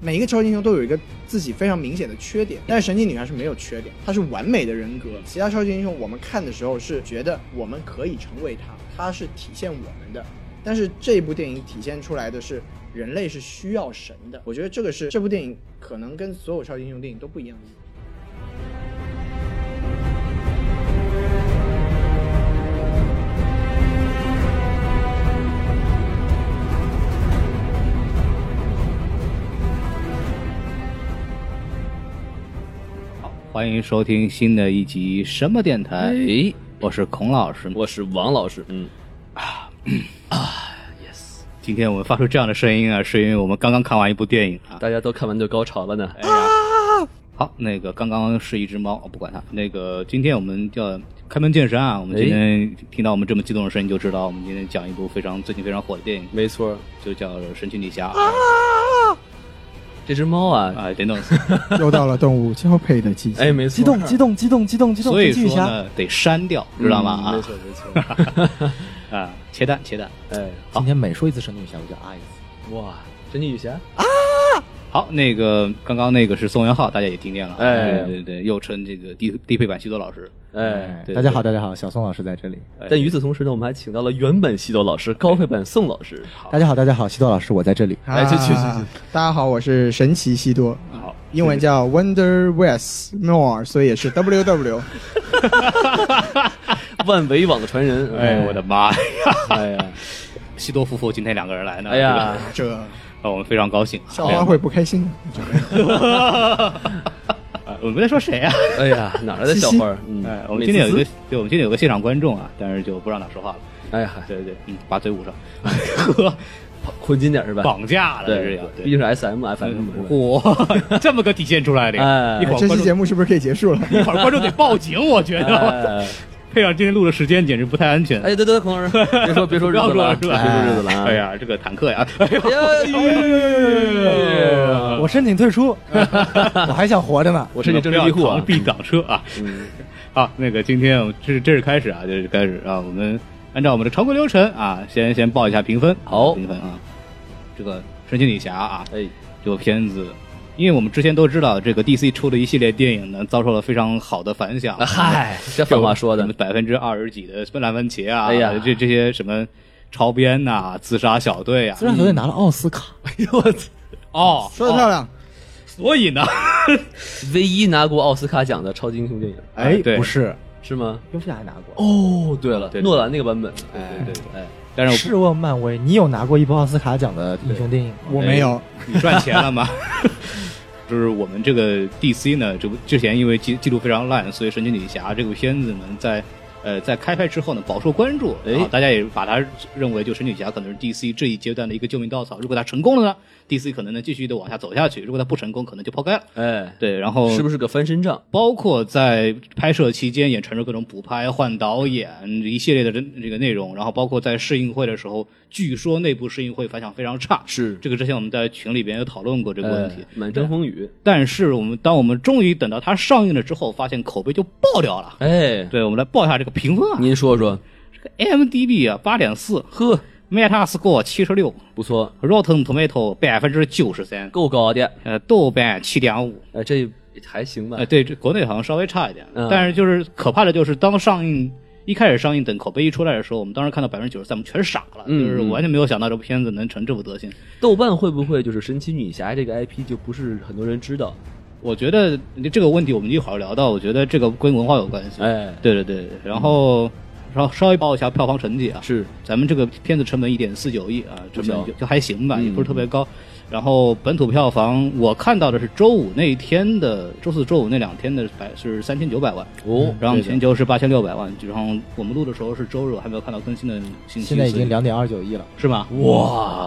每一个超级英雄都有一个自己非常明显的缺点，但是神奇女侠是没有缺点，她是完美的人格。其他超级英雄我们看的时候是觉得我们可以成为她，她是体现我们的。但是这部电影体现出来的是人类是需要神的，我觉得这个是这部电影可能跟所有超级英雄电影都不 一样的地方。欢迎收听新的一集什么电台？哎，我是孔老师。我是王老师，嗯，今天我们发出这样的声音啊，是因为我们刚刚看完一部电影啊。大家都看完就高潮了呢。哎呀，好，那个刚刚是一只猫，哦我不管它。那个今天我们要开门见山啊，我们今天听到我们这么激动的声音，就知道我们今天讲一部非常最近非常火的电影，没错，就叫《神奇女侠》啊这只猫啊，啊，等等死。又到了动物交配的季节，哎，没错，激动，激动，激动，激动，激动！所以神奇女说侠，呢，得删掉，知道吗？嗯没啊错，没错。 啊，切蛋，切蛋。哎，今天每说一次神女侠，我就爱一次。哇，神奇女侠，好，那个刚刚那个是宋元浩，大家也听见了，哎对对对，又称这个低低配版西多老师，哎，对大家好，大家好，小宋老师在这里。但与此同时呢，我们还请到了原本西多老师、高配版宋老师。大家好，大家好，西多老师我在这里。啊哎去去去去大家好，我是神奇西多，好，英文叫 Wonder Westmore，所以也是 W W。万维网的传人，哎，我的，妈呀，哎呀，西多夫妇今天两个人来呢，哎呀，这啊，我们非常高兴，校哎花会不开心的。啊我们在说谁啊？哎呀，哪来的小花儿？嗯哎，我们今天有一美个滋滋，对，我们今天有个现场观众啊，但是就不让他说话了，哎呀，对对，嗯，把嘴捂上，呵，混金点儿是吧？绑架了，这是对要，，毕竟是 S 嗯 M 啊 F M 嘛，嚯，这么个体现出来的，哎一会儿这观期众节目是不是可以结束了？一会儿观众得报警，我觉是得，吧？配上今天录的时间，简直不太安全。哎，对对，孔老师，别说别说不日要子说了啊，了，是别说吧？日子了啊！哎呀，这个坦克呀，哎呦，呃哎呀我申请 退出，我还想活着呢。我是你政治庇护啊！避挡车啊！嗯 好，那个今天我们这是这是开始啊，这是开始啊，我们按照我们的常规流程啊，先先报一下评分，好评分啊，这个神奇女侠啊，哎，这部片子。因为我们之前都知道，这个 DC 出的一系列电影呢，遭受了非常好的反响。啊嗨，这这反话说的， 百分之二十几的烂番茄啊，哎呀这这些什么超编呐、自杀小队啊，虽然昨天拿了奥斯卡，哦，说的漂亮，所以呢，唯一拿过奥斯卡奖的超级英雄电影哎对不是，是吗？蝙蝠侠还拿过。哦，对了，对诺兰那个版本，哎对对对，哎，但是试问漫威，你有拿过一部奥斯卡奖的英雄电影哎吗？我没有。你赚钱了吗？ 就是我们这个 DC 呢，这部之前因为技技术非常烂，所以《神奇女侠》这部片子呢，在呃在开拍之后呢，饱受关注，哎然后大家也把它认为就神奇女侠可能是 DC 这一阶段的一个救命稻草。如果它成功了呢，DC 可能能继续的往下走下去；如果它不成功，可能就抛开了。哎，对，然后是不是个翻身仗？包括在拍摄期间也产生各种补拍、换导演一系列的这这个内容，然后包括在试映会的时候，据说内部试映会反响非常差。是这个之前我们在群里边有讨论过这这个问题。哎满城风雨，但是我们当我们终于等到它上映了之后，发现口碑就爆掉了。哎，对，我们来报一下这个评分啊，您说说，这个 IMDB 啊八点四呵， ，Metascore 七十六不错， ，Rotten Tomato 百分之九十三，够高的，呃，豆瓣七点五，哎，这还行吧呃，，对，这国内好像稍微差一点，嗯但是就是可怕的就是当上映一开始上映，等口碑一出来的时候，我们当时看到百分之九十三，我们全傻了，嗯就是嗯完全没有想到这部片子能成这副德行。豆瓣会不会就是神奇女侠这个 IP 就不是很多人知道？我觉得这个问题我们一会儿聊到，我觉得这个跟文化有关系。哎，对对对，然后稍稍微报一下票房成绩啊，是咱们这个片子成本一点四九亿啊，成本不就小就还行吧，嗯也不是特别高。然后本土票房，我看到的是周五那一天的，周四周五那两天的百是三千九百万，哦然后全就球是八千六百万。然后我们录的时候是周日，我还没有看到更新的信息。现在已所以经两点二九亿了，是吗？哇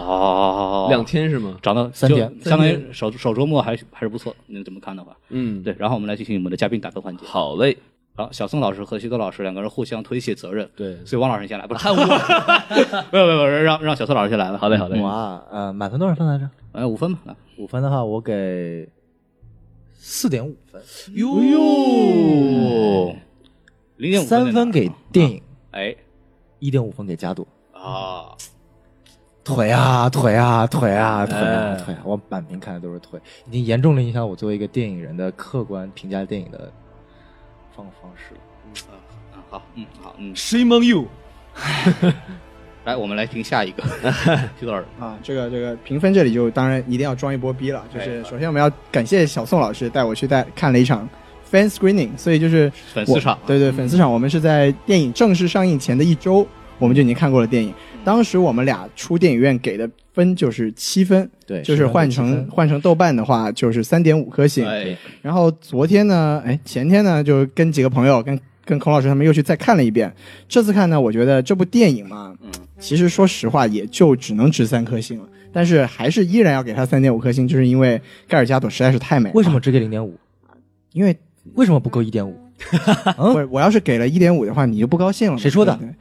哦两天是吗？涨到三就天相当于首首周末还是还是不错。你怎么看的话，嗯，对。然后我们来进行我们的嘉宾打分环节。好嘞，好，小宋老师和西多老师两个人互相推卸责任。对所以王老师你先来吧。 看我，没有没有，没有让让小宋老师先来吧。好嘞嗯好嘞我啊，呃，满分多少分来着？呃，五分吧。来五分的话，我给四点五分，哟哟，零点五三分给电影，哎一点五分给加朵。啊，腿啊腿啊腿啊腿啊哎腿啊！我满屏看的都是腿，已经严重的影响我作为一个电影人的客观评价电影的方方式了。嗯好，嗯好，嗯， ，Shame on you！ 来我们来听下一个西多老师。啊，这个这个评分这里就当然一定要装一波逼了，就是首先我们要感谢小宋老师带我去带看了一场 fan screening，所以就是粉丝我场啊对对粉丝场，我们是在电影正式上映前的一周，我们就已经看过了电影。当时我们俩出电影院给的分就是七分，对就是换成换成豆瓣的话就是三点五颗星。哎，然后昨天呢，哎，前天呢，就跟几个朋友跟。跟孔老师他们又去再看了一遍，这次看呢，我觉得这部电影嘛，嗯其实说实话，也就只能值三颗星了，但是还是依然要给他三点五颗星，就是因为盖尔加朵实在是太美了。为什么只给零点五？因为为什么不够一点五？嗯我我要是给了一点五的话，你就不高兴了嘛。谁说的对不对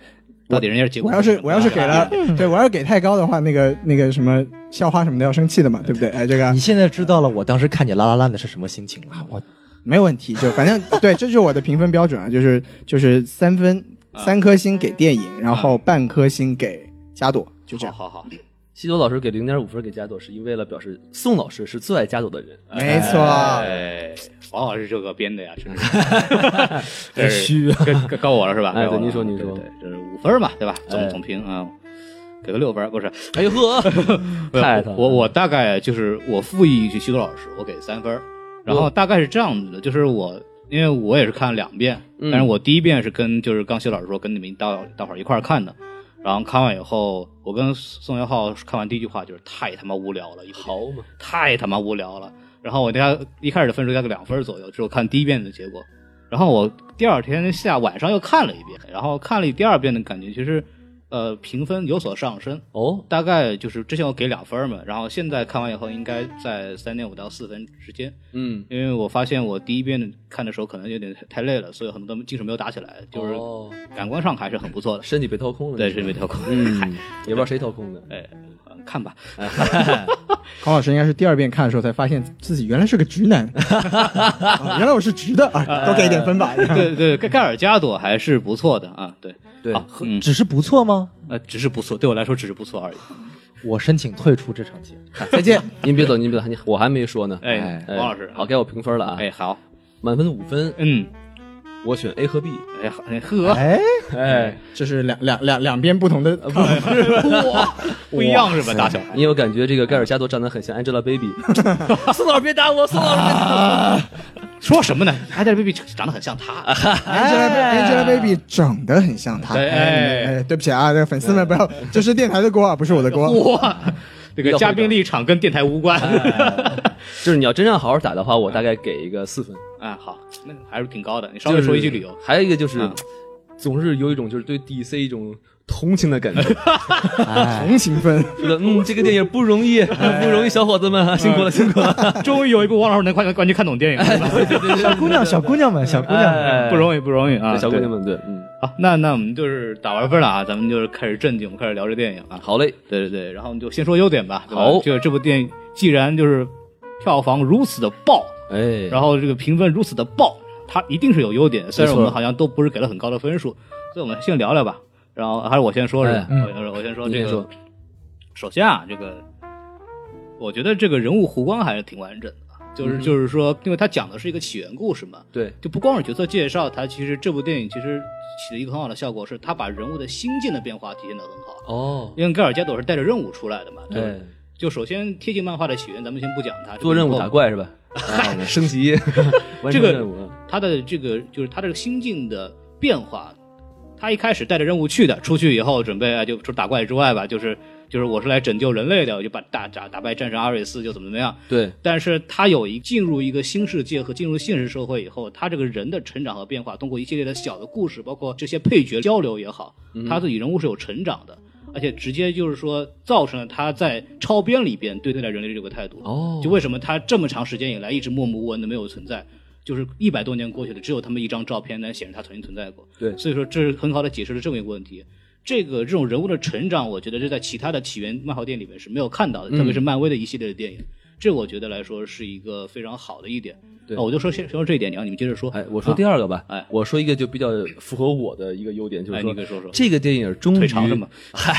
到底人家是结果我是要什是么？我要是给了，对我要是给太高的话，那个那个什么校花什么的要生气的嘛，对不对？哎，这个你现在知道了我当时看你拉拉烂的是什么心情了？啊我没问题，就反正对，这就是我的评分标准啊，就是就是三分三颗星给电影，然后半颗星给加朵，就这样。好好好，西多老师给零点五分给加朵，是因为了表示宋老师是最爱加朵的人。哎没错，哎，王老师这个编的呀，真是这是虚啊该该该我了是吧？哎该对我了啊您说您说对，对这是五分嘛，对吧？哎总总评啊。给个六分不是，哎呦呵， 没有太疼了我我大概就是我复议一句西多老师，我给三分，然后大概是这样子的，就是我因为我也是看了两遍，嗯但是我第一遍是跟就是刚西老师说跟你们一大大伙儿一块儿看的，然后看完以后，我跟宋元浩看完第一句话就是太他妈无聊了，一部电影哦好嘛，太他妈无聊了。然后我给他一开始的分数大概两分左右，只有看第一遍的结果。然后我第二天下晚上又看了一遍，然后看了第二遍的感觉其实，呃，评分有所上升，哦，大概就是之前我给两分嘛，然后现在看完以后应该在三点五到四分之间，嗯，因为我发现我第一遍看的时候可能有点太累了，所以很多精神没有打起来，就是哦感官上还是很不错的。身体被掏空了，对，是没跳 空，嗯嗨，也不知道谁掏空的。哎，看吧，孔老师应该是第二遍看的时候才发现自己原来是个直男，啊原来我是直的啊，多给一点分吧。 对对，盖盖尔加朵还是不错的啊，对，对好嗯，只是不错吗？呃，只是不错，对我来说只是不错而已。我申请退出这场节目。再见。您别走，您别走，你我还没说呢。哎，王老师，好，该我评分了啊！哎，好，满分五分，嗯，我选 A 和 B。哎，好哎呵，呃哎，哎，这是两两两两边不同的， 不一样是吧？大小，因为我感觉这个盖尔加朵长得很像 Angelababy。宋 老师别打我，宋老师别打我。 说什么呢？Angelababy 长得很 像她， Angelababy 长得很像她。哎哎，哎对不起啊，这个粉丝们不要，这是电台的锅啊，不是我的锅。哇，这个嘉宾立场跟电台无关。哎 就是你要真要好好打的话，我大概给一个四分。啊，好，那还是挺高的。你稍微说一句理由，还有一个就是嗯，总是有一种就是对 DC 一种同情的感觉，哎同情分，觉得 嗯，这个电影不容 易，哎不容易，小伙子们嗯啊辛苦了，辛苦了。终于有一部王老师能快完全看懂电影了，小姑娘，小姑娘们，小姑娘们，哎不容易，不容易啊，对小姑娘对。们，对，嗯，好，那那我们就是打完分了啊，咱们就是开始正经，我们开始聊这电影啊。好嘞，对对对，然后我们就先说优点吧。对吧嗯好就这部电影既然就是票房如此的爆，哎，然后这个评分如此的爆，它一定是有优点。虽然我们好像都不是给了很高的分数，所以我们先聊聊吧。然后还是我先说是吧？哎我我先说你这先个。说首先啊，这个我觉得这个人物弧光还是挺完整的，嗯就是、就是说，因为它讲的是一个起源故事嘛，对，就不光是角色介绍，它其实这部电影其实起了一个很好的效果，是它把人物的心境的变化体现的很好。哦，因为盖尔加朵是带着任务出来的嘛，对吧。对，就首先贴近漫画的起源，咱们先不讲它。做任务打，怪是吧？哎升 级，完成这个任务，啊它的这个就是它这个心境的变化，他一开始带着任务去的，出去以后准备啊，就除了打怪之外吧，就是就是我是来拯救人类的，我就把打打打败战神阿瑞斯，就怎么怎么样。对，但是他有一进入一个新世界和进入现实社会以后，他这个人的成长和变化，通过一系列的小的故事，包括这些配角交流也好，他自己人物是有成长的，而且直接就是说造成了他在超编里边对对待人类这个态度。哦就为什么他这么长时间以来一直默默无闻的没有存在，就是一百多年过去了，只有他们一张照片能显示他曾经存在过。对所以说这是很好的解释了这么一个问题。这个这种人物的成长，我觉得这在其他的起源漫画店里面是没有看到的，特别嗯是漫威的一系列的电影，这我觉得来说是一个非常好的一点。对啊我就说先说这一点，然后你们接着说。哎，我说第二个吧，哎我说一个就比较符合我的一个优点，就是哎说，你给说说这个电影终于腿长是吗？ 嗨，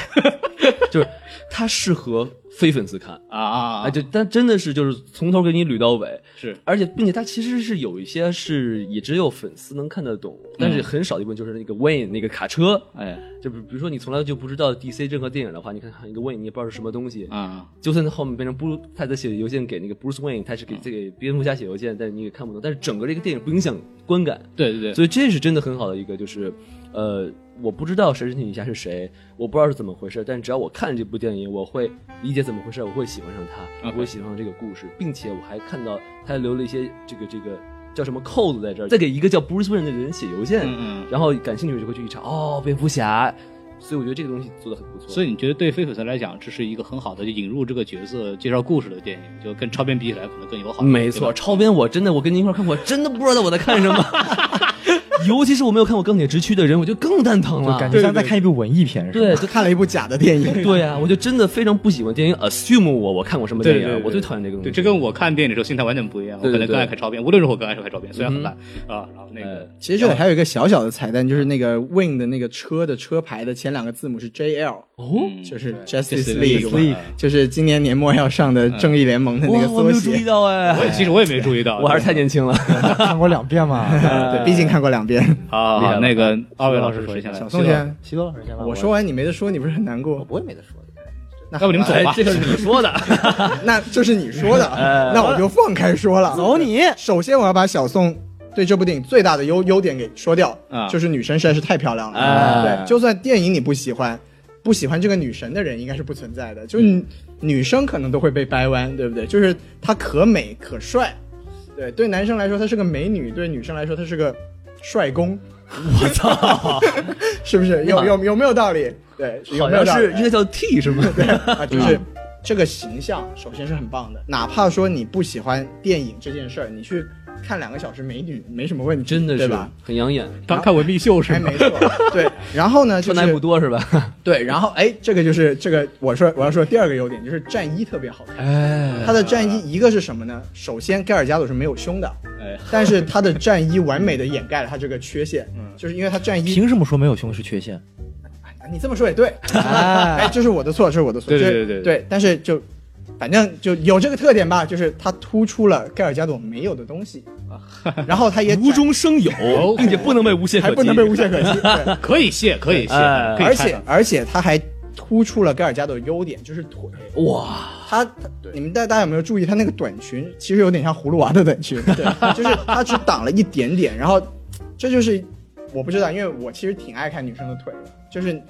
就是它适合非粉丝看，啊啊啊！哎，就但真的是就是从头给你捋到尾，是而且并且它其实是有一些是也只有粉丝能看得懂，但是很少的一部分就是那个 Wayne 那个卡车，嗯哎就比比如说你从来就不知道 DC 任何电影的话，你看看一个 Wayne 你也不知道是什么东西，啊就算他后面变成布鲁，他在写邮件给那个 Bruce Wayne，他是啊给这个蝙蝠侠写邮件，但是你也看不懂，但是整个这个电影不影响观感，对对对，所以这是真的很好的一个，就是，呃，我不知道神神女侠是谁，我不知道是怎么回事，但只要我看这部电影，我会理解怎么回事，我会喜欢上他，我 OK 会喜欢上这个故事，并且我还看到他还留了一些这个这个叫什么扣子在这儿，再给一个叫 Bruce Wayne 的人写邮件，嗯嗯然后感兴趣就会去一查，哦，蝙蝠侠，所以我觉得这个东西做的很不错。所以你觉得对非粉丝来讲，这是一个很好的引入这个角色、介绍故事的电影，就跟超编比起来可能更友好一点。没错，对吧，超编我真的，我跟您一块儿看，我真的不知道我在看什么。 尤其是我没有看过《钢铁直驱》的人，我就更蛋疼了，就感觉像在看一部文艺片，是吧对，就看了一部假的电影。对啊，我就真的非常不喜欢电影 assume 我我看过什么电对影，啊对，我最讨厌这个东西。对，这跟我看电影的时候心态完全不一样。我对可对能更爱对看超编，无论如何更爱看超编，虽然很烂啊。然后那呃个，其实这里还有一个小小的彩蛋，就是那个 Win 的那个车的车牌的前两个字母是 JL，哦，嗯就是 Justice Justice League， League 嘛就是今年年末要上的《正义联盟》的那个哇，我缩没有注意写。到我也哎，其实我也没注意到， 我还是太年轻了。看过两遍嘛。对，毕竟看过两遍。好好厉害好了哎那个二位老师说谁一先下，来啊小？宋先，西多老师先来。我说完你没得说，你不是很难过？我也没得说，那要不你们走哎吧， 这个是你说的，那这是你说的，那我就放开说了。走你！首先，我要把小宋对这部电影最大的优优点给说掉，啊就是女神实在是太漂亮了。哎对，就算电影你不喜欢，不喜欢这个女神的人应该是不存在的，就是女女生可能都会被掰弯，对不对？就是她可美可帅，对，对男生来说她是个美女，对女生来说她是个帅公。我操， 是不是有有有没有道理？对，有 好没有像道理是？应该叫 T 是吗？ 啊，就是嗯这个形象首先是很棒的，哪怕说你不喜欢电影这件事儿，你去看两个小时美女没什么问题，真的对是吧？很养眼，当看文秘秀是哎，吗没？ 错，对。然后呢，就穿的还不是多是吧？对，然后哎，这个就是这个，我说我要说第二个优点就是战衣特别好看。哎，他的战衣一个是什么呢？首先，盖尔加朵是没有胸的，哎但是他的战衣完美的掩盖了他这个缺 陷，嗯就是因为他战衣凭什么说没有胸是缺陷？啊你这么说也对， 哎，这是我的错，这是我的错，对对这对对对，但是就反正就有这个特点吧，就是它突出了盖尔加朵没有的东西，啊然后它 也无中生有，并且不能被无懈可还击，不能被无懈可击，对 可以卸，可以卸，哎可以而拆且的而且它还突出了盖尔加朵的优点，就是腿，哇，它它你们大大家有没有注意，它那个短裙其实有点像葫芦娃的短 裙，对， 就是它只挡了一点点，然后这就是我不知道，因为我其实挺爱看女生的腿的，就是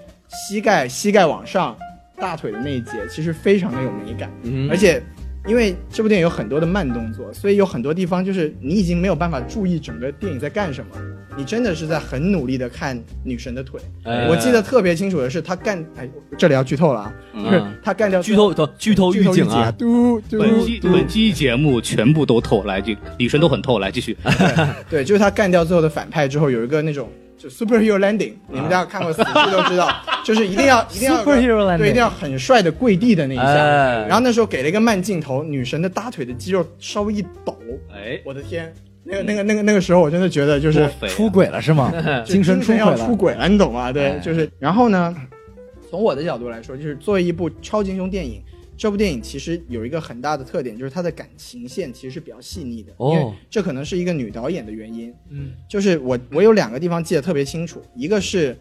膝盖膝盖往上，大腿的那一节其实非常的有美感，嗯而且因为这部电影有很多的慢动作，所以有很多地方就是你已经没有办法注意整个电影在干什么。你真的是在很努力的看女神的腿，哎我记得特别清楚的是，她干，哎，这里要剧透了啊，就是嗯她干掉剧透头剧透剧预透警啊，啊！嘟嘟本期嘟，本期节目全部都透，来，这女神都很透，来继续。哎对，就是他干掉最后的反派之后，有一个那种就 superhero landing，你啊们大家看过死侍都 知道，就是一定要一定要有个 Superhero landing 对，一定要很帅的跪地的那一下。哎然后那时候给了一个慢镜头，女神的大腿的肌肉稍微一抖，哎，我的天，那个那个那个那个时候我真的觉得就是多肥啊出轨了是 吗？就精神出轨要了。出轨了，你懂吗？对哎，就是然后呢，从我的角度来说，就是作为一部超级英雄电影，这部电影其实有一个很大的特点，就是它的感情线其实是比较细腻的。哦因为这可能是一个女导演的原因。嗯，就是我我有两个地方记得特别清楚，一个是。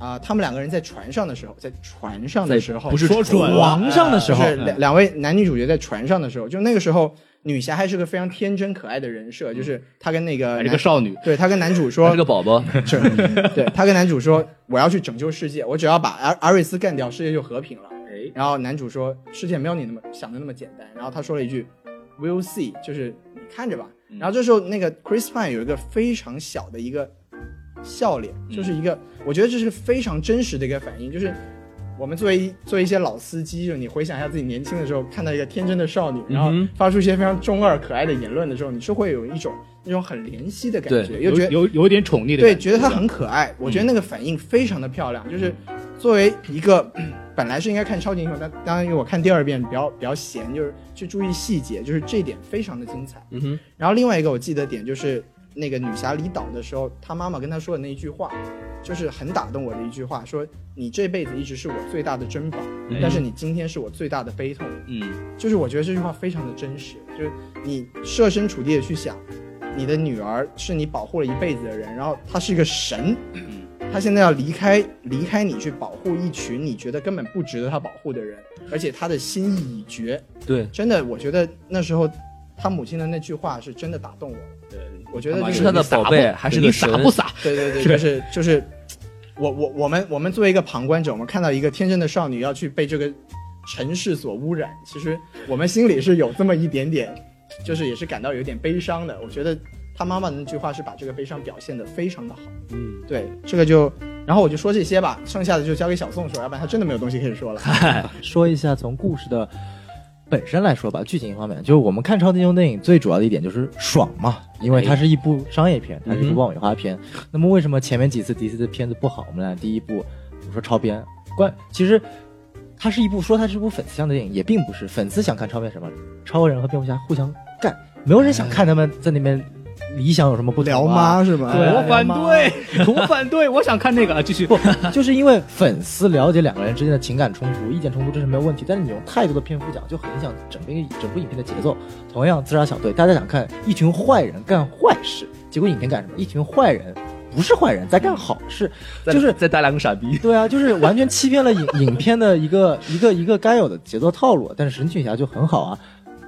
啊、他们两个人在船上的时候，在船上的时候，啊不是说船皇上的时候就是两两位男女主角在船上的时候，就那个时候女侠还是个非常天真可爱的人设，就是她跟那个还男是个少女，对她跟男主他说是个宝宝， 是，对他跟男主说：“我要去拯救世界，我只要把阿阿瑞斯干掉，世界就和平了。”哎然后男主说：“世界没有你那么想的那么简单。”然后他说了一句：“We'll see，就是你看着吧。”嗯然后这时候那个 Chris Pine 有一个非常小的一个笑脸，嗯就是一个，我觉得这是非常真实的一个反应，就是。我们作为作为一些老司机，就是你回想一下自己年轻的时候，看到一个天真的少女，然后嗯哼发出一些非常中二可爱的言论的时候，你是会有一种那种很怜惜的感对觉，又有哎觉得有有一点宠溺的感，对，觉得她很可爱。我觉得那个反应非常的漂亮，就是作为一个本来是应该看超级英雄，但当然因为我看第二遍比较比较闲，就是去注意细节，就是这一点非常的精彩。嗯哼，然后另外一个我记得点就是那个女侠离岛的时候，她妈妈跟她说的那一句话，就是很打动我的一句话，说你这辈子一直是我最大的珍宝，但是你今天是我最大的悲痛。嗯，就是我觉得这句话非常的真实，就是你设身处地的去想，你的女儿是你保护了一辈子的人，然后她是一个神，她现在要离开离开你去保护一群你觉得根本不值得她保护的人，而且她的心意已决。对，真的，我觉得那时候她母亲的那句话是真的打动我。对，我觉得妈就是他的宝贝，还是你个傻神？不傻？对对对，就是就是，我我我们我们作为一个旁观者，我们看到一个天真的少女要去被这个尘世所污染，其实我们心里是有这么一点点，就是也是感到有点悲伤的。我觉得她妈妈的那句话是把这个悲伤表现的非常的好。嗯，对，这个就，然后我就说这些吧，剩下的就交给小宋说，要不然他真的没有东西可以说 了。说一下从故事的本身来说吧，剧情方面，就是我们看超级英雄电影最主要的一点就是爽嘛，哎因为它是一部商业片，它是嗯一哼部爆米花片。那么为什么前面几次迪斯的片子不好？我们俩第一部我说超编，关其实它是一部说它是一部粉丝向的电影，也并不是粉丝想看超编什么，超人和蝙蝠侠互相干，没有人想看他们在那边理想有什么不哎聊同啊妈是吗？哎对啊我反对，我反对，我想看那个啊，继续。 就是因为粉丝了解两个人之间的情感冲突、意见冲突，这是没有问题。但是你用太多的篇幅讲，就很影响整个整部影片的节奏。同样，自杀小队，大家想看一群坏人干坏事，结果影片干什么？一群坏人不是坏人，在干好事，就是再打两个傻逼，对啊，就是完全欺骗了影影片的一个 一个一个该有的节奏套路。但是神奇女侠就很好啊，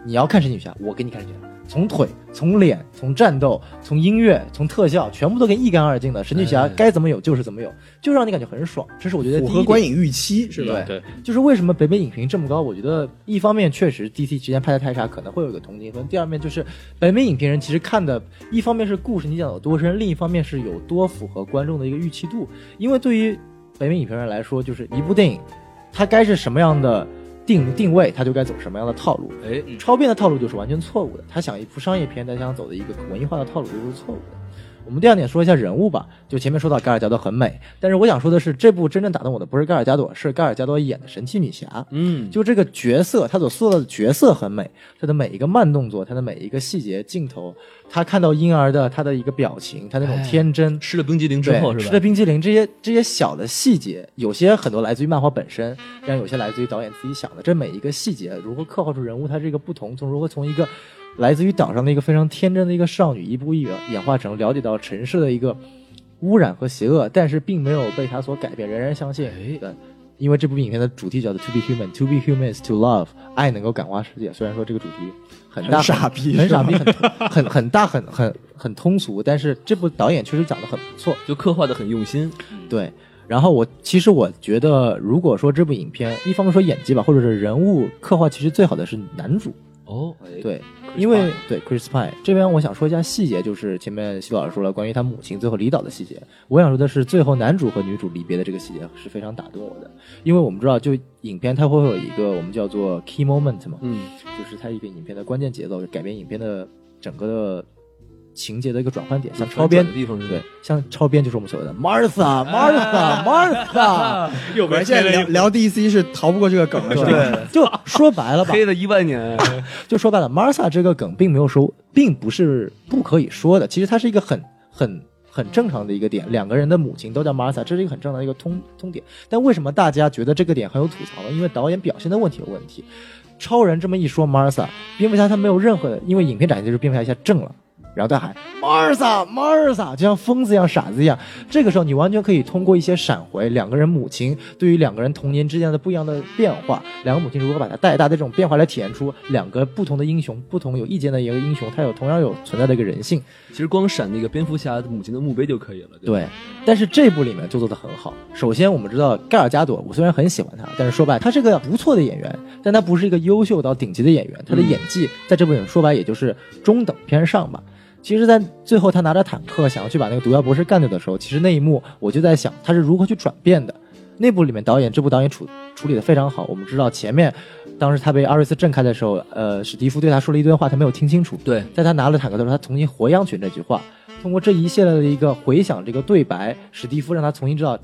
你要看神奇女侠，我给你看神奇女侠，从腿、从脸、从战斗、从音乐、从特效，全部都给你一干二净的。神奇女侠该怎么有就是怎么有，就让你感觉很爽。这是我觉得符第合一观点。影预期是吧？对，就是为什么北美影评这么高？我觉得一方面确实 DC 之前拍的太差，可能会有个同情分；第二面就是北美影评人其实看的，呃一方面是故事你讲有多深，另一方面是有多符合观众的一个预期度。因为对于北美影评人来说，就是一部电影，它该是什么样的定定位，它就该走什么样的套路。哎，超变的套路就是完全错误的。他想一部商业片，他想走的一个文艺化的套路就是错误的。我们第二点说一下人物吧，就前面说到盖尔加朵很美，但是我想说的是，这部真正打动我的不是盖尔加朵，是盖尔加朵演的神奇女侠。嗯，就这个角色，他所塑造的角色很美，他的每一个慢动作，他的每一个细节镜头，他看到婴儿的他的一个表情，他那种天真，吃了冰激凌之对，后是吧？吃的冰激凌这些这些小的细节，有些很多来自于漫画本身，但有些来自于导演自己想的。这每一个细节如何刻画出人物他这个不同，从如何从一个来自于岛上的一个非常天真的一个少女，一步一演演化成了解到城市的一个污染和邪恶，但是并没有被他所改变，仍然相信。对，因为这部影片的主题叫做 “To be human, to be human is to love”，爱能够感化世界。虽然说这个主题很大、很傻逼很是吧傻逼、很很很大、很很很通俗，但是这部导演确实讲的很不错。就刻画的很用心，对，然后我其实我觉得，如果说这部影片，一方面说演技吧，或者是人物刻画，其实最好的是男主。哦，对，因为对 Chris Pine 这边，我想说一下细节，就是前面西老师说了关于他母亲最后离岛的细节。我想说的是，最后男主和女主离别的这个细节是非常打动我的，因为我们知道，就影片它会有一个我们叫做 key moment 嘛，嗯，就是它一个影片的关键节奏，改变影片的整个的情节的一个转换点，像超编编的地方是对吧？，像超编就是我们所谓的 Martha，Martha，Martha，又果然现在聊聊 DC 是逃不过这个梗了，是吧？对，就说白了吧，黑了一万年，就说白了，Martha 这个梗并没有说，并不是不可以说的，其实它是一个很很很正常的一个点，两个人的母亲都叫 Martha，这是一个很正常的一个通通点。但为什么大家觉得这个点很有吐槽呢？因为导演表现的问题有问题。超人这么一说，Martha，蝙蝠侠他没有任何的，因为影片展现就是蝙蝠侠一下正了，然后大喊马尔萨，马尔萨，就像疯子一样、傻子一样。这个时候，你完全可以通过一些闪回，两个人母亲对于两个人童年之间的不一样的变化，两个母亲如何把它带大的这种变化来体现出两个不同的英雄、不同有意见的一个英雄，他有同样有存在的一个人性。其实光闪那个蝙蝠侠母亲的墓碑就可以了。吧对，但是这部里面就做得很好。首先，我们知道盖尔加朵，我虽然很喜欢他，但是说白了，他是个不错的演员，但他不是一个优秀到顶级的演员，他的演嗯技在这部里面说白也就是中等偏上吧。其实，在最后他拿着坦克想要去把那个毒药博士干掉的时候，其实那一幕我就在想他是如何去转变的。那部里面导演这部导演处处理的非常好。我们知道前面当时他被阿瑞斯震开的时候，呃，史蒂夫对他说了一堆话，他没有听清楚。对，在他拿了坦克的时候，他重新回想起那句话。通过这一系列的一个回想，这个对白，史蒂夫让他重新知道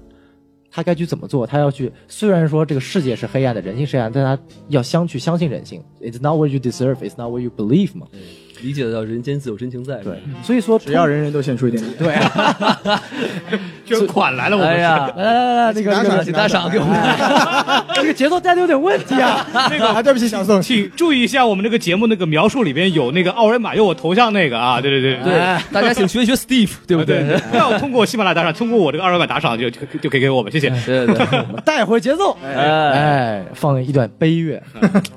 他该去怎么做。他要去，虽然说这个世界是黑暗的，人性是黑暗，但他要相去相信人性。It's not what you deserve, it's not what you believe 嘛。理解得到人间自有真情在。对，，所以说只要人人都献出一点力，对，捐款来了，我哎们呀，来来来，那个那个请打赏给我们 这个节奏带的有点问题啊。那个啊，对不起，小宋，请注意一下，我们这个节目那个描述里边有那个二维码，有我头像那个啊，对对对对，哎大家请学一学 Steve，对不对对？对，不要通过喜马拉雅打赏，通过我这个二维码打赏就就就可以给我们，谢谢。 对对对，带回节奏，哎，嗯放一段悲乐。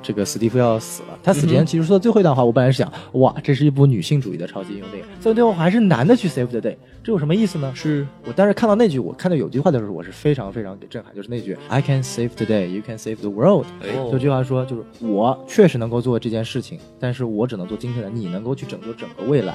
这个史蒂夫要死了，他死前其实说的最后一段话，我本来是想，哇，这是一部女性主义的超级英雄电影，嗯最后最后还是男的去 save the day，这有什么意思呢？是我当时看到那句，我看到有句话的时候，我是非常非常给震撼，就是那句 I can save the day, you can save the world。就这句话说，就是我确实能够做这件事情，但是我只能做今天的，你能够去拯救整个未来。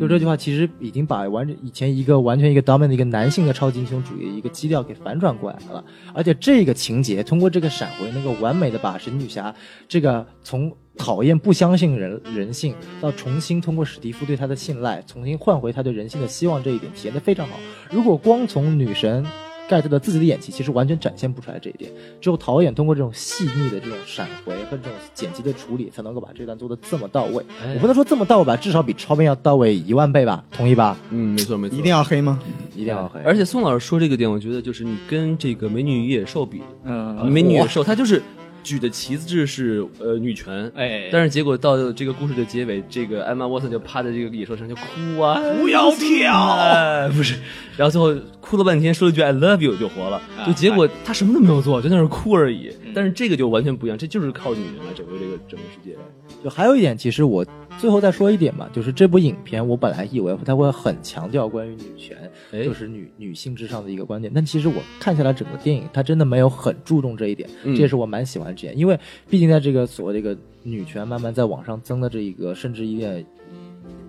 就这句话其实已经把完整以前一个完全一个 dominant 的一个男性的超级英雄主义的一个基调给反转过来了，而且这个情节通过这个闪回，能够完美的把神女侠这个从讨厌不相信人人性到重新通过史蒂夫对她的信赖，重新换回她对人性的希望这一点体现的非常好。如果光从女神。盖特的自己的演技其实完全展现不出来这一点，只有导演通过这种细腻的这种闪回和这种剪辑的处理，才能够把这段做的这么到位。我不能说这么到位吧，至少比超编要到位一万倍吧，同意吧？嗯，没错没错，一定要黑吗？一定要黑。而且宋老师说这个点，我觉得就是你跟这个《美女与野兽》比，呃嗯，美女野兽它就是举的旗帜是呃女权，哎，但是结果到这个故事的结尾，这个艾玛沃森就趴在这个野兽身上就哭啊，不要跳，哎不是，然后最后哭了半天，说了句 I love you 就活了，啊就结哎果他什么都没有做，就在那儿哭而已。嗯但是这个就完全不一样，这就是靠女人来拯救这个整个世界。就还有一点，其实我最后再说一点吧，就是这部影片，我本来以为它会很强调关于女权，哎就是女女性至上的一个观点，但其实我看下来整个电影，它真的没有很注重这一点，嗯这也是我蛮喜欢这点，因为毕竟在这个所谓这个女权慢慢在往上增的这一个，甚至有点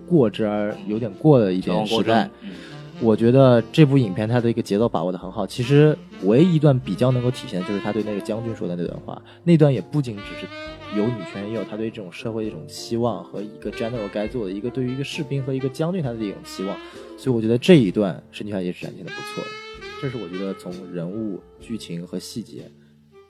过之而有点过的一点时代，我觉得这部影片它的一个节奏把握的很好。其实唯一一段比较能够体现的就是他对那个将军说的那段话，那段也不仅只是有女权，也有他对这种社会的一种希望和一个 general 该做的一个对于一个士兵和一个将军他的一种期望。所以我觉得这一段神奇侠也是展现的不错的。这是我觉得从人物、剧情和细节，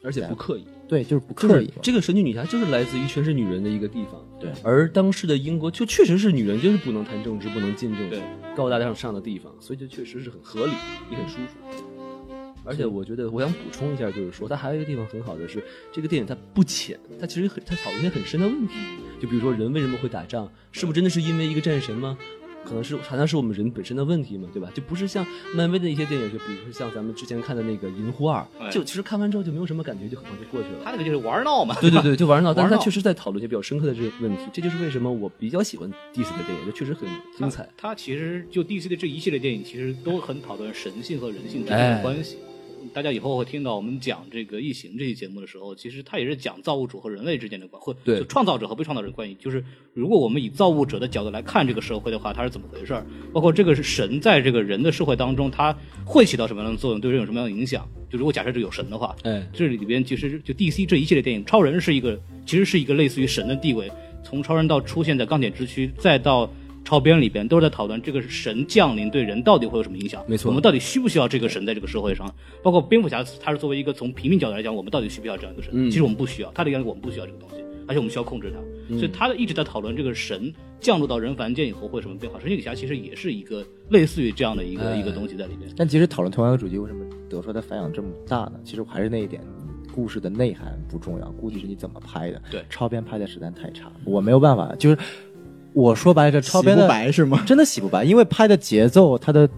而且不刻意，对，就是不就刻是意嘛。这个神奇女侠就是来自于全是女人的一个地方。对而当时的英国就确实是女人就是不能谈政治，不能进这对种高大上上的地方，所以就确实是很合理，也很舒服。而且我觉得我想补充一下，就是说它还有一个地方很好的是，这个电影它不浅，它其实很它讨论一些很深的问题，就比如说人为什么会打仗，是不是真的是因为一个战神吗？可能是好像是我们人本身的问题嘛，对吧？就不是像漫威的一些电影，就比如说像咱们之前看的那个《银护二哎》，就其实看完之后就没有什么感觉，就很快就过去了。他那个就是玩闹嘛， 对对 对，就玩闹，但玩是他闹确实在讨论一些比较深刻的这个问题，这就是为什么我比较喜欢 DC 的电影，就确实很啊精彩。他。他其实就 DC 的这一系列电影，其实都很讨论神性和人性之间哎的关系。大家以后会听到我们讲这个《异形》这一节目的时候，其实它也是讲造物主和人类之间的关，或对就创造者和被创造者的关系。就是如果我们以造物者的角度来看这个社会的话，它是怎么回事儿？包括这个神在这个人的社会当中，它会起到什么样的作用，对人有什么样的影响？就如果假设这有神的话，哎，这里边其实就 DC 这一系列电影，超人是一个其实是一个类似于神的地位，从超人到出现在钢铁之躯，再到超编里边，都是在讨论这个神降临对人到底会有什么影响。没错我们到底需不需要这个神在这个社会上？包括蝙蝠侠，他是作为一个从平民角度来讲，我们到底需不需要这样一个神？嗯其实我们不需要，他的眼里我们不需要这个东西，而且我们需要控制它。嗯所以他一直在讨论这个神降落到人凡间以后会有什么变化。神奇女侠其实也是一个类似于这样的一个、哎一个东西在里边。但其实讨论同样的主题，为什么得出来的反响这么大呢？其实我还是那一点，故事的内涵不重要，估计是你怎么拍的。对超编拍的实在太差，我没有办法，就是我说白了，这超洗编不的白是吗？真的洗不白，因为拍的节奏，它的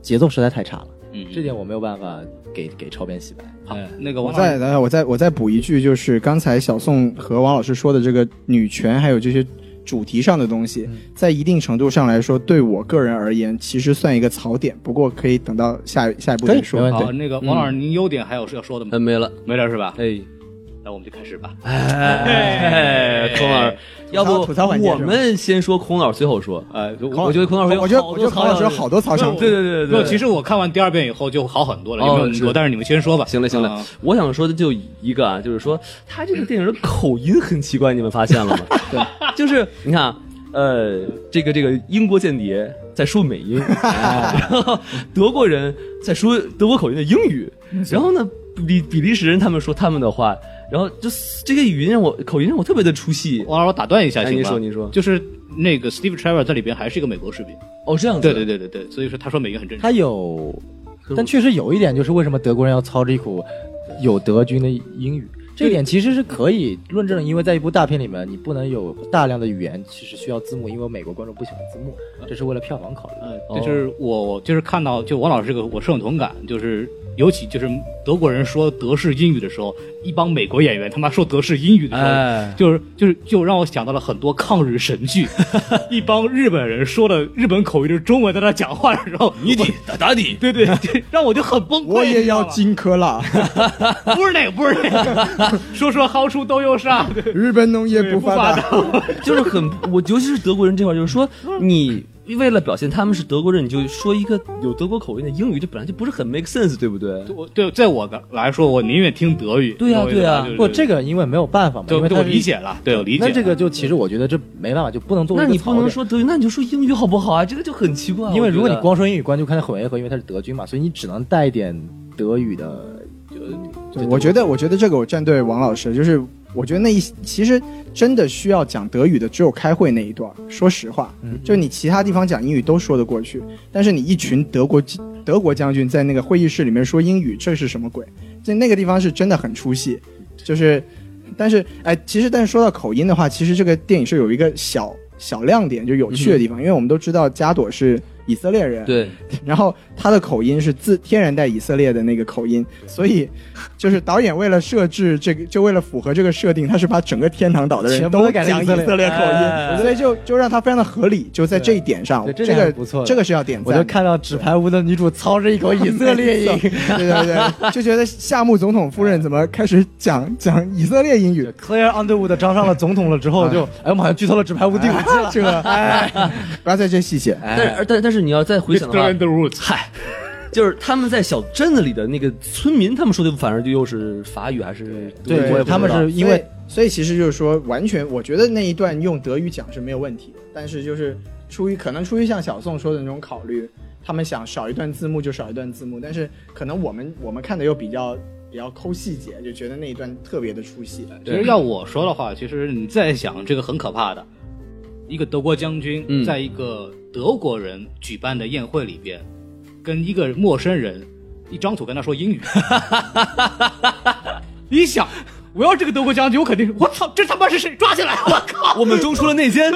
节奏实在太差了，嗯，这点我没有办法给给超编洗白。好，那个我王老再师，等下，我再我再补一句，就是刚才小宋和王老师说的这个女权，还有这些主题上的东嗯西，在一定程度上来说，对我个人而言，其实算一个槽点。不过可以等到下下一步再可以说没。问好，那个王老师，您优点还有是要说的吗哎，？嗯没了，没了是吧？哎，那我们就开始吧。哎，孔老师，要不吐槽环节是我吧们先说孔老师，最后说。哎呃，孔我觉得孔老师有我觉得好我多觉得槽孔老师有点好多槽想吐对对 对对不，对，其实我看完第二遍以后就好很多了，也哦没有那么多。是但是你们先说吧。行了行了啊，我想说的就一个啊，就是说他这个电影的口音很奇怪，你们发现了吗？ 对，就是你看啊，呃，这个这个英国间谍在说美 音，然后德国人在说德国口音的英语，然后呢，比比利时人他们说他们的话，然后就这个语音让我口音让我特别的出戏。王老师，我打断一下，哎行吗？您说您说就是那个 Steve Trevor 在里边还是一个美国士兵。哦，这样子，对对对对对，所以说他说美元很正常。他有，但确实有一点就是为什么德国人要操这一口有德军的英语，这一点其实是可以论证的，因为在一部大片里面，你不能有大量的语言，其实需要字幕，因为美国观众不喜欢字幕，这是为了票房考虑。呃，就是我我就是看到，就王老师这个，我是有同感，就是尤其就是德国人说德式英语的时候，一帮美国演员他妈说德式英语的时候，哎就是就是就让我想到了很多抗日神 剧，一帮日本人说了日本口音的中文在那讲话的时候，你得打打底，对对对，让我就很崩溃。我你也知道要吗，荆轲啦，不是那个，不是那个， 说说好处都有 啥？对日本农业不不发发达。达。就是很，我尤其是德国人这块儿，就是说你为了表现他们是德国人，你就说一个有德国口音的英语，这本来就不是很 make sense，对不对？我对，在我的来说，我宁愿听德语。对呀啊你懂我意思吧对呀就是哦不，这个因为没有办法嘛，对因为对我它是理。解了，对我理解了。那这个就其实我觉得这没办法，就不能作为那一个你不能槽点说德语，那你就说英语好不好啊？这个就很奇怪。因为我觉得如果你光说英语观众看得很违和，因为他是德军嘛，所以你只能带一点德语的。对，我觉得，我觉得这个我站队王老师，就是我觉得那一其实真的需要讲德语的只有开会那一段儿。说实话，就你其他地方讲英语都说得过去，但是你一群德国德国将军在那个会议室里面说英语，这是什么鬼？就那个地方是真的很出戏，就是，但是哎，其实但是说到口音的话，其实这个电影是有一个小小亮点，就有趣的地方，因为我们都知道加朵是以色列人，对，然后他的口音是自天然带以色列的那个口音，所以就是导演为了设置这个，就为了符合这个设定，他是把整个天堂岛的人全部都都改成讲以以色列色列口哎音，所以就就让他非常的合理，就在这一点上，对这对这点个还不错的这个是要点我赞就的。看到纸牌屋的女主操着一口以色列 音，对对对，就觉得夏目总统夫人怎么开始讲讲以色列英语 Claire Underwood 当上了总统了之后就，哎，我们好像剧透了《纸牌屋》第五季了。这个，哎，不要在这细写。哎但是但但是你要再回想的 Mr. 话 and，the Roots，嗨，就是他们在小镇子里的那个村民，他们说的反而就又是法语还是对我也不知道他们是因因为为所以其实就是说，完全我觉得那一段用德语讲是没有问题的，但是就是出于可能出于像小宋说的那种考虑，他们想少一段字幕就少一段字幕，但是可能我们我们看的又比较比较抠细节，就觉得那一段特别的出戏。其实要我说的话，其实你再想，这个很可怕的。一个德国将军嗯在一个德国人举办的宴会里边，跟一个陌生人一张嘴跟他说英语， 你想，我要这个德国将军，我肯定，我操，这他妈是谁？抓起来！我靠！我们中出了内 奸。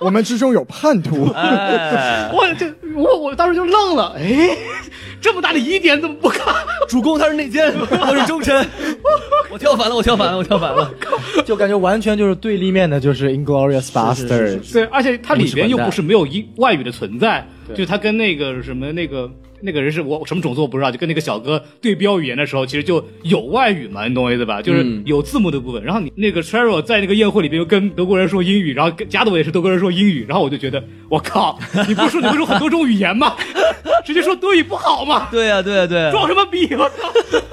我们之中有叛 徒，哎，我这我我当时就愣了，哎，这么大的疑点怎么不看？主公他是内奸，我是忠 臣。我跳反了，我跳反了，我跳反了。就感觉完全就是对立面的，就是 Inglorious Bastards。对，而且它里边又不是没有英外语的存在，就他跟那个什么那个那个人是我什么种族我不知道，就跟那个小哥对标语言的时候，其实就有外语嘛，你懂我意思吧？就是有字幕的部分。然后你那个 t r e r o 在那个宴会里边又跟德国人说英语，然后跟加德伟也是德国人说英语，然后我就觉得我靠，你不是说你会说很多种语言吗？ 直接说德语不好吗？对啊呀，对呀，对呀。装什么逼！我操！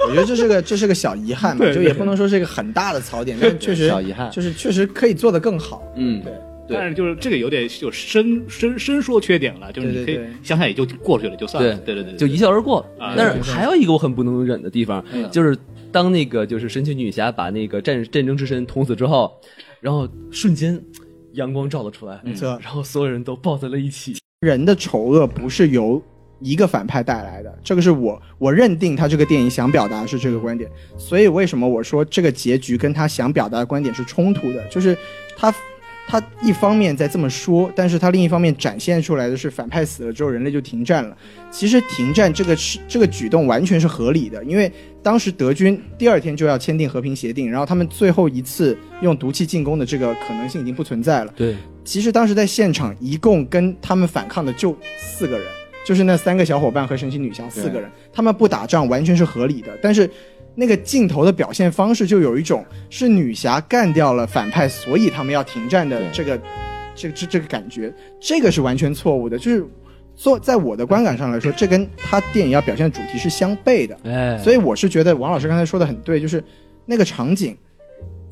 我觉得这是个这是个小遗憾嘛，对就也不能说是一个很大的槽点，但确实小遗憾就是确实可以做得更好。嗯，对，对 但是就是这个有点就深深深说缺点了，就是你可对以对对想想也就过去了，就算了。对对对，对就一笑而过啊。但是还有一个我很不能忍的地方，就是当那个就是神奇女侠把那个战战争之神捅死之后，然后瞬间阳光照了出来，错然后所有人都抱在了一起。人的丑恶不是由一个反派带来的，这个是我我认定他这个电影想表达的是这个观点，所以为什么我说这个结局跟他想表达的观点是冲突的，就是他他一方面在这么说，但是他另一方面展现出来的是反派死了之后人类就停战了。其实停战这个是这个举动完全是合理的，因为当时德军第二天就要签订和平协定，然后他们最后一次用毒气进攻的这个可能性已经不存在了。对，其实当时在现场一共跟他们反抗的就四个人，就是那三个小伙伴和神奇女侠四个人，他们不打仗完全是合理的，但是。那个镜头的表现方式就有一种是女侠干掉了反派，所以他们要停战的对这个，这这这个感觉，这个是完全错误的。就是做在我的观感上来说，这跟他电影要表现的主题是相悖的。嗯哎，所以我是觉得王老师刚才说的很对，就是那个场景，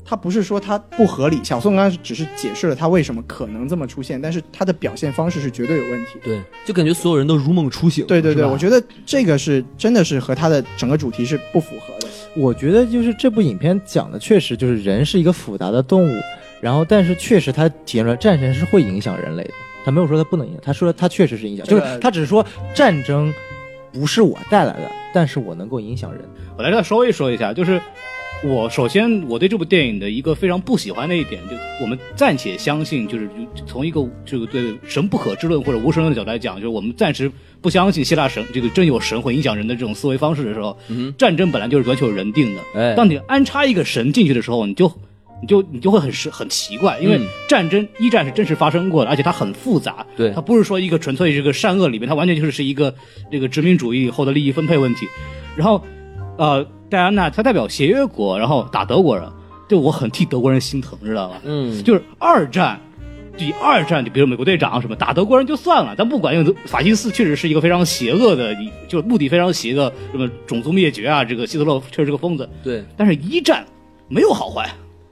它不是说它不合理，小宋刚刚只是解释了他为什么可能这么出现，但是他的表现方式是绝对有问题的。对，就感觉所有人都如梦初醒。对对对，是吧我觉得这个是真的是和他的整个主题是不符合的。我觉得就是这部影片讲的确实就是人是一个复杂的动物，然后但是确实它体现出来战争是会影响人类的，他没有说它不能影响，他说它确实是影响，这就个是他只是说战争不是我带来的，但是我能够影响人。我来这稍微说一下，就是我首先我对这部电影的一个非常不喜欢的一点，就我们暂且相信，就是从一个这个对神不可知论或者无神论的角度来讲，就是我们暂时不相信希腊神这个真有神会影响人的这种思维方式的时候，嗯战争本来就是原求人定的。哎，当你安插一个神进去的时候，你就你就你就会很是很奇怪，因为嗯战争一战是真实发生过的，而且它很复杂，对它不是说一个纯粹这个善恶里面，它完全就是是一个这个殖民主义后的利益分配问题。然后，呃，戴安娜她代表协约国，然后打德国人，就我很替德国人心疼，知道吧？嗯，就是二战。第二战，就比如美国队长什么打德国人就算了，咱不管，因为法西斯确实是一个非常邪恶的，一就目的非常邪恶，什么种族灭绝啊，这个希特勒确实是个疯子。对但是一战没有好坏，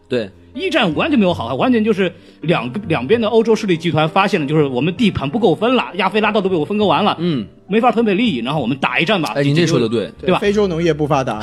对一战完全没有好坏，完全就是两个两边的欧洲势力集团发现了，就是我们地盘不够分了，亚非拉都都被我分割完了，嗯，没法分配利益，然后我们打一战吧。哎，您这说的对，啊对吧非洲农业不 发达，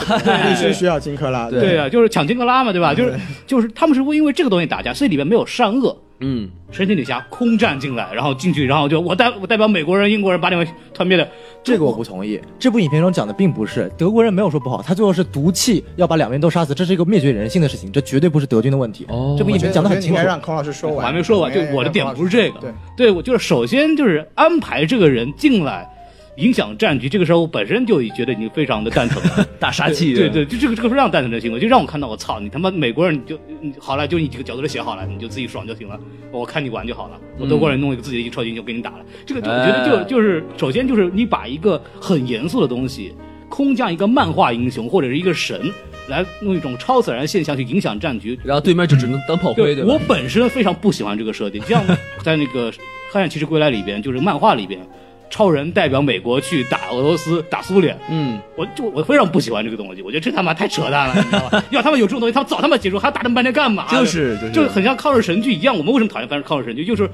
历史需要金克拉。对对啊，就是抢金克拉嘛，对吧？就是就是他们是因为这个东西打架，所以里面没有善恶。嗯，神奇女侠空战进来，然后进去，然后就我代我代表美国人、英国人把你们团灭的，这个我不同意。这部影片中讲的并不是德国人没有说不好，他最后是毒气要把两边都杀死，这是一个灭绝人性的事情，这绝对不是德军的问题。哦这部影觉片得讲的我觉很得你清应楚该。让孔老师说完。我还没说完，就应该我的让点孔老师不是这个，对，对我就是首先就是安排这个人进来，影响战局，这个时候我本身就已觉得已经非常的蛋疼了， 大杀器，对对，就这个这个非常蛋疼的行为，就让我看到我操你他妈美国人你就你好了，就你几个角度都写好了，你就自己爽就行了，我看你玩就好了，我德国人弄一个自己的一个超级英雄给你嗯打了，这个就我觉得哎就就是首先就是你把一个很严肃的东西空降一个漫画英雄或者是一个神来弄一种超自然现象去影响战局，然后对面就只能当炮灰，对吧我？本身非常不喜欢这个设定，就 像在那个《黑暗骑士归来》里边，就是漫画里边，超人代表美国去打俄罗斯、打苏联，嗯，我就我非常不喜欢这个东西，我觉得这他妈太扯淡了，你知道 吧？要他们有这种东西，他们早他妈结束，还打那么半天干嘛？就是就是啊就很像抗日神剧一样。我们为什么讨厌抗日神剧？就是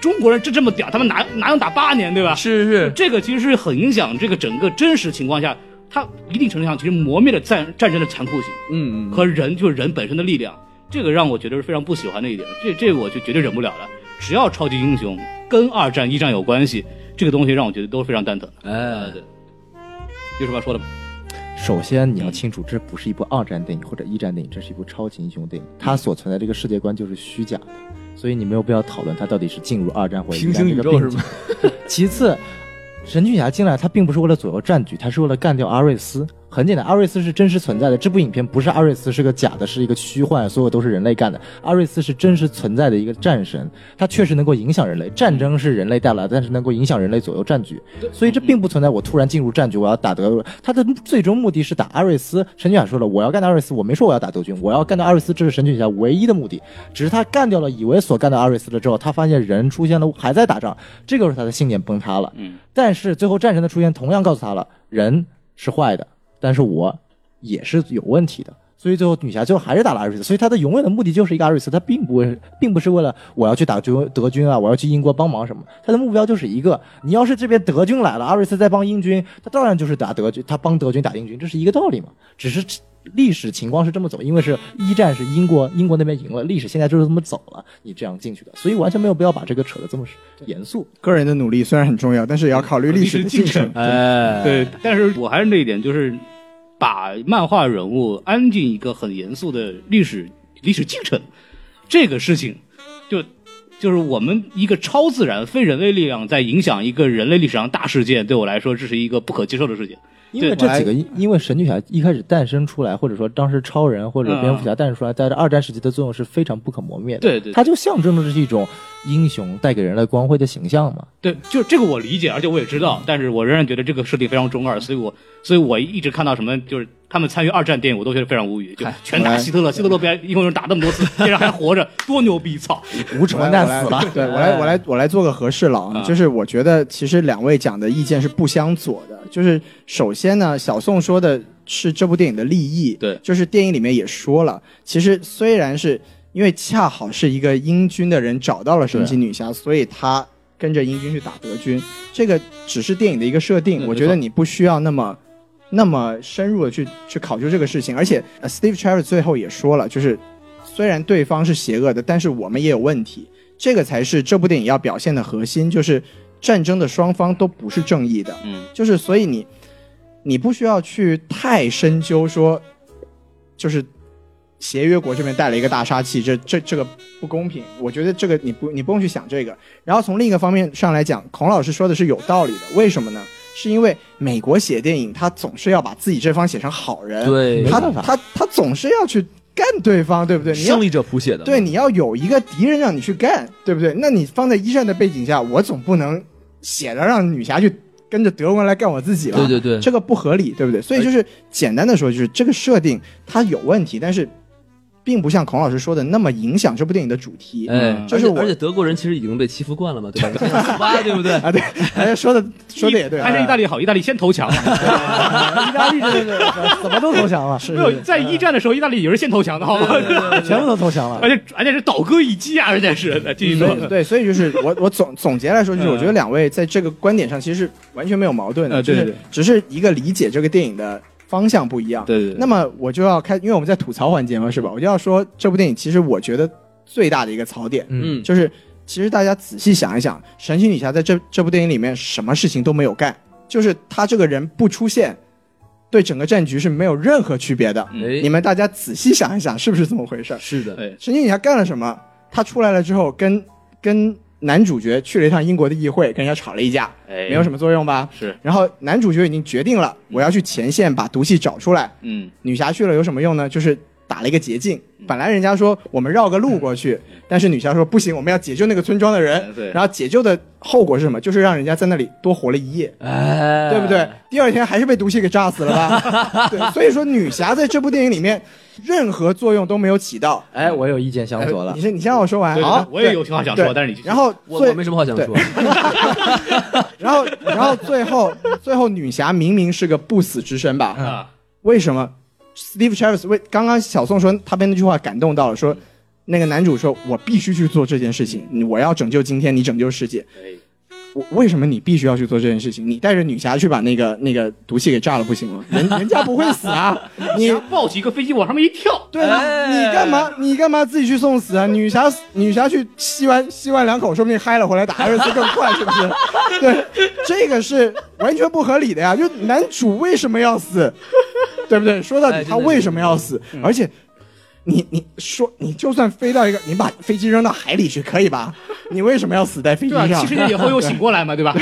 中国人就这么屌，他们哪哪能打八年，对吧？是是这个其实是很影响这个整个真实情况下，它一定程度上其实磨灭了战战争的残酷性。嗯嗯，和人就是人本身的力量，这个让我觉得是非常不喜欢的一点。这这个我就绝对忍不了了。只要超级英雄跟二战、一战有关系，这个东西让我觉得都是非常蛋疼的。哎，对，有什么要说的吗？首先，你要清楚，这不是一部二战电影或者一战电影，这是一部超级英雄嗯电影，它所存在这个世界观就是虚假的，所以你没有必要讨论它到底是进入二战或者一平战行这宇个宙病是情吗？其次，神奇女侠进来，她并不是为了左右战局，她是为了干掉阿瑞斯。很简单，阿瑞斯是真实存在的。这部影片不是阿瑞斯是个假的，是一个虚幻，所有都是人类干的。阿瑞斯是真实存在的一个战神，他确实能够影响人类。战争是人类带来的，但是能够影响人类左右战局，所以这并不存在我突然进入战局，我要打德国。他的最终目的是打阿瑞斯。神奇女侠说了，我要干掉阿瑞斯，我没说我要打德军，我要干掉阿瑞斯，这是神奇女侠唯一的目的。只是他干掉了以为所干掉阿瑞斯了之后，他发现人出现了，还在打仗，这个时候他的信念崩塌了。嗯，但是最后战神的出现同样告诉他了，人是坏的，但是我也是有问题的。所以最后女侠最后还是打了阿瑞斯，所以她的永远的目的就是一个阿瑞斯，她并不为 并不是为了我要去打德德军啊，我要去英国帮忙什么，她的目标就是一个，你要是这边德军来了，阿瑞斯在帮英军，他当然就是打德军，他帮德军打英军，这是一个道理嘛，只是历史情况是这么走，因为是一战是英国英国那边赢了，历史现在就是这么走了，你这样进去的，所以完全没有必要把这个扯得这么严肃。个人的努力虽然很重要，但是也要考虑历史的进程。哎，对，但是我还是那一点，就是把漫画人物安进一个很严肃的历史历史进程，这个事情就就是我们一个超自然、非人类力量在影响一个人类历史上大事件，对我来说，这是一个不可接受的事情。因为对这我还几个，因为神女侠一开始诞生出来，或者说当时超人或者蝙蝠侠诞生出来，在这二战时期的作用是非常不可磨灭的。对对对它就象征着这是一种英雄带给人类光辉的形象嘛。对，就这个我理解，而且我也知道，但是我仍然觉得这个设定非常中二，所以我所以我一直看到什么就是他们参与二战电影，我都觉得非常无语，哎就全打希特勒，希特勒被一共人打那么多次，竟然还活着，多牛逼！操，无耻我来混蛋我来 死了。对我来，我来，我来做个和事佬啊啊！就是我觉得，其实两位讲的意见是不相左的。就是首先呢，小宋说的是这部电影的立意，对就是电影里面也说了，其实虽然是因为恰好是一个英军的人找到了神奇女侠，所以他跟着英军去打德军，这个只是电影的一个设定，对我没觉得错你不需要那么。那么深入的去去考究这个事情，而且、呃 Steve Trevor 最后也说了，就是虽然对方是邪恶的，但是我们也有问题，这个才是这部电影要表现的核心，就是战争的双方都不是正义的，嗯，就是所以你你不需要去太深究说，就是协约国这边带了一个大杀器，这这这个不公平，我觉得这个你不你不用去想这个。然后从另一个方面上来讲，孔老师说的是有道理的，为什么呢？是因为美国写电影，他总是要把自己这方写成好人，对他没办法他他总是要去干对方，对不对？你要胜利者谱写的嘛，对，你要有一个敌人让你去干，对不对？那你放在一战的背景下，我总不能写着让女侠去跟着德国人来干我自己吧？对对对，这个不合理，对不对？所以就是简单的说，就是这个设定它有问题，但是并不像孔老师说的那么影响这部电影的主题。哎，嗯就是而且我而且德国人其实已经被欺负惯了嘛，对吧？ 斯巴对不对？啊，对，哎，说的 说的也对啊，还是意大利好，意大利先投降了。意 大利这个怎么都投降了，是没有在一战的时候，意大利有人先投降的好吗？全部都投降了而。且而且是倒戈一击啊，人家是继续说对。对，所以就是 我我总总结来说，就是我觉得两位在这个观点上其实是完全没有矛盾的，呃嗯对就是对只是一个理解这个电影的方向不一样。对对那么我就要开，因为我们在吐槽环节嘛，是吧？我就要说这部电影其实我觉得最大的一个槽点，嗯，就是其实大家仔细想一想，神奇女侠在这这部电影里面什么事情都没有干，就是她这个人不出现，对整个战局是没有任何区别的。嗯哎你，们嗯大家仔细想一想，是不是这么回事儿？是的，对，神奇女侠干了什么？她出来了之后跟，跟男主角去了一趟英国的议会，跟人家吵了一架，哎没有什么作用吧？是，然后男主角已经决定了，我要去前线把毒气找出来。嗯，女侠去了有什么用呢？就是打了一个捷径。本来人家说我们绕个路过去，但是女侠说不行，我们要解救那个村庄的人嗯。对然后解救的后果是什么？就是让人家在那里多活了一夜，哎，对不对？？第二天还是被毒气给炸死了吧？ 对，所以说女侠在这部电影里面任何作用都没有起到。哎，我有意见相左了你。先你先让我说完对啊！我也对有话想说对但是你继续然后我最我没什么话想说，然后然后最后最后女侠明明是个不死之身吧？啊，为什么 Steve Travis 为刚刚小宋说他被那句话感动到了，说那个男主说我必须去做这件事情，你我要拯救今天，你拯救世界。哎我为什么你必须要去做这件事情？你带着女侠去把那个那个毒气给炸了不行吗？人人家不会死 啊，你。抱起一个飞机往上面一跳，对哎啊，你干嘛？你干嘛自己去送死啊？女侠，女侠去吸完吸完两口，说不定嗨了回来打二次更快，是不是？ 对，这个是完全不合理的呀！就男主为什么要死，对不对？说到底哎真他的为什么要死？嗯而且，你你说你就算飞到一个，你把飞机扔到海里去可以吧？你为什么要死在飞机对吧？上？啊七十年以后又醒过来嘛，对吧？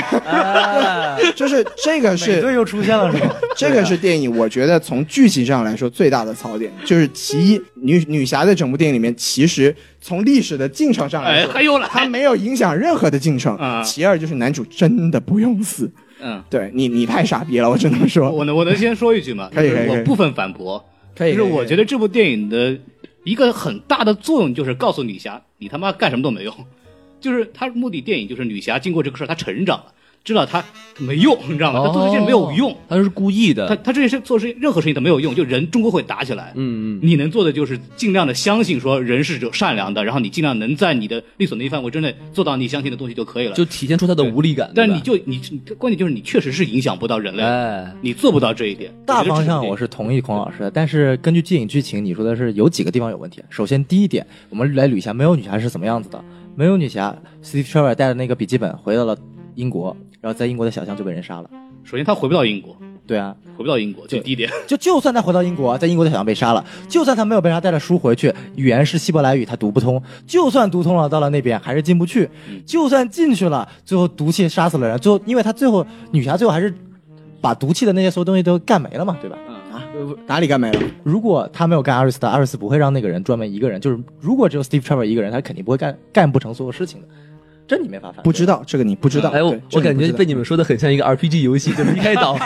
就是这个 是又出现了是吧？ 这啊个是电影，我觉得从剧情上来说最大的槽点，就是其嗯一，女女侠在整部电影里面，其实从历史的进程上来哎，说，还有了，她没有影响任何的进程。啊其二就是男主真的不用死，嗯，对你你太傻逼了，我只能 说。我能我能先说一句吗？可以就是可以可以我部分反驳，可就是我觉得得这部电影的一个很大的作用就是告诉女侠，你他妈干什么都没用。就是他目的电影就是女侠经过这个事儿，她成长了，知道她没用，你知道吗？她做这些没有用，哦哦他是故意的她，她这些事做事任何事情都没有用，就人终归会打起来。嗯嗯，你能做的就是尽量的相信说人是有善良的，然后你尽量能在你的力所能及范围之内做到你相信的东西就可以了。就体现出他的无力感。但嗯对吧你就你你关键就是你确实是影响不到人类，哎，你做不到这一点。大方向我是是同意孔老师的，但是根据电影剧情，你说的是有几个地方有问题。首先，第一点，我们来捋一下没有女侠是怎么样子的。没有女侠，Steve Trevor 带着那个笔记本回到了英国，然后在英国的小巷就被人杀了。首先他回不到英国，对啊，回不到英国，去对低点。就就算他回到英国，在英国他小羊被杀了，就算他没有被杀，带着书回去，语言是希伯来语，他读不通；就算读通了，到了那边还是进不去；就算进去了，最后毒气杀死了人，最后因为他最后女侠最后还是把毒气的那些所有东西都干没了嘛，对吧？哪里干没了？如果他没有干阿瑞斯特，阿瑞斯不会让那个人专门一个人，就是如果只有 Steve Trevor 一个人，他肯定不会干干不成所有事情的，这你没法反对不知道这个你不知道。哎，我对我这个感你不觉知道被你们说的很像一个 RPG 游戏，就是离 开岛，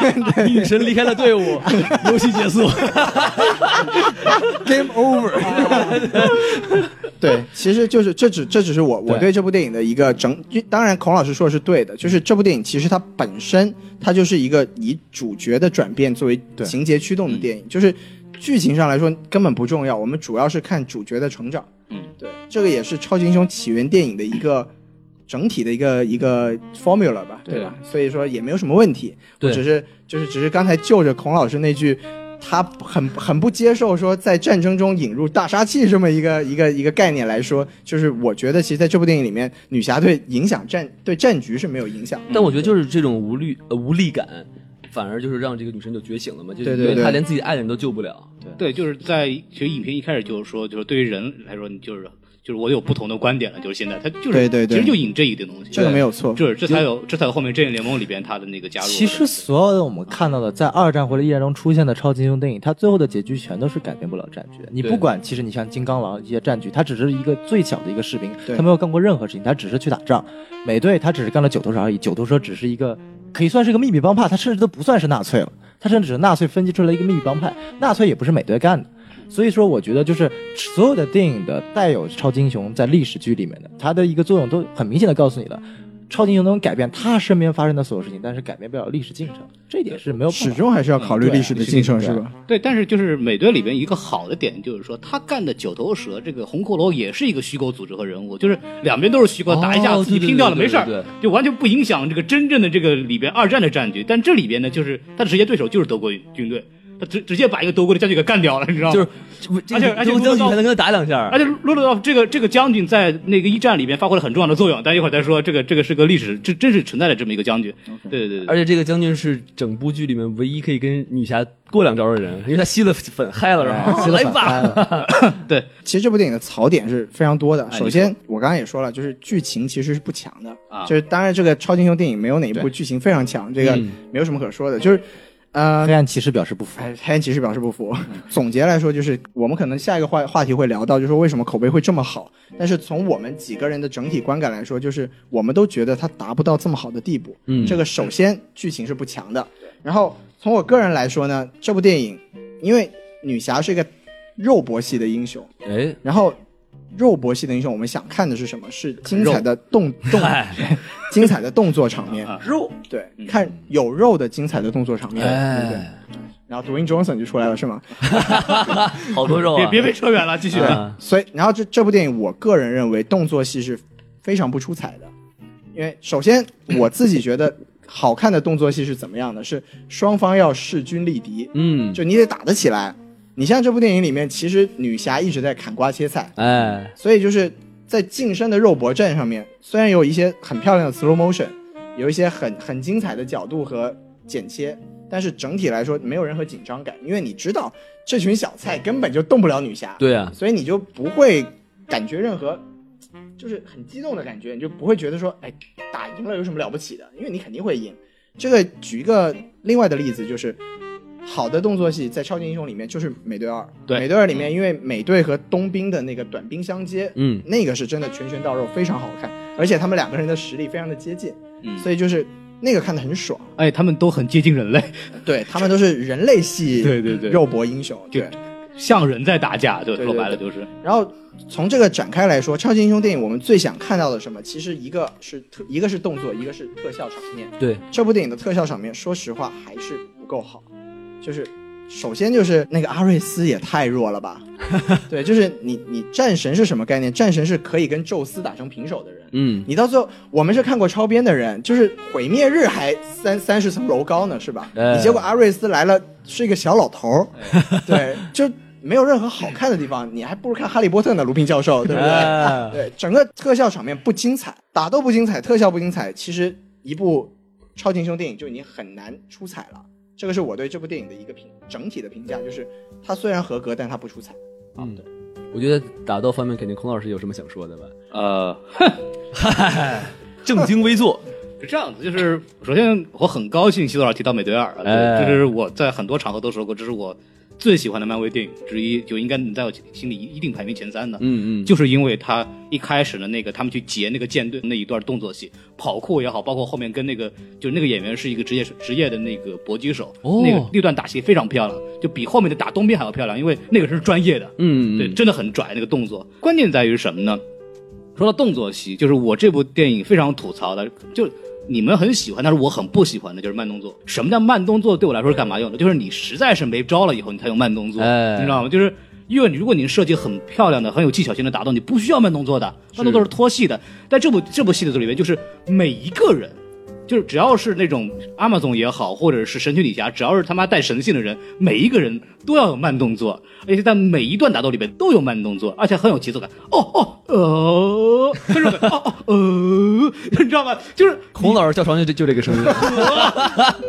女神离开了队伍，游戏结束。 Game Over。对，其实就是这只这只是我我哦嗯对对这部电影的一个整。就当然，孔老师说的是对的，就是这部电影其实它本身它就是一个以主角的转变作为对嗯情节驱动的电影，就是剧情上来说根本不重要，我们主要是看主角的成长。嗯，对，这个也是超级英雄起源电影的一个。整体的一个一个 formula 吧，对对吧？所以说也没有什么问题。我对只是就是只是刚才就着孔老师那句，他很很不接受说在战争中引入大杀器这么一个一个一个概念来说，就是我觉得其实在这部电影里面，女侠对影响战对战局是没有影响的。但我觉得就是这种无力呃无力感，反而就是让这个女神就觉醒了嘛，就是对对因为对她连自己的爱人都救不了。对，就是在其实影评一开始就是说，就是对于人来说，你就是就是我有不同的观点了，就是现在他就是对对对其实就引这一点东西，这个没有错，这这才有这才有后面正义联盟里边他的那个加入。其实所有的我们看到的在二战或者一战中出现的超级英雄电影，它最后的结局全都是改变不了战局的。你对不管，其实你像金刚狼一些战局，他只是一个最小的一个士兵，对他没有干过任何事情，他只是去打仗。美队他只是干了九头蛇而已，九头蛇只是一个可以算是一个秘密帮派，他甚至都不算是纳粹了，他甚至只是纳粹分析出来一个秘密帮派，纳粹也不是美队干的。所以说，我觉得就是所有的电影的带有超级英雄在历史剧里面的，它的一个作用都很明显的告诉你了，超级英雄能改变他身边发生的所有事情，但是改变不了历史进程，这一点是没有办法始终还是要考虑嗯对啊历史的进程，历史是进吧？对，但是就是美队里边一个好的点就是说，他干的九头蛇这个红骷髅也是一个虚构组织和人物，就是两边都是虚构，哦打一架自己拼掉了对对没事对儿对，就完全不影响这个真正的这个里边二战的战局。但这里边呢，就是他的直接对手就是德国军队，他直直接把一个德国的将军给干掉了，你知道吗？就是，这哦而且而且这如果将军到还能跟他打两下，而且洛洛道夫这个这个将军在那个一战里边发挥了很重要的作用，但一会儿再说，这个这个是个历史，这真是存在的这么一个将军。对对对而对，且这个将军是整部剧里面唯一可以跟女侠过两招的人，因为他吸了粉嗨了，然哎后吸了来反吧，拍了，其实这部电影的槽点是非常多的。哎你首先，我刚刚也说了，就是剧情其实是不强的，啊就是当然这个超级英雄电影没有哪一部剧情非常强，这个没有什么可说的。就是，呃嗯黑，暗骑士表示不服。嗯哎，黑暗骑士表示不服。 总结来说，就是我们可能下一个话话题会聊到，就是说为什么口碑会这么好。但是从我们几个人的整体观感来说，就是我们都觉得它达不到这么好的地步。嗯这个首先剧情是不强的，然后从我个人来说呢，这部电影因为女侠是一个肉搏系的英雄，哎，然后肉搏系的英雄，我们想看的是什么？是精彩的动动， 哎精彩的动作场面。啊肉对，看有肉的精彩的动作场面，对不对？嗯哎，然后 Dwayne Johnson 就出来了，是吗？好多肉别啊！别被扯远了，继续。啊所以，然后这这部电影，我个人认为动作戏是非常不出彩的，因为首先我自己觉得好看的动作戏是怎么样的？是双方要势均力敌，嗯，就你得打得起来。你像这部电影里面，其实女侠一直在砍瓜切菜，哎，所以就是在近身的肉搏战上面，虽然有一些很漂亮的 slow motion，有一些很很精彩的角度和剪切，但是整体来说没有任何紧张感，因为你知道这群小菜根本就动不了女侠，，对啊，所以你就不会感觉任何就是很激动的感觉，你就不会觉得说，哎，打赢了有什么了不起的，因为你肯定会赢。这个举一个另外的例子，就是好的动作戏在超级英雄里面就是美队二，对嗯美队二里面因为美队和冬兵的那个短兵相接，嗯那个是真的拳拳到肉，非常好看，而且他们两个人的实力非常的接近，嗯所以就是那个看得很爽。哎，他们都很接近人类，对他们都是人类系对对对肉搏英雄，就对。像人在打架，就对对说白了就是，然后从这个展开来说，超级英雄电影我们最想看到的是什么？其实一个是特，一个是动作，一个是特效场面。对，这部电影的特效场面，说实话还是不够好。就是首先就是那个阿瑞斯也太弱了吧？对，就是你你战神是什么概念？战神是可以跟宙斯打成平手的人。嗯，你到最后，我们是看过超编的人，就是毁灭日还三三十层楼高呢，是吧？哎你结果阿瑞斯来了是一个小老头儿，对，就没有任何好看的地方，你还不如看《哈利波特》呢，卢平教授，对不对？哎对，整个特效场面不精彩，打斗不精彩，特效不精彩，其实一部超级英雄电影就已经很难出彩了。这个是我对这部电影的一个评整体的评价，就是它虽然合格，但它不出彩。嗯，对，我觉得打斗方面肯定孔老师有什么想说 的吧？呃，正襟危坐，是这样子，就是首先我很高兴西多老师提到美队二啊，哎对，这是我在很多场合都说过，这是我最喜欢的漫威电影之一，就应该能在我心里一定排名前三的。嗯嗯，就是因为他一开始的那个他们去劫那个舰队那一段动作戏，跑酷也好，包括后面跟那个就是那个演员是一个职业职业的那个搏击手，哦那个那段打戏非常漂亮，就比后面的打冬兵还要漂亮，因为那个是专业的，嗯嗯对，真的很拽那个动作。关键在于什么呢？说到动作戏，就是我这部电影非常吐槽的，就你们很喜欢，但是我很不喜欢的就是慢动作。什么叫慢动作？对我来说是干嘛用的？就是你实在是没招了以后，你才用慢动作，哎你知道吗？就是因为你如果你设计很漂亮的、很有技巧性的打斗，你不需要慢动作的，慢动作是拖戏的。在这部这部戏的里面，就是每一个人。就是只要是那种阿玛总也好，或者是神奇女侠，只要是他妈带神性的人，每一个人都要有慢动作，而且在每一段打斗里面都有慢动作，而且很有节奏感。哦哦呃，这种感哦哦呃， 你知道吗？就是孔老师叫床就就这个 声音，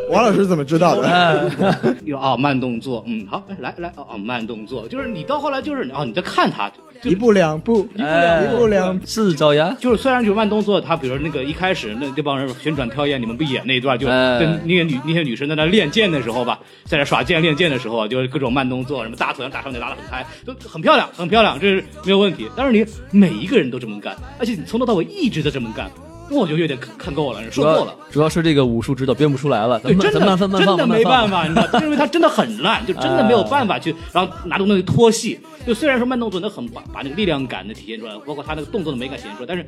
王老师怎么知道哎的？有啊、慢动作，嗯，好，来来哦哦慢动作，就是你到后来就是哦你在看他，就一步两步，一步哎一步两步。是赵阳，就是虽然就是慢动作，他比如说那个一开始那这帮人旋转跳跃，你们不演那一段，就哎跟那些女那些女生在那练剑的时候吧，在那耍剑练剑的时候，啊就是各种慢动作，什么大腿上大上腿拉的很开，都很漂亮，很漂亮，这是没有问题。但是你每一个人都这么干，而且你从头到尾一直在这么干，那我就有点看看够了，主受够了要。主要是这个武术指导编不出来了，咱对，们真咱的们慢放慢真放嗯的慢没办放法，你知道，就是因为他真的很烂，就真的没有办法去，然后拿东西拖戏。就虽然说慢动作能很把把那个力量感的体现出来，包括他那个动作的美感体现出来，但是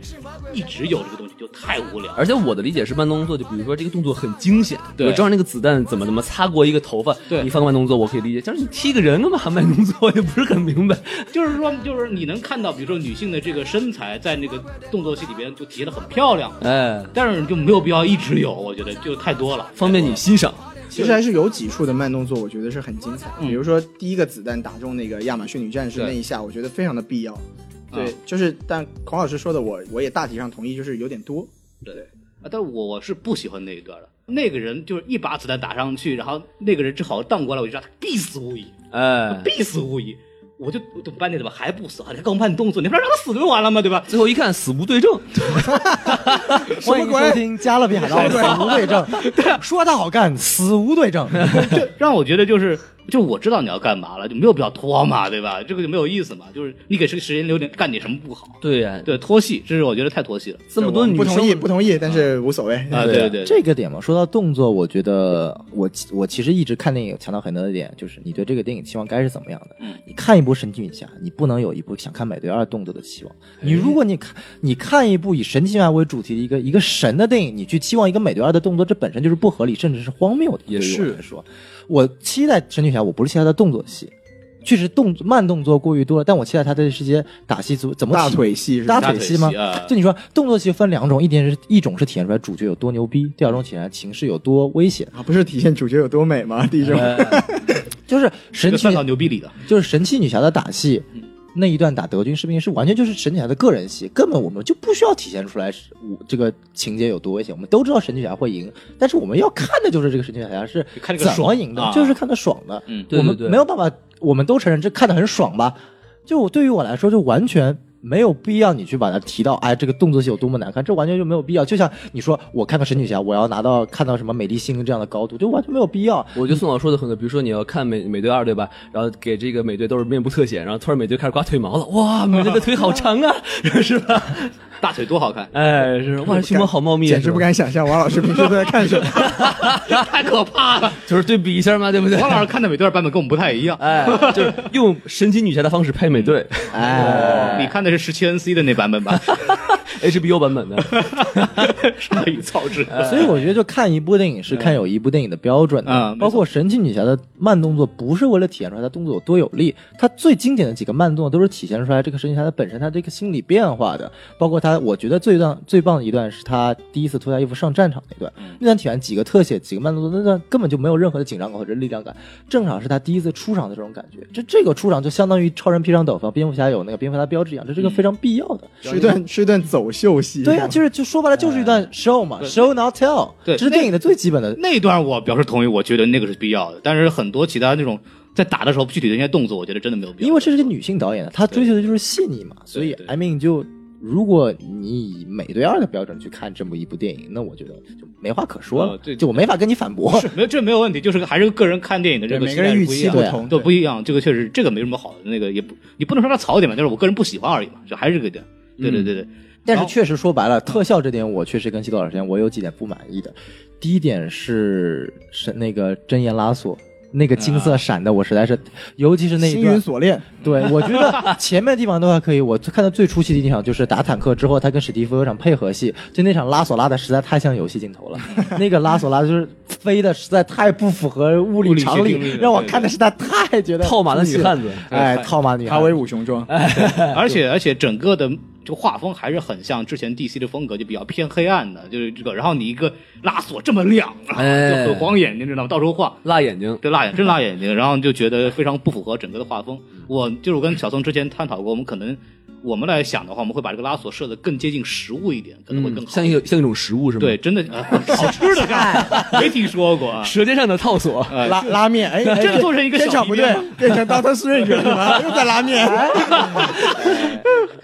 一直有这个东西就太无聊了。而且我的理解是慢动作，就比如说这个动作很惊险，对我正好那个子弹怎么怎么擦过一个头发，对你放慢动作我可以理解，但是你踢个人干嘛慢动作，我就不是很 明白。就是说，就是你能看到，比如说女性的这个身材在那个动作戏里边就体现的很漂亮，哎，但是就没有必要一直有，我觉得就太多了。方便你欣赏。其实还是有几处的慢动作，我觉得是很精彩的。嗯比如说第一个子弹打中那个亚马逊女战士那一下，我觉得非常的必要。对，就是但孔老师说的我，我也大体上同意，就是有点多。啊，但是我是不喜欢那一段的。那个人就是一把子弹打上去，然后那个人只好荡过来，我就知道他必死无疑。哎，必死无疑。我就我就半天怎么还不死啊？你还给我慢动作，你不是让他死就完了吗？对吧？最后一看死无对证，欢迎收听《加勒比海盗死无对证》， 啊说他好干，死无对证。这让我觉得就是，就我知道你要干嘛了，就没有必要拖嘛，对吧？这个就没有意思嘛。就是你给这个时间留点，干点什么不好？对呀、对，拖戏，这是我觉得太拖戏了。这么多我女不同意，生不同意，但是无所谓。啊，对对，这个点嘛，说到动作，我觉得我其我其实一直看电影强调很多的点，就是你对这个电影期望该是怎么样的。你看一部神奇女侠，你不能有一部想看美队二动作的期望。你如果你看你看一部以神奇女侠为主题的一个一个神的电影，你去期望一个美队二的动作，这本身就是不合理，甚至是荒谬的。也对于我是来说，我期待神奇女侠，我不是期待她的动作戏。确实动作慢动作过于多了，但我期待她的这些打戏组怎么大体腿戏是吧大大腿戏吗？啊就你说动作戏分两种，一点是一种是体现出来主角有多牛逼，第二种体现出来情势有多危险。啊，不是体现主角有多美吗？第一啊种，就是呃这神个奇算，到牛逼里了。就是神奇女侠的打戏。那一段打德军士兵是完全就是神奇女侠的个人戏，根本我们就不需要体现出来是我这个情节有多危险。我们都知道神奇女侠会赢，但是我们要看的就是这个神奇女侠是 看这个怎么爽赢的，啊就是看她爽的。嗯对我们对对没有办法，我们都承认这看得很爽吧？就我对于我来说，就完全没有必要你去把它提到，哎，这个动作戏有多么难看，这完全就没有必要。就像你说，我看个神女侠，我要拿到看到什么美丽心灵这样的高度，就完全没有必要。我觉得宋老师说的很对，比如说你要看美美队二，对吧？然后给这个美队都是面部特写，然后突然美队开始刮腿毛了，哇，美队的腿好长啊， 是吧？，大腿多好看 哎，是哇，胸毛好茂密啊，简直是吧不敢想象王老师平时都在看什么。太可怕了。就是对比一下嘛，对不对？王老师看的每段版本跟我们不太一样。哎，就是用神奇女侠的方式拍美队哎你看的是十七 NC 的那版本吧？ ，HBO 版本的。鲨鱼操之。 所以我觉得，就看一部电影是看有一部电影的标准的，嗯嗯没错包括神奇女侠的慢动作，不是为了体现出来她动作有多有力，她最经典的几个慢动作都是体现出来这个神奇女侠她本身她这个心理变化的，包括她，我觉得最段最棒的一段是她第一次脱下衣服上战场那段，嗯那段体现几个特写，几个慢动作，那段根本就没有任何的紧张感或者力量感，正常是她第一次出场的这种感觉，这这个出场就相当于超人披上斗篷，蝙蝠侠有那个蝙蝠侠标志一样，这是个非常必要的。吃一顿吃一顿走走秀戏。对呀、啊就是就说白了就是一段 show 嘛哎对，show not tell，对这是电影的最基本的。那段我表示同意，我觉得那个是必要的。但是很多其他那种在打的时候具体的一些动作，我觉得真的没有必要。因为这是个女性导演啊的，她追求的就是细腻嘛，所以对 I mean 就如果你以美队二的标准去看这么一部电影，那我觉得就没话可说了，呃对就我没法跟你反驳。没有这没有问题，就是还是个人看电影的这对，个每个人期待预不一期样不对啊同，对，不一样，这个确实，这个没什么好的，那个也不，你不能说它槽点吧，就是我个人不喜欢而已嘛，就还是这个点。对对对嗯对，但是确实说白了，特效这点我确实跟西多老师一样，我有几点不满意的。第一点是是那个真言拉索，那个金啊色闪的，我实在是，尤其是那一星段云，锁链， 对我觉得前面的地方都还可以。我看到最出戏的地方就是打坦克之后，他跟史蒂夫有场配合戏，就那场拉索拉的实在太像游戏镜头了，那个拉索拉就是飞的实在太不符合物物理理常学理定律，了让我对看的实在太觉得套马的出戏女了汉子，哎，套马女汉他子，威武雄壮，而且而且整个的就画风还是很像之前 DC 的风格，就比较偏黑暗的，就是这个。然后你一个拉锁这么亮，哎就很晃眼睛，知道吗？到处晃。辣眼睛，对，辣眼真辣眼睛，然后就觉得非常不符合整个的画风。嗯我就是我跟小松之前探讨过，我们可能我们来想的话，我们会把这个拉索设的更接近实物一点，可能会更好。嗯像一个嗯啊像一种食物是吗？对，，真的、呃好吃的干，哎 没听说过啊。舌尖上的套索，拉拉面，哎，哎这个做成一个片小场皮不对鞭，变成 Doctor Strange 了是吧？又在拉面，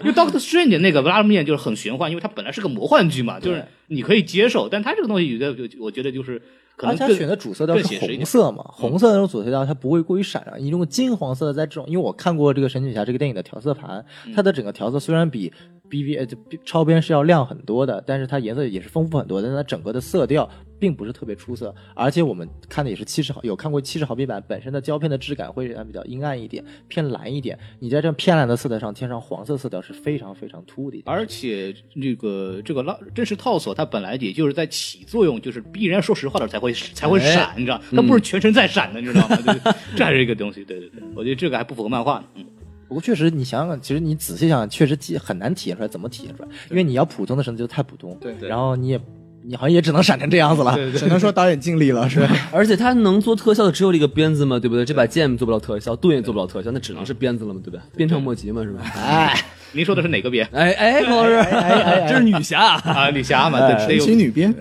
因为 Doctor Strange 那个拉面就是很玄幻，因为它本来是个魔幻剧嘛，就是你可以接受，但它这个东西有的就我觉得就是可而能且更它选的主色调更是写实一红点。嗯色嘛，红色的那种主色调它不会过于闪亮，你用金黄色的在这种，因为我看过这个神女侠这个电影的调色盘，嗯它的整个调色虽然比 B V 呃就比超编是要亮很多的，但是它颜色也是丰富很多的，但它整个的色调并不是特别出色，而且我们看的也是七十毫，有看过七十毫米版本身的胶片的质感会比较阴暗一点，偏蓝一点，你在这样偏蓝的色调上添上黄色色调是非常非常突兀的一点。而且这个这个拉真实套索，它本来也就是在起作用，就是逼人家说实话的时候才会才会闪，你知道，它不是全程在闪的，你知道吗？对这还是一 个东西，对对对，我觉得这个还不符合漫画呢。嗯，不过确实，你想想，其实你仔细想想，确实体很难体现出来怎么体现出来，因为你要普通的绳子就太普通，对然后你也你好像也只能闪成这样子了，对对只能说导演尽力了，是吧？而且它能做特效的只有这个鞭子嘛，对不对？这把剑做不了特效，盾也做不了特效，那只能是鞭子了嘛，对不对？鞭长莫及嘛，是吧？哎，您说的是哪个别哎哎，孔老师，哎哎哎这是女侠，啊？女侠嘛，对，得神有哎奇女编，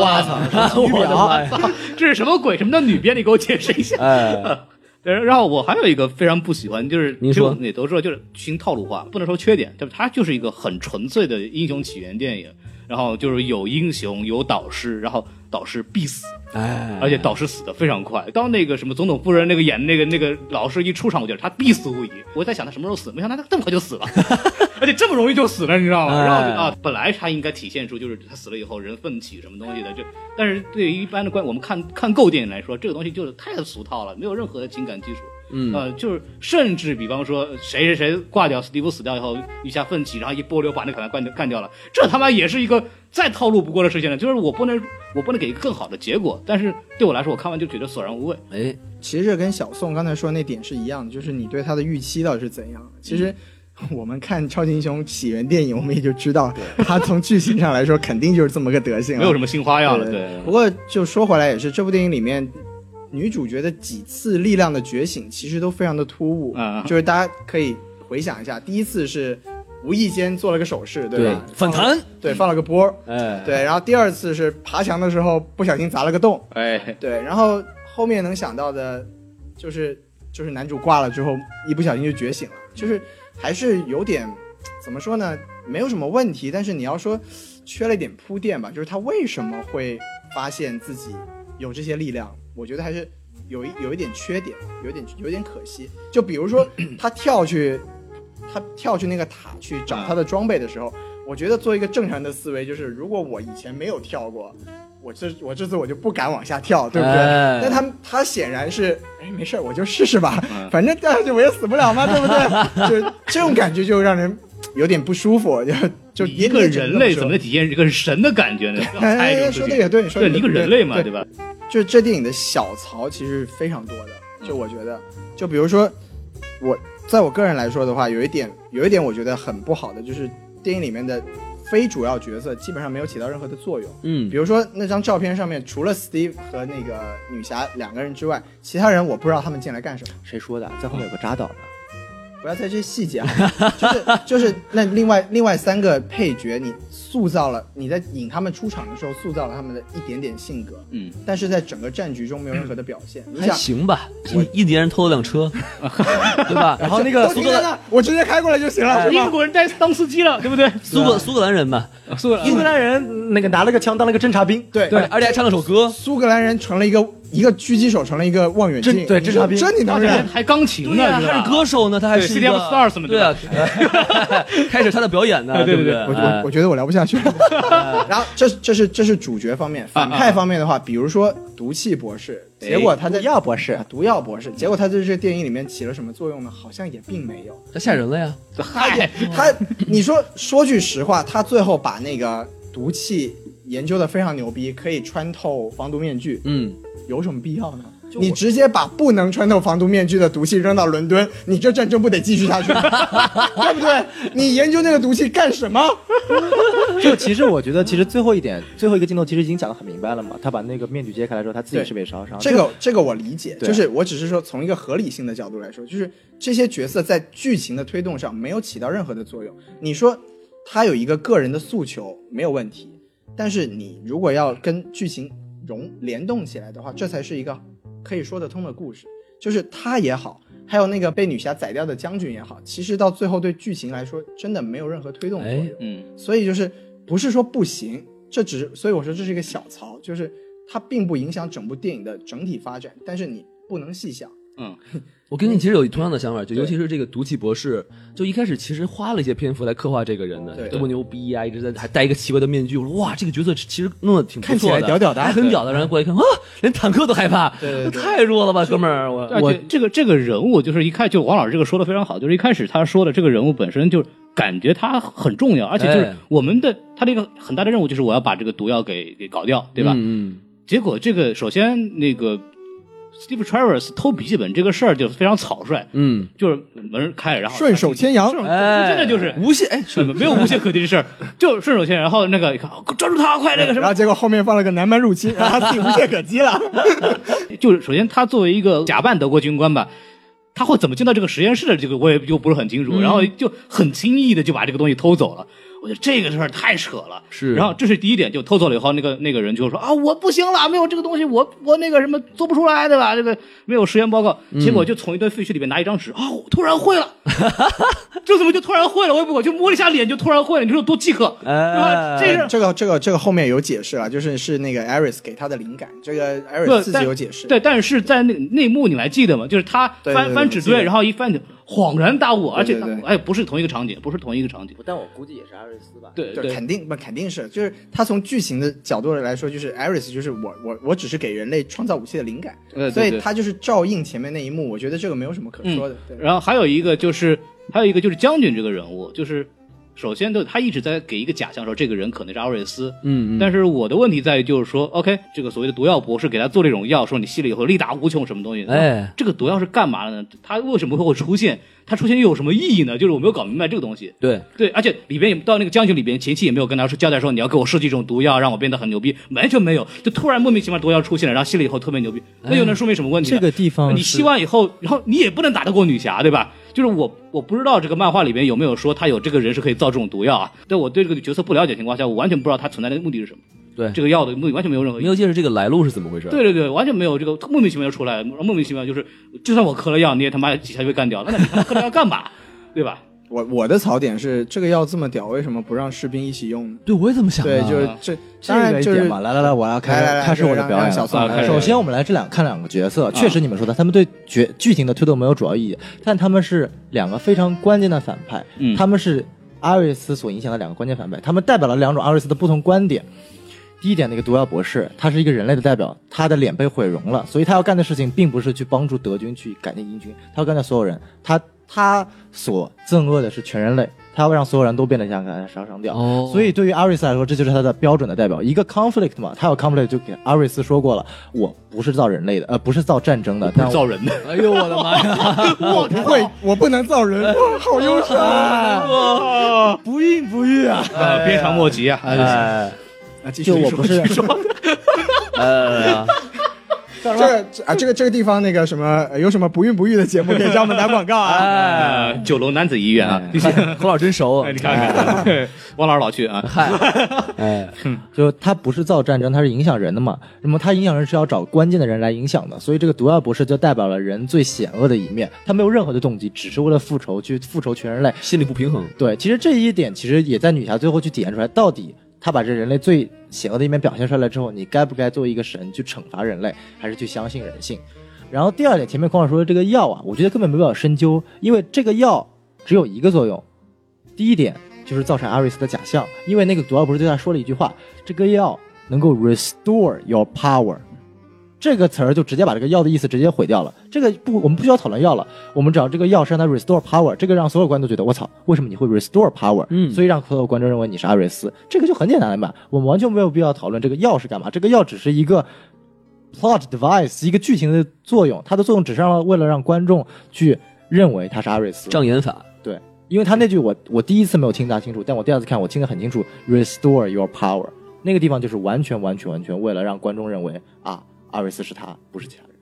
哇操！我的妈呀！ 这是什么鬼？什么叫女编？你给我解释一下。哎， 对，然后我还有一个非常不喜欢，就是您说其实我们也都知道，就是新套路化，不能说缺点，就是它就是一个很纯粹的英雄起源电影。然后就是有英雄，有导师，然后导师必死，哎，而且导师死的非常快。当那个什么总统夫人那个演的那个那个老师一出场，我觉得他必死无疑。我在想他什么时候死，没想到他这么快就 死了，而且这么容易就死了，你知道吗？哎然后我就啊，本来他应该体现出就是他死了以后人奋起什么东西的，这但是对于一般的观我们看看够电影来说，这个东西就是太俗套了，没有任何的情感基础。嗯呃，就是甚至比方说谁谁谁挂掉，史蒂夫死掉以后，一下奋起，然后一波流把那可能干干掉了，这他妈也是一个再套路不过的事情了。就是我不能，我不能给一个更好的结果，但是对我来说，我看完就觉得索然无味。哎，其实这跟小宋刚才说的那点是一样的，就是你对他的预期到底是怎样的。其实我们看超级英雄起源电影，我们也就知道， 他从剧情上来说肯定就是这么个德性了，没有什么新花样了。对啊对，不过就说回来也是，这部电影里面女主角的几次力量的觉醒，其实都非常的突兀。嗯就是大家可以回想一下，第一次是无意间做了个手势，对吧？反弹，对，放了个波儿。哎，对，然后第二次是爬墙的时候不小心砸了个洞。哎，对，然后后面能想到的，就是就是男主挂了之后，一不小心就觉醒了，就是还是有点怎么说呢，没有什么问题，但是你要说缺了一点铺垫吧，就是他为什么会发现自己有这些力量，我觉得还是有一有一点缺点，有点有点可惜。就比如说他跳去，他跳去那个塔去找他的装备的时候。我觉得做一个正常人的思维，就是如果我以前没有跳过，我这我这次我就不敢往下跳，对不对？哎但他他显然是，哎，没事儿，我就试试吧，嗯反正掉下去我也死不了嘛，对不 对？就是这种感觉就让人有点不舒服，就就一个人类怎么能体验一个神的感觉呢？不要哎猜哎，这种说事的情。也对，说的对，一个人类嘛，对吧？吧？就是这电影的小槽其实是非常多的，就我觉得，就比如说我在我个人来说的话，有一点有一点我觉得很不好的就是电影里面的非主要角色基本上没有起到任何的作用。嗯比，如说那张照片上面，除了 Steve 和那个女侠两个人之外，其他人我不知道他们进来干什么。谁说的？在后面有个扎导呢，不要在这些细节啊，就是就是那另外另外三个配角，你塑造了你在引他们出场的时候塑造了他们的一点点性格，嗯，但是在整个战局中没有任何的表现。你还想，行吧，印第安人偷了辆 车，对吧？然后那个我停在那，我直接开过来就行了，是英吧？国人带当司机了，对不对？啊苏格苏格兰人嘛，苏格兰英格兰人那个拿了个枪当了个侦察兵，对而且还唱了首歌，苏格兰人成了一个一个狙击手，成了一个望远侦镜，对侦察兵这 你能而且忍？还钢琴呢，呀，是他吧是歌手呢，啊他还是一对个 CDF Stars 嘛对啊， 开始他的表演呢，哎 对不对对 我我哎我觉得我聊不下去啊了。呃 然后这这是这是主角方面，反派方面的话，比如说毒气博士，结果他在毒药博士啊，毒药博士，结果他在这个电影里面起了什么作用呢？好像也并没 有。他吓人了呀，哎嗨，他，你说说句实话，他最后把那个毒气研究的非常牛逼，可以穿透防毒面具，嗯，有什么必要呢？你直接把不能穿透防毒面具的毒气扔到伦敦，你这战争不得继续下去吗， 对不对？你研究那个毒气干什么？就其实我觉得，其实最后一点，最后一个镜头其实已经讲得很明白了嘛。他把那个面具揭开来之后，他自己对是被烧伤。这个这个我理解，对就是我只是说从一个合理性的角度来说，就是这些角色在剧情的推动上没有起到任何的作用。你说他有一个个人的诉求没有问题，但是你如果要跟剧情融联动起来的话，这才是一个可以说得通的故事。就是他也好，还有那个被女侠宰掉的将军也好，其实到最后对剧情来说真的没有任何推动作用哎。嗯，所以就是不是说不行，这只是所以我说这是一个小槽，就是它并不影响整部电影的整体发展，但是你不能细想。我跟你其实有同样的想法，就尤其是这个毒气博士，就一开始其实花了一些篇幅来刻画这个人的对多么牛逼啊，一直在还戴一个奇怪的面具，我说哇，这个角色其实弄得挺不看起错来的，屌屌的还很屌的，然后过来一看啊，连坦克都害怕，对对对太弱了吧，哥们儿，我我这个这个人物就是一看就王老师这个说的非常好，就是一开始他说的这个人物本身就感觉他很重要，而且就是哎我们的他的一个很大的任务就是我要把这个毒药给给搞掉，对吧？嗯，结果这个首先那个 Steve Travers 偷笔记本这个事儿就非常草率，嗯就是门开了，然后顺手牵羊，嗯，哎，真的就是无懈，哎，顺没有无懈可击的事儿，就顺手牵，然后那个一看哦抓住他，快那个什然么后，结果后面放了个南蛮入侵，然后他自己无 懈可击了。 就是首先他作为一个假扮德国军官吧。他会怎么进到这个实验室的？这个我也就不是很清楚。然后就很轻易的就把这个东西偷走了，我觉得这个事儿太扯了。是然后这是第一点，就偷走了以后，那个那个人就说啊，我不行了，没有这个东西，我我那个什么做不出来，对吧？这个没有实验报告，结果就从一堆废墟里面拿一张纸啊，我突然会了，这怎么就突然会了？我也不管，就摸了一下脸就突然会了，你说有多饥渴，对吧？这 是这个这个这个后面有解释了，啊就是是那个 Iris 给他的灵感，这个不 Iris 自己但有解释。对，但是在那个内幕你还记得吗？就是他对对翻对翻我纸记得堆，然后一翻就恍然大悟，而且对对他对哎不是同一个场景，不是同一个场景。但我估计也是阿瑞斯吧。对对，肯定不肯定是，就是他从剧情的角度来说，就是 Iris 就是我我我只是给人类创造武器的灵感，呃对所以对嗯他就是照应前面那一幕，我觉得这个没有什么可说的。对。然后还有一个就是还有一个就是将军这个人物，就是首先就他一直在给一个假象说这个人可能是阿瑞斯，嗯，但是我的问题在于就是说，OK，这个所谓的毒药博士给他做这种药，说你吸了以后力大无穷什么东西，哎，这个毒药是干嘛的呢？它为什么会出现？它出现又有什么意义呢？就是我没有搞明白这个东西。对，对，而且里边也到那个将军里边，前期也没有跟他说交代说你要给我设计一种毒药，让我变得很牛逼，完全没有，就突然莫名其妙毒药出现了，然后吸了以后特别牛逼，哎那又能说明什么问题呢？这个地方你是吸完以后，然后你也不能打得过女侠，对吧？就是 我我不知道这个漫画里边有没有说他有这个人是可以造这种毒药啊，但我对这个角色不了解的情况下，我完全不知道他存在的目的是什么。对这个药的目的完全没有任何意义没。有解释这个来路是怎么回事，对对对，完全没有这个莫名其妙就出来了，莫名其妙就是，就算我嗑了药，你也他妈几下就被干掉了，那你他妈嗑了药干嘛？对吧？我我的槽点是，这个药这么屌，为什么不让士兵一起用呢？对，我也这么想的，对，啊就是这，这当然个一就是点吧。来来来，我要开来来来开始我啊的让表演让小了。宋啊来开始首先，我们来这两看两个角色，确实你们说的，他们对角剧情的推动没有主要意义，但他们是两个非常关键的反派，嗯他们是阿瑞斯所影响的两个关键反派，他们代表了两种阿瑞斯的不同观点。第一点，那个毒药博士，他是一个人类的代表，他的脸被毁容了，所以他要干的事情并不是去帮助德军去改进英军，他要干掉所有人，他他所憎恶的是全人类，他要让所有人都变得像刚才烧伤掉。哦所以对于阿瑞斯来说，这就是他的标准的代表，一个 conflict 嘛，他有 conflict 就给阿瑞斯说过了，我不是造人类的，呃，不是造战争的，但我造人的。哎呦我的妈 呀，我不会，我不能造人，哇好优秀啊！不孕不育啊，呃，鞭长莫及啊！哎，啊继续就我说不是，哎呀，这个这啊，这个这个地方那个什么呃有什么不孕不育的节目可以找我们打广告啊？呃，九龙男子医院哎啊，何老师真熟啊哎，你看看，对汪老师老去啊，哎，就它不是造战争，它是影响人的嘛。那么它影响人是要找关键的人来影响的，所以这个毒药博士就代表了人最险恶的一面，他没有任何的动机，只是为了复仇去复仇全人类。心理不平衡。对，其实这一点其实也在女侠最后去体现出来，到底她把这人类最险恶的一面表现出来了之后，你该不该作为一个神去惩罚人类，还是去相信人性？然后第二点，前面孔老师说的这个药啊，我觉得根本没必要深究，因为这个药只有一个作用，第一点就是造成阿瑞斯的假象，因为那个毒药博士对他说了一句话，这个药能够 restore your power。这个词儿就直接把这个药的意思直接毁掉了。这个不，我们不需要讨论药了，我们只要这个药是让它 restore power，这个让所有观众觉得我操，为什么你会 restore power？嗯所以让所有观众认为你是阿瑞斯，这个就很简单了嘛。我们完全没有必要讨论这个药是干嘛，这个药只是一个 plot device，一个剧情的作用，它的作用只是让为了让观众去认为他是阿瑞斯。障眼法，对，因为他那句我我第一次没有听得清楚，但我第二次看我听得很清楚，restore your power 那个地方就是完全完全完全为了让观众认为啊，阿瑞斯是他，不是其他人，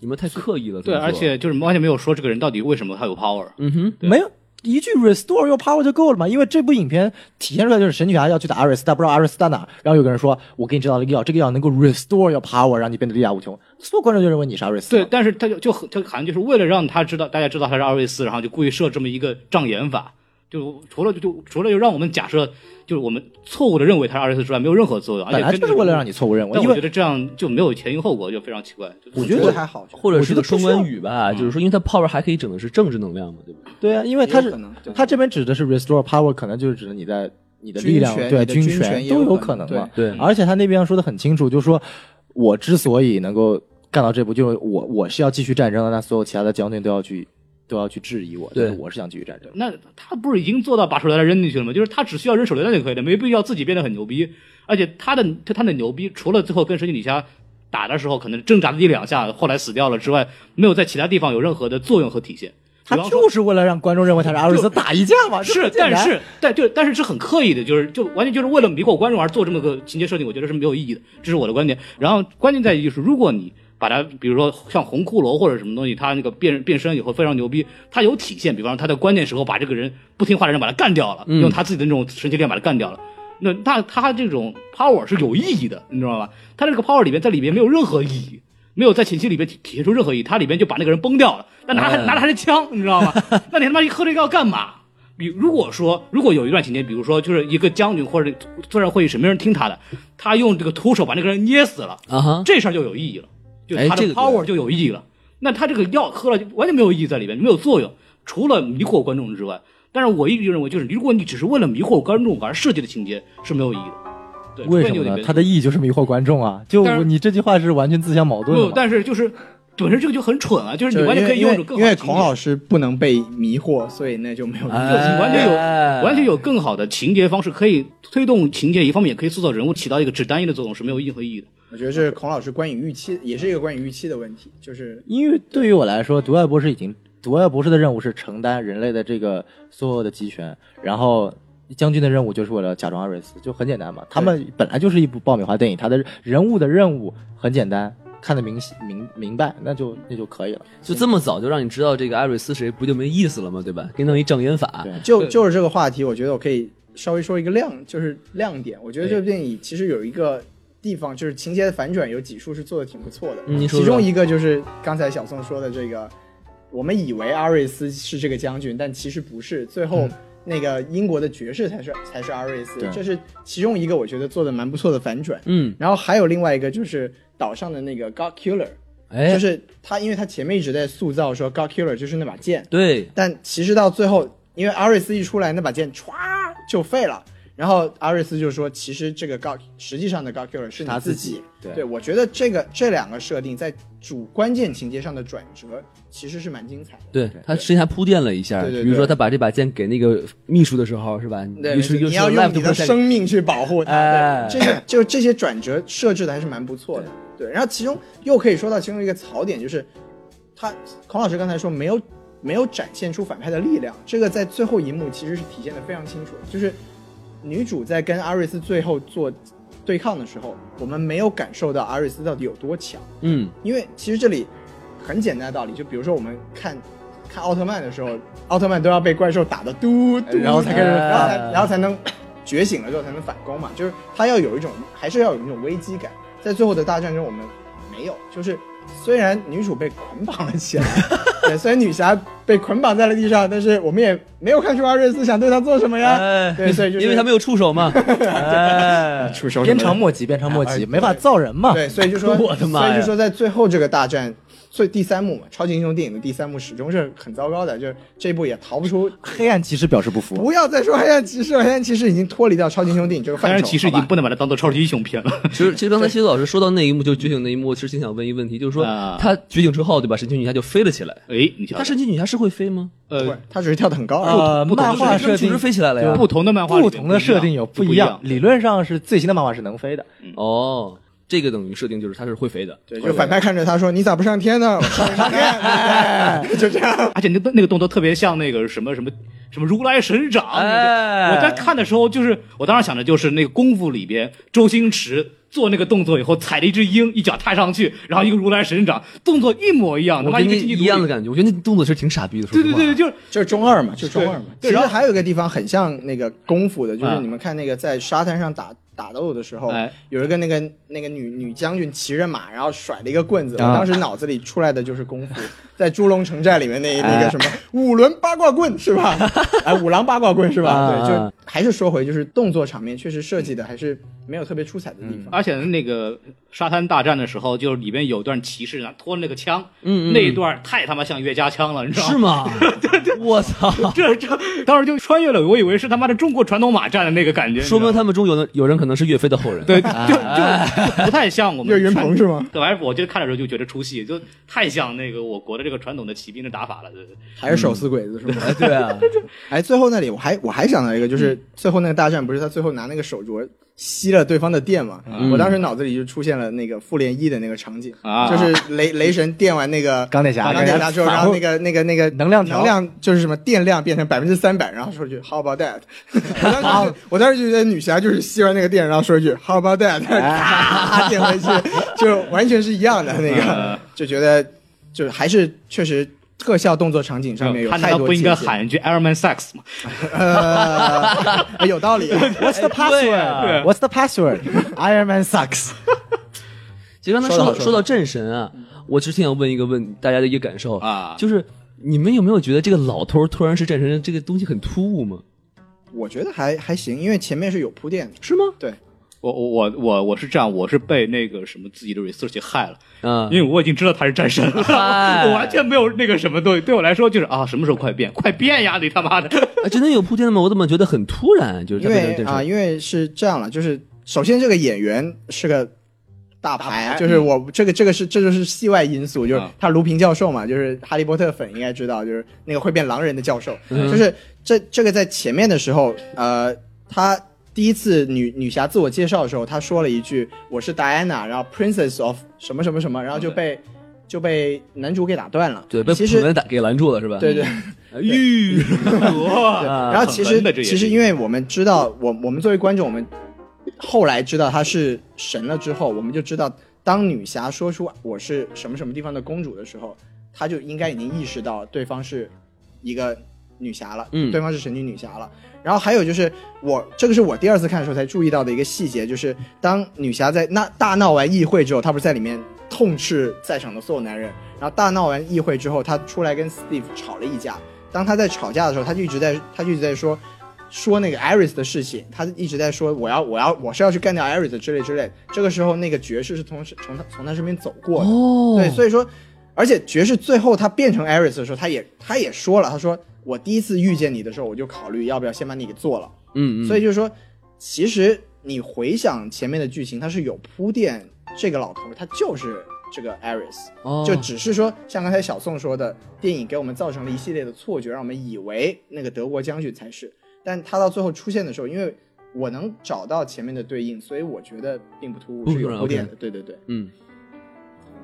你们太刻意了。对，这么做而且就是完全没有说这个人到底为什么他有 power，嗯哼，没有。一句 restore your power 就够了嘛，因为这部影片体现出来就是神女侠要去打阿瑞斯，但不知道阿瑞斯在哪儿。然后有个人说：“我给你制造了一个药，这个药能够 restore your power，让你变得力大无穷。”所有观众就认为你是阿瑞斯对了。，但是他就就很就好像就是为了让他知道，大家知道他是阿瑞斯，然后就故意设这么一个障眼法，就除了就就除了就让我们假设就是我们错误的认为他是阿瑞斯之外，没有任何作用，而本且来真就的是为了让你错误认为，但因我觉为得这样就没有前因后果，就非常奇怪。就我觉这得还好，或者我是觉个得双不需要关语吧，就是说，因为它 power 还可以整的是政治能量嘛，对不对？对啊，因为他也有是可能对他这边指的是 restore power，可能就是指的你在你的力量，军权对你的军权权也都有可可能能嘛。对对而且他那边说的很清楚，就是说我之所以能够干到这步，就是我我是要继续战争的，那所有其他的将军都要去都要去质疑我，对就是我是想继续战争。那他不是已经做到把手榴弹扔进去了吗？就是他只需要扔手榴弹就可以了，没必要自己变得很牛逼。而且他的他他的牛逼，除了最后跟神奇女侠打的时候可能挣扎了一两下，后来死掉了之外，没有在其他地方有任何的作用和体现。他比方说就是为了让观众认为他是阿瑞斯打一架嘛，这是，很简但单是但就但是是很刻意的，就是就完全就是为了迷惑观众而做这么个情节设定，我觉得是没有意义的，这是我的观点。然后关键在于就是，如果你把它，比如说像红骷髅或者什么东西，它那个变变身以后非常牛逼，它有体现，比方说它在关键时候把这个人不听话的人把他干掉了，用他自己的那种神奇力量把他干掉了。那那他这种 power 是有意义的，你知道吧？他这个 power 里面在里面没有任何意义，没有在前期里面体体现出任何意义，他里面就把那个人崩掉了，但他还、嗯拿的还是枪，你知道吗？那你他妈喝这个要干嘛？比如果说如果有一段情节，比如说就是一个将军或者作战会议室没人听他的，他用这个徒手把那个人捏死了，啊哈，这事儿就有意义了，就哎他的这个 power 就有意义了。那他这个药喝了就完全没有意义在里面，没有作用，除了迷惑观众之外。但是我一直认为，就是如果你只是为了迷惑观众而设计的情节是没有意义的。对，为除非什你有么呢点？他的意义就是迷惑观众啊！就但是你这句话是完全自相矛盾的不，嘛。但是就是本身这个就很蠢啊，就是就你是完全可以因用为一种更因好的为情孔节老师不能被迷惑，所以那就没有人就哎是完全有哎完全有更好的情节方式，可以推动情节，一方面也可以塑造人物，起到一个只单一的作用是没有任何意义的。我觉得这是孔老师关于预期，也是一个关于预期的问题，就是因为对于我来说，独爱博士已经，独爱博士的任务是承担人类的这个所有的集权，然后将军的任务就是为了假装阿瑞斯，就很简单嘛。他们本来就是一部爆米花电影，他的人物的任务很简单，看得明明明白，那就那就可以哎了。就这么早就让你知道这个艾瑞斯谁，不就没意思了吗？对吧？给你弄一障眼法对，就就是这个话题，我觉得我可以稍微说一个亮，就是亮点。我哎觉得这部电影其实有一个地方，就是情节的反转有几处是做的挺不错的。嗯你说其说中一个就是刚才小宋说的这个，我们以为阿瑞斯是这个将军，但其实不是，最嗯后。那个英国的爵士才是才是阿瑞斯对，这是其中一个我觉得做的蛮不错的反转。嗯，然后还有另外一个就是岛上的那个 God Killer，哎就，是他，因为他前面一直在塑造说 God Killer 就是那把剑，对，但其实到最后，因为阿瑞斯一出来，那把剑歘就废了。然后阿瑞斯就说，其实这个 God 实际上的 God Killer 是你他自自己对我觉得这个这两个设定在主关键情节上的转折其实是蛮精彩的。对他之前还铺垫了一下，对对对比如说他把这把剑给那个秘书的时候，是吧？对，秘书就你是要 left 用你的 protect 生命去保护它。哎对这个就这些转折设置的还是蛮不错的。对，然后其中又可以说到其中一个槽点，就是他孔老师刚才说没有没有展现出反派的力量，这个在最后一幕其实是体现的非常清楚的，就是女主在跟阿瑞斯最后做对抗的时候，我们没有感受到阿瑞斯到底有多强。嗯，因为其实这里很简单的道理，就比如说我们看看奥特曼的时候，奥特曼都要被怪兽打的嘟嘟，然后才开始然后才哎然后才能觉醒了之后才能反攻嘛，就是他要有一种还是要有一种危机感，在最后的大战中我们没有，就是虽然女主被捆绑了 起来，对，虽然女侠被捆绑在了地上，但是我们也没有看出阿瑞斯想对她做什么呀，哎啊对，所以就是因为他没有触手嘛，哎，出手什么鞭的长莫及，鞭长莫哎及，对没法造人 嘛。对，所以就说，我的妈呀所以就说，在最后这个大战，最第三幕嘛，超级英雄电影的第三幕始终是很糟糕的，就是这一部也逃不出。黑暗骑士表示不服，不要再说黑暗骑士，黑暗骑士已经脱离掉超级英雄电影这个范但畴。是骑士已好吧经不能把它当做超级英雄片了。其实，其实刚才西子老师说到那一幕，就觉醒那一幕，我其实挺想问一个问题，就是说啊他觉醒之后，对吧？神奇女侠就飞了起来。哎，你瞧他，神奇女侠是会飞吗？不是呃，他只是跳得很高而已。呃，不同漫画她设确实定飞起来了呀。不同的漫画里不面同的设定有不不一样样，，理论上是最新的漫画是能飞的，哦，这个等于设定就是他是会飞的。对，就反派看着他说：“你咋不上天呢？”我上上天，对就这样。而且那个那个动作特别像那个什么什么什么如来神掌。哎我在看的时候，就是我当时想的就是那个功夫里边，周星驰做那个动作以后，踩了一只鹰，一脚踏上去，然后一个如来神掌，动作一模一样，他我妈跟一你个进去一样的感觉，我觉得那动作其实挺傻逼的。说对对实话对，，就是就是中二嘛，就是中二嘛。其对实然后还有一个地方很像那个功夫的，就是啊你们看那个在沙滩上打打斗的时候哎，有一个那个那个女女将军骑着马，然后甩了一个棍子。我啊当时脑子里出来的就是功夫， 在《猪龙城寨》里面那那个什么五轮八卦棍是吧？哎，五郎八卦棍是吧？啊对，就还是说回就是动作场面确实设计的还是没有特别出彩的地方。而且那个沙滩大战的时候，就是里边有一段骑士拿拖那个枪，嗯嗯那一段太他妈像岳家枪了，你知道 是？吗？我操！这这当时就穿越了，我以为是他妈的中国传统马战的那个感觉，说明他他哎们中有的有人可能是岳飞的后人。啊对，就就就不太像我们岳云鹏是吗？对，反正我就看的时候就觉得出戏，就太像那个我国的这个传统的骑兵的打法了。对对对还是手撕鬼子是吗？哎对啊，哎，最后那里我还我还想到一个，就是最后那个大战，不是他最后拿那个手镯吸了对方的电嘛？我当时脑子里就出现了那个复联一的那个场景，啊就是雷雷神电完那个钢铁侠钢铁侠之后，反然后那个那个那个能量条能量就是什么电量变成百分之三百，然后说一句 How about that？我当时我当时就觉得女侠就是吸完那个电，然后说一句 How about that？咔电回去， 就完全是一样的那个嗯，就觉得就是还是确实。特效动作场景上面有他太难道多嗯不应该借鉴喊一句 Iron Man Sex 吗？呃，哎有道理。 What's the 对啊 password？What's the password？Iron Man sucks。其实刚才说得说到好嗯说到战神啊，我其实挺想问一个问大家的一个感受啊就是你们有没有觉得这个老头儿突然是战神这个东西很突兀吗？我觉得还还行，因为前面是有铺垫的。是吗？对，我我我我我是这样，我是被那个什么自己的 research 害了，啊因为我已经知道他是战神了，嗨我完全没有那个什么东西，对我来说就是啊，什么时候快变，快变呀！你他妈的， 啊，真的有铺垫吗？我怎么觉得很突然？就是因他为变成战啊、神，因为是这样了，就是首先这个演员是个大牌，就是嗯我这个这个是这就是戏外因素，就是啊他卢平教授嘛，就是哈利波特粉应该知道，就是那个会变狼人的教授，嗯就是这这个在前面的时候，呃，他。第一次女女侠自我介绍的时候，她说了一句“我是 Diana”，然后 “Princess of 什么什么什么”，然后就被就被男主给打断了。对，被其普实文打给拦住了是吧？对对，吁，啊然然后其实其实因为我们知道，我我们作为观众，我们后来知道她是神了之后，我们就知道，当女侠说出我是什么什么地方的公主的时候，她就应该已经意识到对方是一个女侠了，嗯对方是神奇女侠了。然后还有就是我这个是我第二次看的时候才注意到的一个细节，就是当女侠在那大闹完议会之后，她不是在里面痛斥在场的所有男人，然后大闹完议会之后，她出来跟 Steve 吵了一架。当她在吵架的时候，她就一直在她就一直在说说那个 Iris 的事情，她一直在说我要我要我是要去干掉 Iris 之类之类的。这个时候那个爵士是从从她从她身边走过的，哦，对，所以说，而且爵士最后他变成 Iris 的时候，他也他也说了，他说我第一次遇见你的时候，我就考虑要不要先把你给做了。嗯嗯，所以就是说，其实你回想前面的剧情，它是有铺垫，这个老头儿他就是这个 Iris，、哦就只是说像刚才小宋说的，电影给我们造成了一系列的错觉，让我们以为那个德国将军才是，但他到最后出现的时候，因为。我能找到前面的对应，所以我觉得并不突兀，不是有突然铺垫，OK 的。对对对，嗯，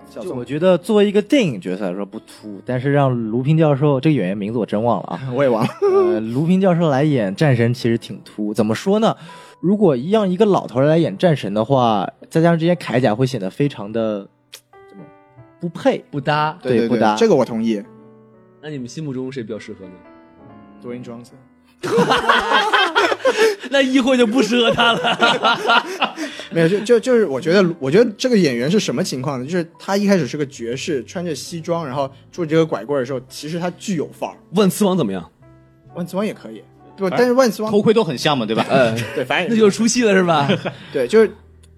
小就宋我，觉得作为一个电影角色来说不突兀，但是让卢平教授这个演 员名字我真忘了啊，我也忘了。呃，卢平教授来演战神其实挺突兀。怎么说呢？如果让一个老头儿来演战神的话，再加上这些铠甲，会显得非常的怎么不配。不搭。对对不搭这个我同意。那你们心目中谁比较适合呢？多音庄子，那议会就不适合他 了。没有，就就就是，我觉得，我觉得这个演员是什么情况呢？就是他一开始是个爵士，穿着西装，然后拄着这个拐棍儿的时候，其实他具有范儿。万磁王怎 么样？万磁王也可以，对吧，但是万磁王头盔都很像嘛，对吧？呃，对，反正那就是出戏了是 吧？对，就是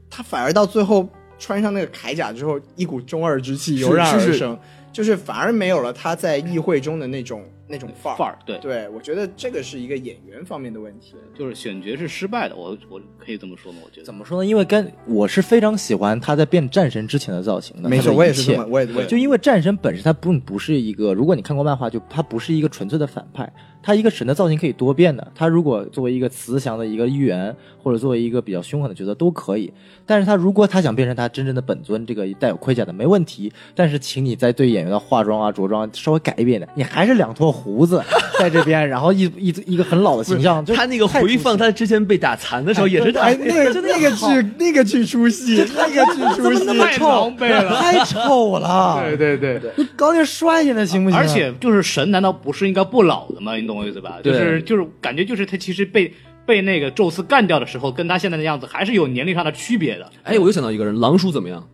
他反而到最后穿上那个铠甲之后，一股中二之气油然而生，是是就是反而没有了他在议会中的那种那种范儿。范儿对对，我觉得这个是一个演员方面的问题。就是选角是失败的，我我可以这么说吗？我觉得怎么说呢？因为跟我是非常喜欢他在变战神之前的造型的，没他错，的我一也是切这么，我也我也就因为战神本身他不不是一个，如果你看过漫画，就他不是一个纯粹的反派，他一个神的造型可以多变的。他如果作为一个慈祥的一个议员，或者作为一个比较凶狠的角色都可以。但是他如果他想变成他真正的本尊，这个带有盔甲的没问题。但是请你在对演员的化妆啊、着装啊稍微改一变的，你还是两坨胡子在这边，然后一一一个很老的形 象，就他那个太出回放，戏他之前被打残的时候也是他哎，。那 个那个剧那个剧出戏，那个剧出戏，太狼狈了了？太丑了，对对对对，你搞点帅点的行啊不行？而且就是神，难道不是应该不老的吗？你懂我意思吧？就对是就是感觉就是他其实被被那个宙斯干掉的时候，跟他现在的样子还是有年龄上的区别 的。哎，我又想到一个人，狼叔怎么样？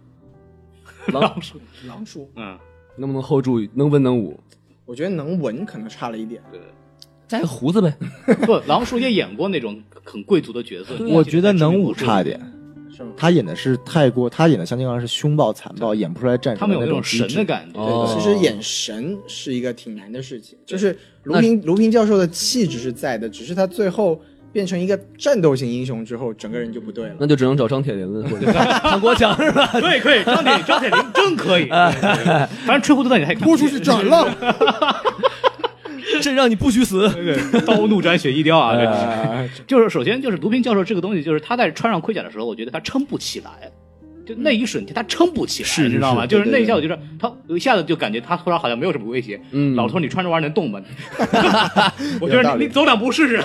狼叔狼叔，嗯，能不能 hold 住？能文能武？我觉得能文可能差了一点。加个胡子呗。不，狼叔也演过那种很贵族的角色，我觉得能武武差一点。是吗？他演的是太过，他演的像金刚是凶暴残暴，演不出来战他神们有的那种种机神智的感觉。哦其实演神是一个挺难的事情，就是卢平卢平教授的气质是在的，只是他最后变成一个战斗型英雄之后，整个人就不对了。那就只能找张铁林了，或者唐国强是吧？对，可以，张铁张铁林真可 以。对对对反正吹胡子蛋你还看不见斩了！朕让你不许死。对， 刀怒斩雪一雕啊！哎对，就是首先就是毒品教授这个东西，就是他在穿上盔甲的时候，我觉得他撑不起来，就那一瞬间他撑不起来，嗯是你知道吗？是就是对那对一下，我觉得他一下子就感觉他突然好像没有什么威胁。嗯老头，你穿这玩意儿能动 吗？我觉有得道你理你走两步试试。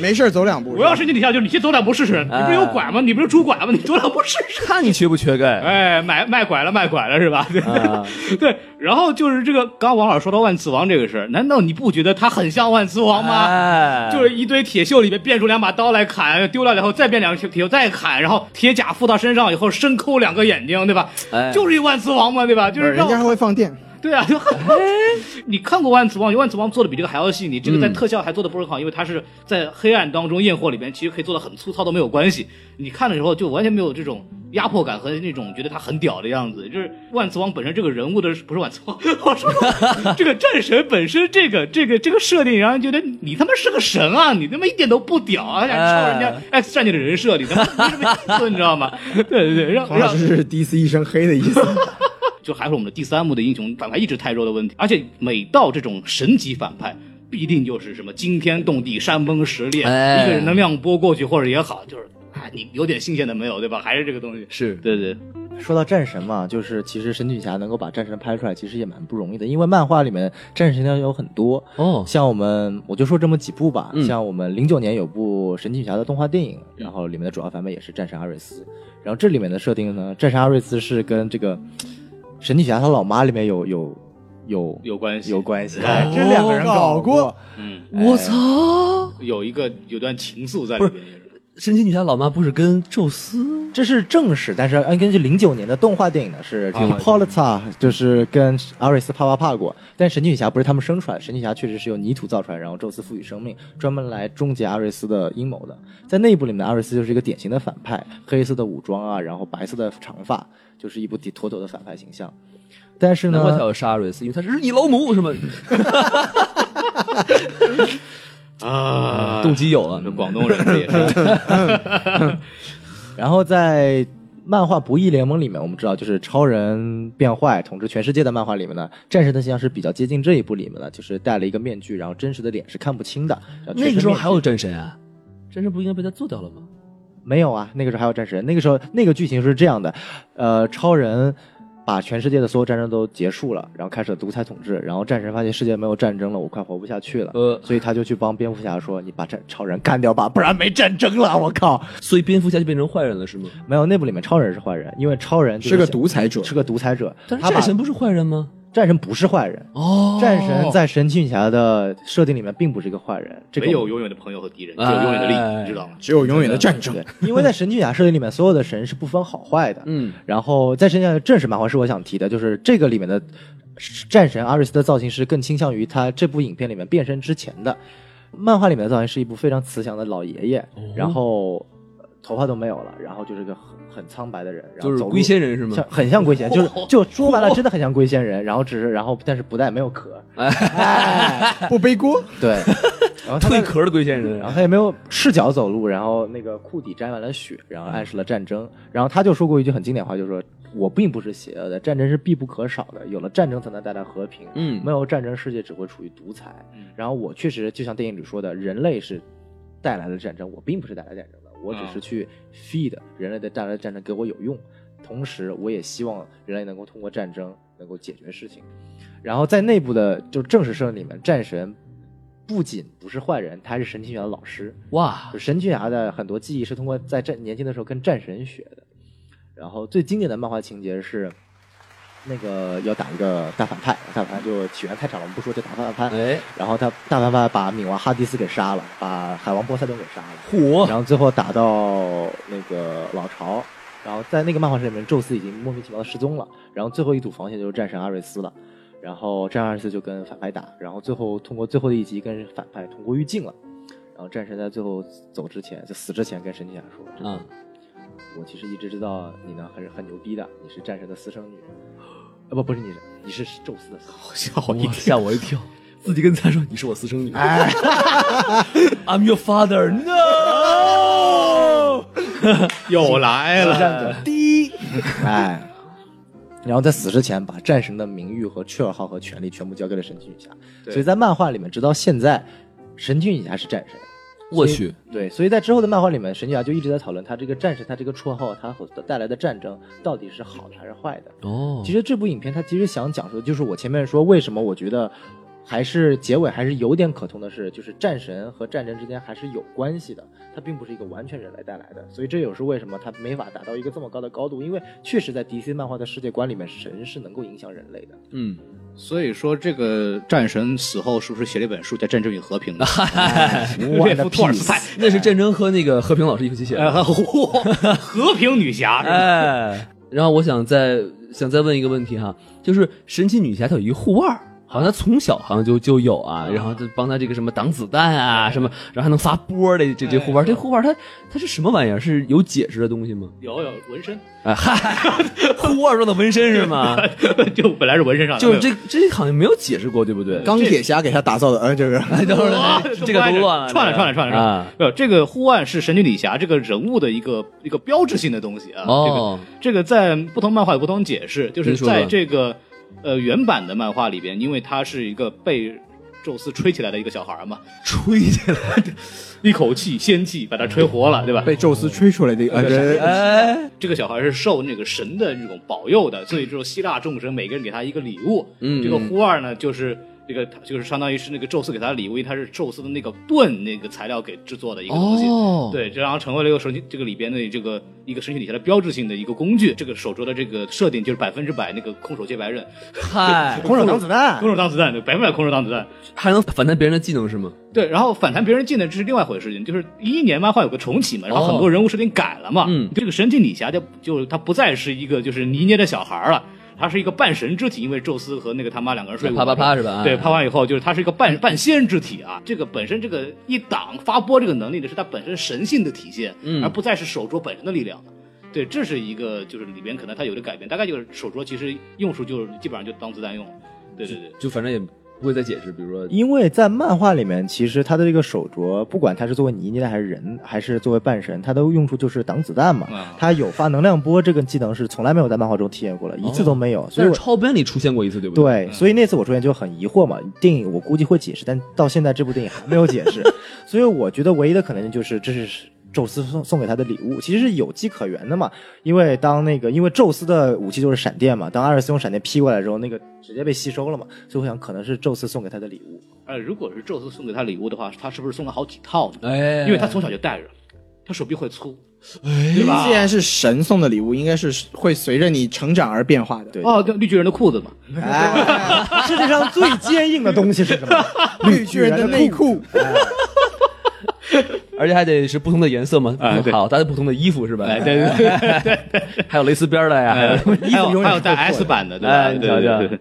没事儿，走两步。我要是你底下，就是你先走两步试试。你不是有拐吗？你不是拄拐吗？你走两步试试。啊看你缺不缺钙？哎，买卖拐了，卖拐了是吧？对、 啊， 对。然后就是这个，刚刚王老师说到万磁王这个事儿，难道你不觉得他很像万磁王吗？哎就是一堆铁锈里面变出两把刀来砍，丢掉以后再变两个铁锈再砍，然后铁甲附到身上以后深抠两个眼睛，对吧？哎就是一万磁王嘛，对吧？就是人家还让会放电， 对啊，就你看过万磁王？万磁王做的比这个还要细腻，这个在嗯特效还做的不是很好，因为它是在黑暗当中焰火里面，其实可以做的很粗糙都没有关系。你看的时候就完全没有这种压迫感和那种觉得他很屌的样子。就是万磁王本身这个人物的不是万磁王， 我说 这个战神本身这个这个这个设定，让人觉得你他妈是个神啊，你他妈一点都不屌啊，想抄人家 X 战警的人设，你他妈 没什么意思，你知道吗？对对对，让黄让老师是 DC 一身黑的意思。就还是我们的第三幕的英雄反派一直太弱的问题。而且每到这种神级反派，必定就是什么惊天动地、山崩石裂，哎一个人能量波过去或者也好，就是哎，你有点新鲜的没有，对吧？还是这个东西。是对对，说到战神嘛，就是其实神女侠能够把战神拍出来，其实也蛮不容易的，因为漫画里面战神要有很多，哦，像我们我就说这么几部吧，嗯像我们零九年有部神奇女侠的动画电影，嗯然后里面的主要反派也是战神阿瑞斯，然后这里面的设定呢，战神阿瑞斯是跟这个神女侠她老妈里面有有有有关系有关系，哎哦这两个人搞过，嗯，我操！有一个有段情愫在里面。也是神奇女侠老妈不是跟宙斯？这是正史，但是按根据零九年的动画电影呢，是这个 Polita 就是跟阿瑞斯啪啪啪过，但神奇女侠不是他们生出来的，神奇女侠确实是由泥土造出来，然后宙斯赋予生命，专门来终结阿瑞斯的阴谋的。在内部里面的阿瑞斯就是一个典型的反派，黑色的武装啊，然后白色的长发，就是一部妥妥的反派形象。但是难怪他呢，有杀瑞斯，因为他是你老母是吗？啊动机有啊了这，广东人这也是 然后在漫画《不义联盟》里面，我们知道就是超人变坏统治全世界的漫画里面呢，战神的形象是比较接近这一部里面的，就是戴了一个面具，然后真实的脸是看不清的。然后嗯全那身个时候面具还有战神啊？战神不应该被他做掉了吗？没有啊？那个时候还有战神，那个时候那个剧情是这样的，呃，超人把全世界的所有战争都结束了，然后开始了独裁统治，然后战神发现世界没有战争了，我快活不下去了，呃所以他就去帮蝙蝠侠说：“你把战超人干掉吧，不然没战争了。”我靠，所以蝙蝠侠就变成坏人了，是吗？没有那部里面超人是坏人，因为超人就是个独裁者，是个独裁者，但是他把战神不是坏人吗？战神不是坏人，哦战神在神奇女侠的设定里面并不是一个坏人，这个没有永远的朋友和敌人，只有永远的利益，哎你知道吗？只有永远的战争对。，因为在神奇女侠设定里面，所有的神是不分好坏的。嗯，然后在神奇女侠的正式漫画是我想提的，就是这个里面的战神阿瑞斯的造型师更倾向于他这部影片里面变身之前的。漫画里面的造型是一部非常慈祥的老爷爷，然后呃头发都没有了，然后就是个很很苍白的人，然后就是走路龟仙人是吗像很像龟仙，就是就说白了，真的很像龟仙人。然后只是然后但是不带没有壳，哎，不背锅，对，然后他蜕在壳的龟仙人，啊然后他也没有赤脚走路，然后那个裤底沾满了血，然后暗示了战争。然后他就说过一句很经典话，就是说我并不是邪恶的，战争是必不可少的，有了战争才能带来和平，嗯没有战争世界只会处于独裁。然后我确实就像电影里说的，人类是带来了战争，我并不是带来战争的，我只是去 feed 人类的带来的战争给我有用，同时我也希望人类能够通过战争能够解决事情。然后在内部的就正式设定里面，战神不仅不是坏人，他还是神奇女侠的老师。哇就，神奇女侠的很多技艺是通过在战年轻的时候跟战神学的。然后最经典的漫画情节是，那个要打一个大反派，大反派就起源太长了，我们不说，就打反派。哎，然后他大反派把冥王哈迪斯给杀了，把海王波塞冬给杀了，火然后最后打到那个老巢，然后在那个漫画里面，宙斯已经莫名其妙的失踪了，然后最后一堵防线就是战神阿瑞斯了，然后战神阿瑞斯就跟反派打，然后最后通过最后的一集跟反派同归于尽了，然后战神在最后走之前就死之前跟神奇侠说，啊，我其实一直知道你呢很很牛逼的，你是战神的私生女，啊不不是你是你是宙斯的私生女。吓我一吓我一跳，自己跟他说你是我私生女 ，I'm your father no，又来 了，哎， 然后在死之前把战神的名誉和雀号和权力全部交给了神奇女侠，对所以在漫画里面，直到现在，神奇女侠是战神。我去，对，所以在之后的漫画里面，神奇女侠就一直在讨论她这个战神，她这个绰号，她所带来的战争到底是好的还是坏的。哦其实这部影片它其实想讲述的就是我前面说为什么我觉得还是结尾还是有点可通的是，就是战神和战争之间还是有关系的，它并不是一个完全人类带来的，所以这也是为什么它没法达到一个这么高的高度，因为确实在 DC 漫画的世界观里面，神是能够影响人类的。嗯，所以说，这个战神死后是不是写了一本书叫《战争与和平》呢？ What 列 a 夫托尔斯泰 piece，那是战争和那个和平老师一起写的，呃，嚯和平女侠是吧？ 哎，然后我想再想再问一个问题哈，就是神奇女侠她有一护腕儿。好像她从小好像就就有啊，然后就帮她这个什么挡子弹啊，什么，然后还能发波儿的这这护腕儿，这护腕儿它它是什么玩意儿？是有解释的东西吗？有有纹身， 哎嗨， 护腕儿上的纹身是吗？就本来是纹身上的，就是这这好像没有解释过，对不对？钢铁侠给他打造的，呃，这 个哎等会儿哇哎这个歪都着乱了，串了这个串了串了串了啊！没有，这个护腕是神奇女侠这个人物的一个一个标志性的东西啊。哦这个这个在不同漫画有不同解释，就是您说吧在这个呃原版的漫画里边，因为他是一个被宙斯吹起来的一个小孩儿嘛，吹起来， 一口气仙气把他吹活了，对吧？被宙斯吹出来的一个，呃， 这哎，这个小孩是受那个神的这种保佑的，所以就是希腊众神每个人给他一个礼物。嗯这个忽二呢，就是这个就是相当于是那个宙斯给他的礼物，因为他是宙斯的那个盾那个材料给制作的一个东西。哦对，这然后成为了一个神奇这个里边的这个一个神奇底下的标志性的一个工具。这个手镯的这个设定就是百分之百那个空手接白刃，嗨，空手挡子弹啊空，手当子弹，对，百分百空手当子弹。还能反弹别人的技能是吗？对，然后反弹别人进的这是另外一回事情，就是一一年漫画有个重启嘛，然后很多人物设定改了嘛，哦嗯这个神奇女侠就就她不再是一个就是泥捏的小孩儿了。她是一个半神之体，因为宙斯和那个他妈两个人睡过啪啪啪是吧啊对，啪完以后就是她是一个半半仙之体啊。这个本身这个一挡发波这个能力呢，是她本身神性的体现，嗯而不再是手镯本身的力量。对，这是一个就是里边可能它有的改变，大概就是手镯其实用处就是基本上就当子弹用。对对对，就反正也不会再解释，比如说因为在漫画里面，其实他的这个手镯，不管他是作为泥捏的还是人，还是作为半神，他的用处就是挡子弹嘛嗯。他有发能量波这个技能是从来没有在漫画中体验过了，一次都没有。所但以是我超编里出现过一次，对不？对，所以那次我出现就很疑惑嘛。电影我估计会解释，但到现在这部电影还没有解释，所以我觉得唯一的可能性就是这是宙斯送送给他的礼物，其实是有迹可原的嘛。因为当那个因为宙斯的武器就是闪电嘛，当阿尔斯用闪电劈过来之后，那个直接被吸收了嘛，所以我想可能是宙斯送给他的礼物。呃，如果是宙斯送给他礼物的话，他是不是送了好几套呢？哎因为他从小就带着，他手臂会粗，对吧既？然是神送的礼物，应该是会随着你成长而变化的。对哦，对绿巨人的裤子嘛，哎，世界上最坚硬的东西是 什么？绿巨人的内裤，而且还得是不同的颜色嘛，哎对好，搭的不同的衣服是吧？哎，对对对， 还有蕾丝边儿的哎呀。还永有远还有带是 S 版的，对吧？ 哎，对你瞧瞧对对对，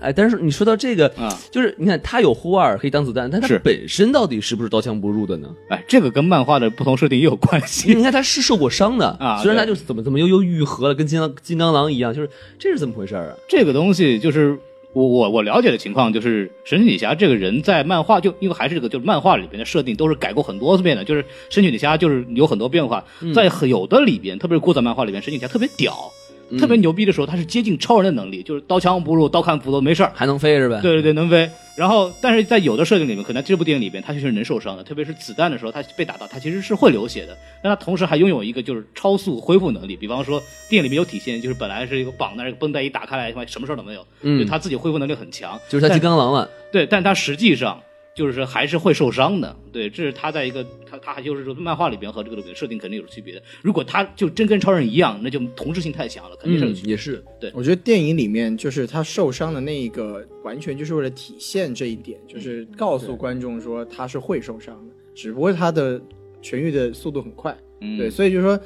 哎，但是你说到这个啊，就是你看它有护腕儿可以挡子弹，但它是本身到底是不是刀枪不入的呢？哎，这个跟漫画的不同设定也有关系你看它是受过伤的啊虽然它对就是怎么怎么又又愈合了，跟金刚金刚狼一样，就是这是怎么回事儿啊？这个东西就是我我我了解的情况，就是神奇女侠这个人在漫画就因为还是这个就是漫画里边的设定都是改过很多遍的，就是神奇女侠就是有很多变化，在很有的里边，特别是古早漫画里边，神奇女侠特别屌。特别牛逼的时候，她是接近超人的能力，就是刀枪不入、刀砍斧头没事儿。还能飞是吧？对对对，能飞。然后，但是在有的设定里面，可能这部电影里面，他就是能受伤的，特别是子弹的时候，他被打到，他其实是会流血的。但他同时还拥有一个就是超速恢复能力，比方说电影里面有体现，就是本来是一个绑那儿一个绷带一打开来，他妈什么事儿都没有，嗯就他自己恢复能力很强。就是它但金刚狼了。对，但他实际上就是还是会受伤的。对，这是他在一个他他还就是说漫画里边和这个里边设定肯定有区别的。如果他就真跟超人一样，那就同质性太强了，肯定是有嗯区，别。也是，我觉得电影里面就是他受伤的那一个，完全就是为了体现这一点，就是告诉观众说他是会受伤的，只不过他的痊愈的速度很快。嗯对，所以就是说，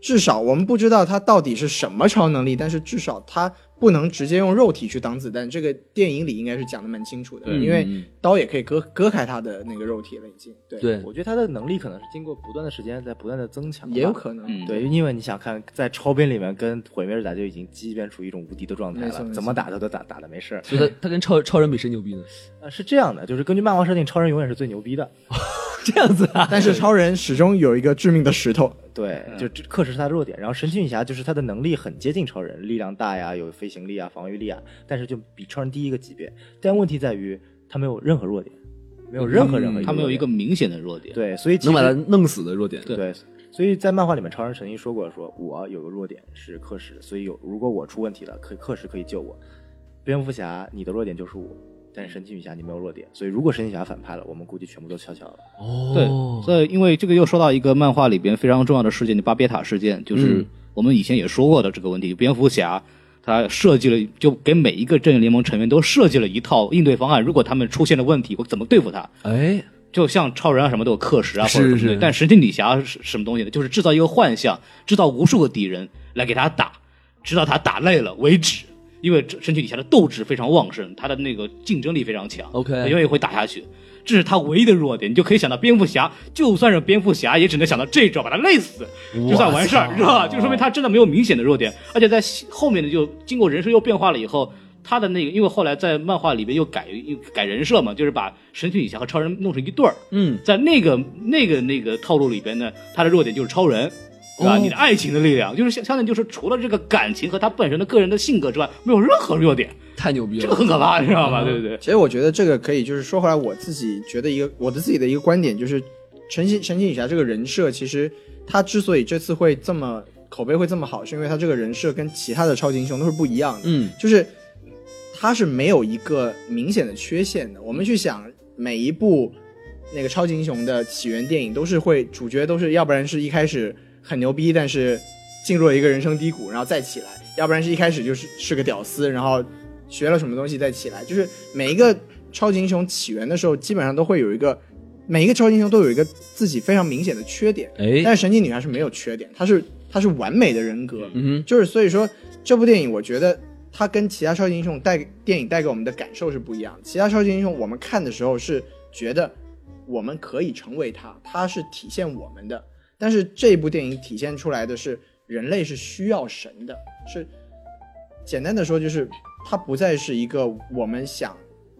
至少我们不知道他到底是什么超能力，但是至少他不能直接用肉体去挡子弹。这个电影里应该是讲的蛮清楚的，因为嗯刀也可以割割开他的那个肉体了，已经。对，对，我觉得他的能力可能是经过不断的时间在不断的增强吧，也有可能。嗯对，因为你想看，在超编里面跟毁灭日打就已经基本处于一种无敌的状态没错了没，错怎么打他都打打的没事儿。所以它它跟超超人比谁牛逼呢？呃，是这样的，就是根据漫画设定，超人永远是最牛逼的。 这样子啊，但是超人始终有一个致命的石头，对，嗯就这克制是他的弱点。然后神奇女侠就是她的能力很接近超人，力量大呀，有飞行力啊，防御力啊，但是就比超人低一个级别。但问题在于她没有任何弱点，没有任何任何他嗯们有一个弱明显的弱点。点对，所以其能把实它弄死的弱点。对对，所以在漫画里面，超人曾经说过说，我有个弱点是氪石，所以有如果我出问题了，可以氪石可以救我。蝙蝠侠，你的弱点就是我，但是神奇女侠你没有弱点，所以如果神奇女侠反派了，我们估计全部都悄悄了。对哦，，所以因为这个又说到一个漫画里边非常重要的事件，就巴别塔事件，就是嗯我们以前也说过的这个问题。蝙蝠侠他设计了，就给每一个正义联盟成员都设计了一套应对方案，如果他们出现了问题，我怎么对付他？哎，就像超人啊什么都有氪石啊，是或者什么是的但神奇女侠是什么东西呢？就是制造一个幻象，制造无数个敌人来给他打，直到他打累了为止。因为神奇女侠的斗志非常旺盛，她的那个竞争力非常强 OK 她永远会打下去。这是她唯一的弱点，你就可以想到蝙蝠侠，就算是蝙蝠侠，也只能想到这一招把他累死，就算完事儿，是吧？就说明他真的没有明显的弱点，而且在后面的就经过人设又变化了以后，他的那个，因为后来在漫画里边又改又改人设嘛，就是把神奇女侠和超人弄成一对儿。嗯，在那个那个那个套路里边呢，他的弱点就是超人。对吧？哦你的爱情的力量，就是相相当于就是除了这个感情和他本身的个人的性格之外，没有任何弱点，太牛逼这个了！很可怕，你知道吧？对不对？其实我觉得这个可以，就是说回来，我自己觉得一个我的自己的一个观点就是，陈奇陈奇女侠这个人设，其实她之所以这次会这么口碑会这么好，是因为她这个人设跟其他的超级英雄都是不一样的，嗯，就是她是没有一个明显的缺陷的。我们去想每一部那个超级英雄的起源电影，都是会主角都是要不然是一开始很牛逼，但是进入了一个人生低谷，然后再起来；要不然是一开始就是是个屌丝，然后学了什么东西再起来。就是每一个超级英雄起源的时候，基本上都会有一个。每一个超级英雄都有一个自己非常明显的缺点，哎，但是神奇女侠是没有缺点，她是她是完美的人格，嗯就是所以说这部电影，我觉得它跟其他超级英雄带电影带给我们的感受是不一样的。其他超级英雄我们看的时候是觉得我们可以成为他，他是体现我们的，但是这部电影体现出来的是人类是需要神的，是简单的说就是它不再是一个我们想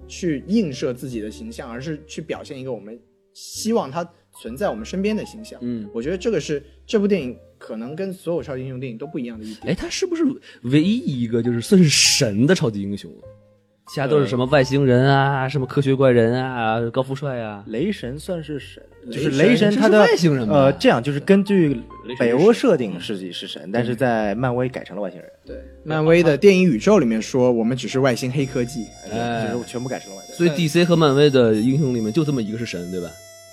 去映射自己的形象，而是去表现一个我们希望它存在我们身边的形象。嗯，我觉得这个是这部电影可能跟所有超级英雄电影都不一样的一点。哎，他是不是唯一一个就是算是神的超级英雄？其他呃都是什么外星人啊，什么科学怪人啊，高富帅啊，雷神算是神，雷就是神雷神这他是的外星人吧呃，这样就是根据雷神北是欧神设定是己是神，但是在漫威改成了外星人，对，漫威的电影宇宙里面说我们只是外星黑科技，哎就是全部改成了外星人。所以 DC 和漫威的英雄里面就这么一个是神，对吧？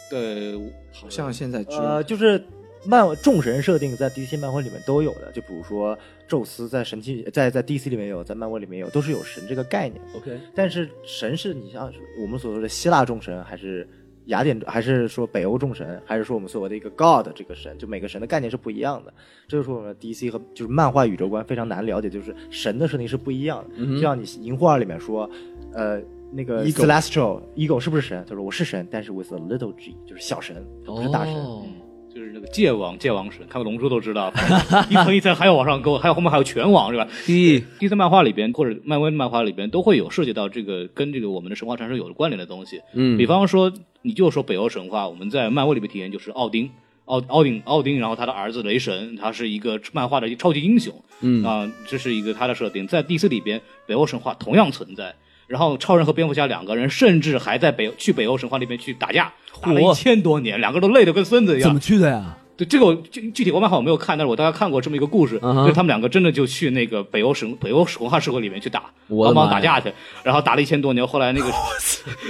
对，好像现在只有呃，就是漫众神设定在 DC 漫威里面都有的，就比如说宙斯在神奇在在 DC 里面有，在漫威里面有，都是有神这个概念。 OK，但是神是你像我们所说的希腊众神，还是雅典，还是说北欧众神，还是说我们所谓的一个 God 这个神，就每个神的概念是不一样的。这就是我们 DC 和就是漫画宇宙观非常难了解，就是神的设定是不一样的。嗯哼就像你银护二里面说，呃。那个 Ego Celestial Ego 是不是神？他说我是神，但是 with a little g，就是小神，不是大哦神。哦就是那个界王，界王神，看个龙珠都知道，一层一层还要往上勾，还有后面还有拳王是吧？第第三漫画里边或者漫威漫画里边都会有涉及到这个跟这个我们的神话传说有关联的东西。嗯比方说，你就说北欧神话，我们在漫威里面体验就是奥丁，奥奥丁奥丁，然后他的儿子雷神，他是一个漫画的一个超级英雄，嗯啊、这是一个他的设定，在 DC 里边，北欧神话同样存在。然后超人和蝙蝠侠两个人，甚至还在北去北欧神话那边去打架，打了嚯一千多年，两个都累得跟孙子一样怎么。去的呀？对这个我具具体我漫画我没有看，但是我大概看过这么一个故事，嗯哼就他们两个真的就去那个北欧神北欧神话社会里面去打，我的帮妈忙呀打架去，然后打了一千多年，后来 那个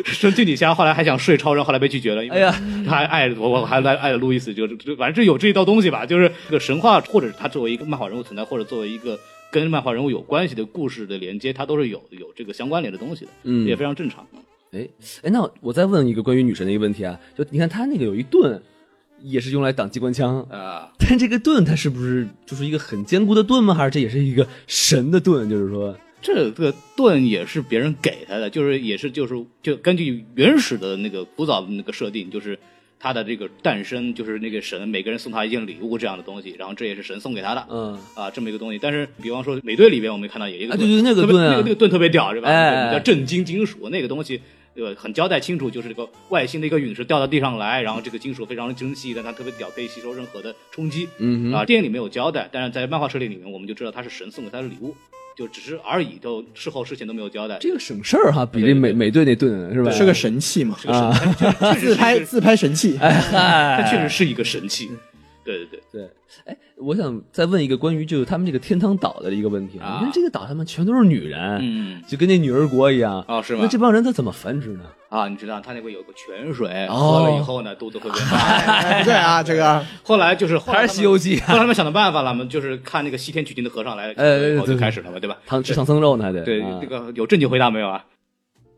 神奇女侠后来还想睡超人，后来被拒绝了，因哎为呀他还爱我我还爱爱路易斯，就是就反正这有这一道东西吧，就是这个神话或者是他作为一个漫画人物存在，或者作为一个跟漫画人物有关系的故事的连接，它都是有有这个相关联的东西的，嗯也非常正常。哎哎，那我再问一个关于女神的一个问题啊，就你看她那个有一盾，也是用来挡机关枪，啊，但这个盾它是不是就是一个很坚固的盾吗？还是这也是一个神的盾？就是说，这个盾也是别人给他的，就是也是就是就根据原始的那个古早的那个设定，就是他的这个诞生，就是那个神每个人送他一件礼物这样的东西，然后这也是神送给他的。嗯，啊，这么一个东西，但是比方说美队里边，我们看到有一个啊盾对对那个特别盾啊那个那个盾特别屌是吧？哎那个哎叫震惊金属那个东西，呃，很交代清楚，就是这个外星的一个陨石掉到地上来，然后这个金属非常珍惜，但它特别屌，可以吸收任何的冲击。嗯啊，电影里没有交代，但是在漫画设定里面，我们就知道它是神送给他的礼物，就只是而已，就事后事前都没有交代。这个省事儿哈，比对这对美美队那盾是吧？是个神器嘛，啊， 自拍自拍神器。它哎嗯确实是一个神器。对对对，对，哎，我想再问一个关于就是他们这个天堂岛的一个问题啊你看这个岛上面全都是女人，嗯，就跟那女儿国一样哦是吗那这帮人他怎么繁殖呢？啊，你知道它那个有个泉水，哦喝了以后呢，肚子会变大。 哎对啊，这个后来就是后来还他们是《西游 记》后来他们想的办法了嘛，就是看那个西天取经的和尚来，呃然后就对对开始了嘛，对吧？唐吃唐僧肉呢还得对啊，这个有正经回答没有啊？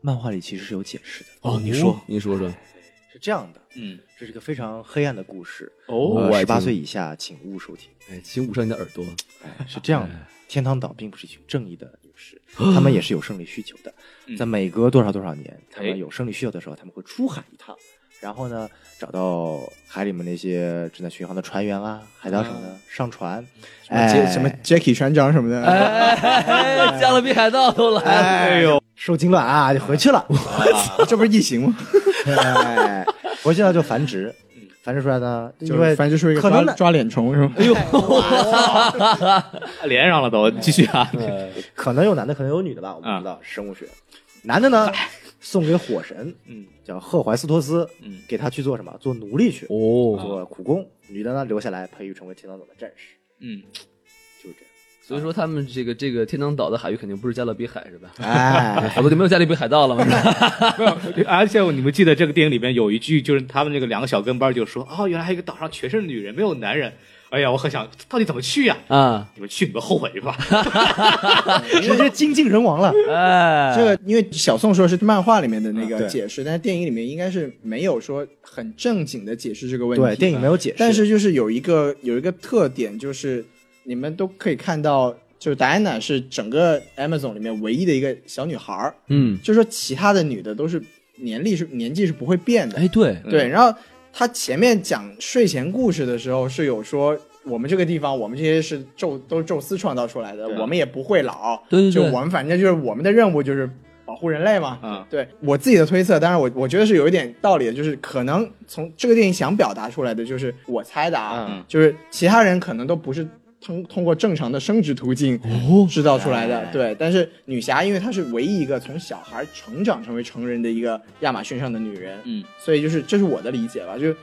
漫画里其实是有解释的哦，你说你说说是这样的，嗯，这是个非常黑暗的故事。呃哦我哦十八听岁以下请勿 收听。哎，请捂上你的耳朵。是这样的，哎天堂岛并不是一群正义的勇士，他们也是有生理需求的。嗯在每隔多少多少年，他哎们有生理需求的时候，他们会出海一趟，然后呢，找到海里面那些正在巡航的船员啊、海盗什么的，上船，哎，嗯啊什么 Jackie 船长什么的，啊哎， 加勒比海盗都来了，哎呦，受精卵啊，就回去 了。这不是异形吗？哎，回去了就繁殖，嗯繁殖出来呢，就因为是反正就是一个可能抓呢抓脸虫是吗？连上了都，继续啊。嗯可能有男的，可能有女的吧，我们不知道、生物学。男的呢，送给火神，嗯，叫赫淮斯托斯，嗯，给他去做什么？做奴隶去，哦，做苦工。女的呢，留下来培育成为天堂岛的战士，嗯，就是这样。所以说他们这个这个天堂岛的海域肯定不是加勒比海是吧？哎，好多就没有加勒比海盗了嘛。是吧而且你们记得这个电影里边有一句，就是他们那个两个小跟班就说：“哦，原来还有一个岛上全是女人，没有男人。”哎呀，我很想到底怎么去呀、啊，你们去，你们后悔吧。 直接精尽人亡了。哎，这个因为小宋说的是漫画里面的那嗯个对解释，但是电影里面应该是没有说很正经的解释这个问题。对，电影没有解释，但是就是有一个有一个特点，就是你们都可以看到，就是戴安娜是整个 Amazon 里面唯一的一个小女孩儿，嗯，就是说其他的女的都是年龄是年纪是不会变的。哎，对，嗯对，然后她前面讲睡前故事的时候是有说。我们这个地方，我们这些是宙都是宙斯创造出来的，啊我们也不会老。对对对就我们反正就是我们的任务就是保护人类嘛。啊嗯对我自己的推测，当然我我觉得是有一点道理的，就是可能从这个电影想表达出来的，就是我猜的啊，嗯就是其他人可能都不是通通过正常的生殖途径哦制造出来哎的。对，但是女侠因为她是唯一一个从小孩成长成为成人的一个亚马逊上的女人，嗯，所以就是这是我的理解吧，就。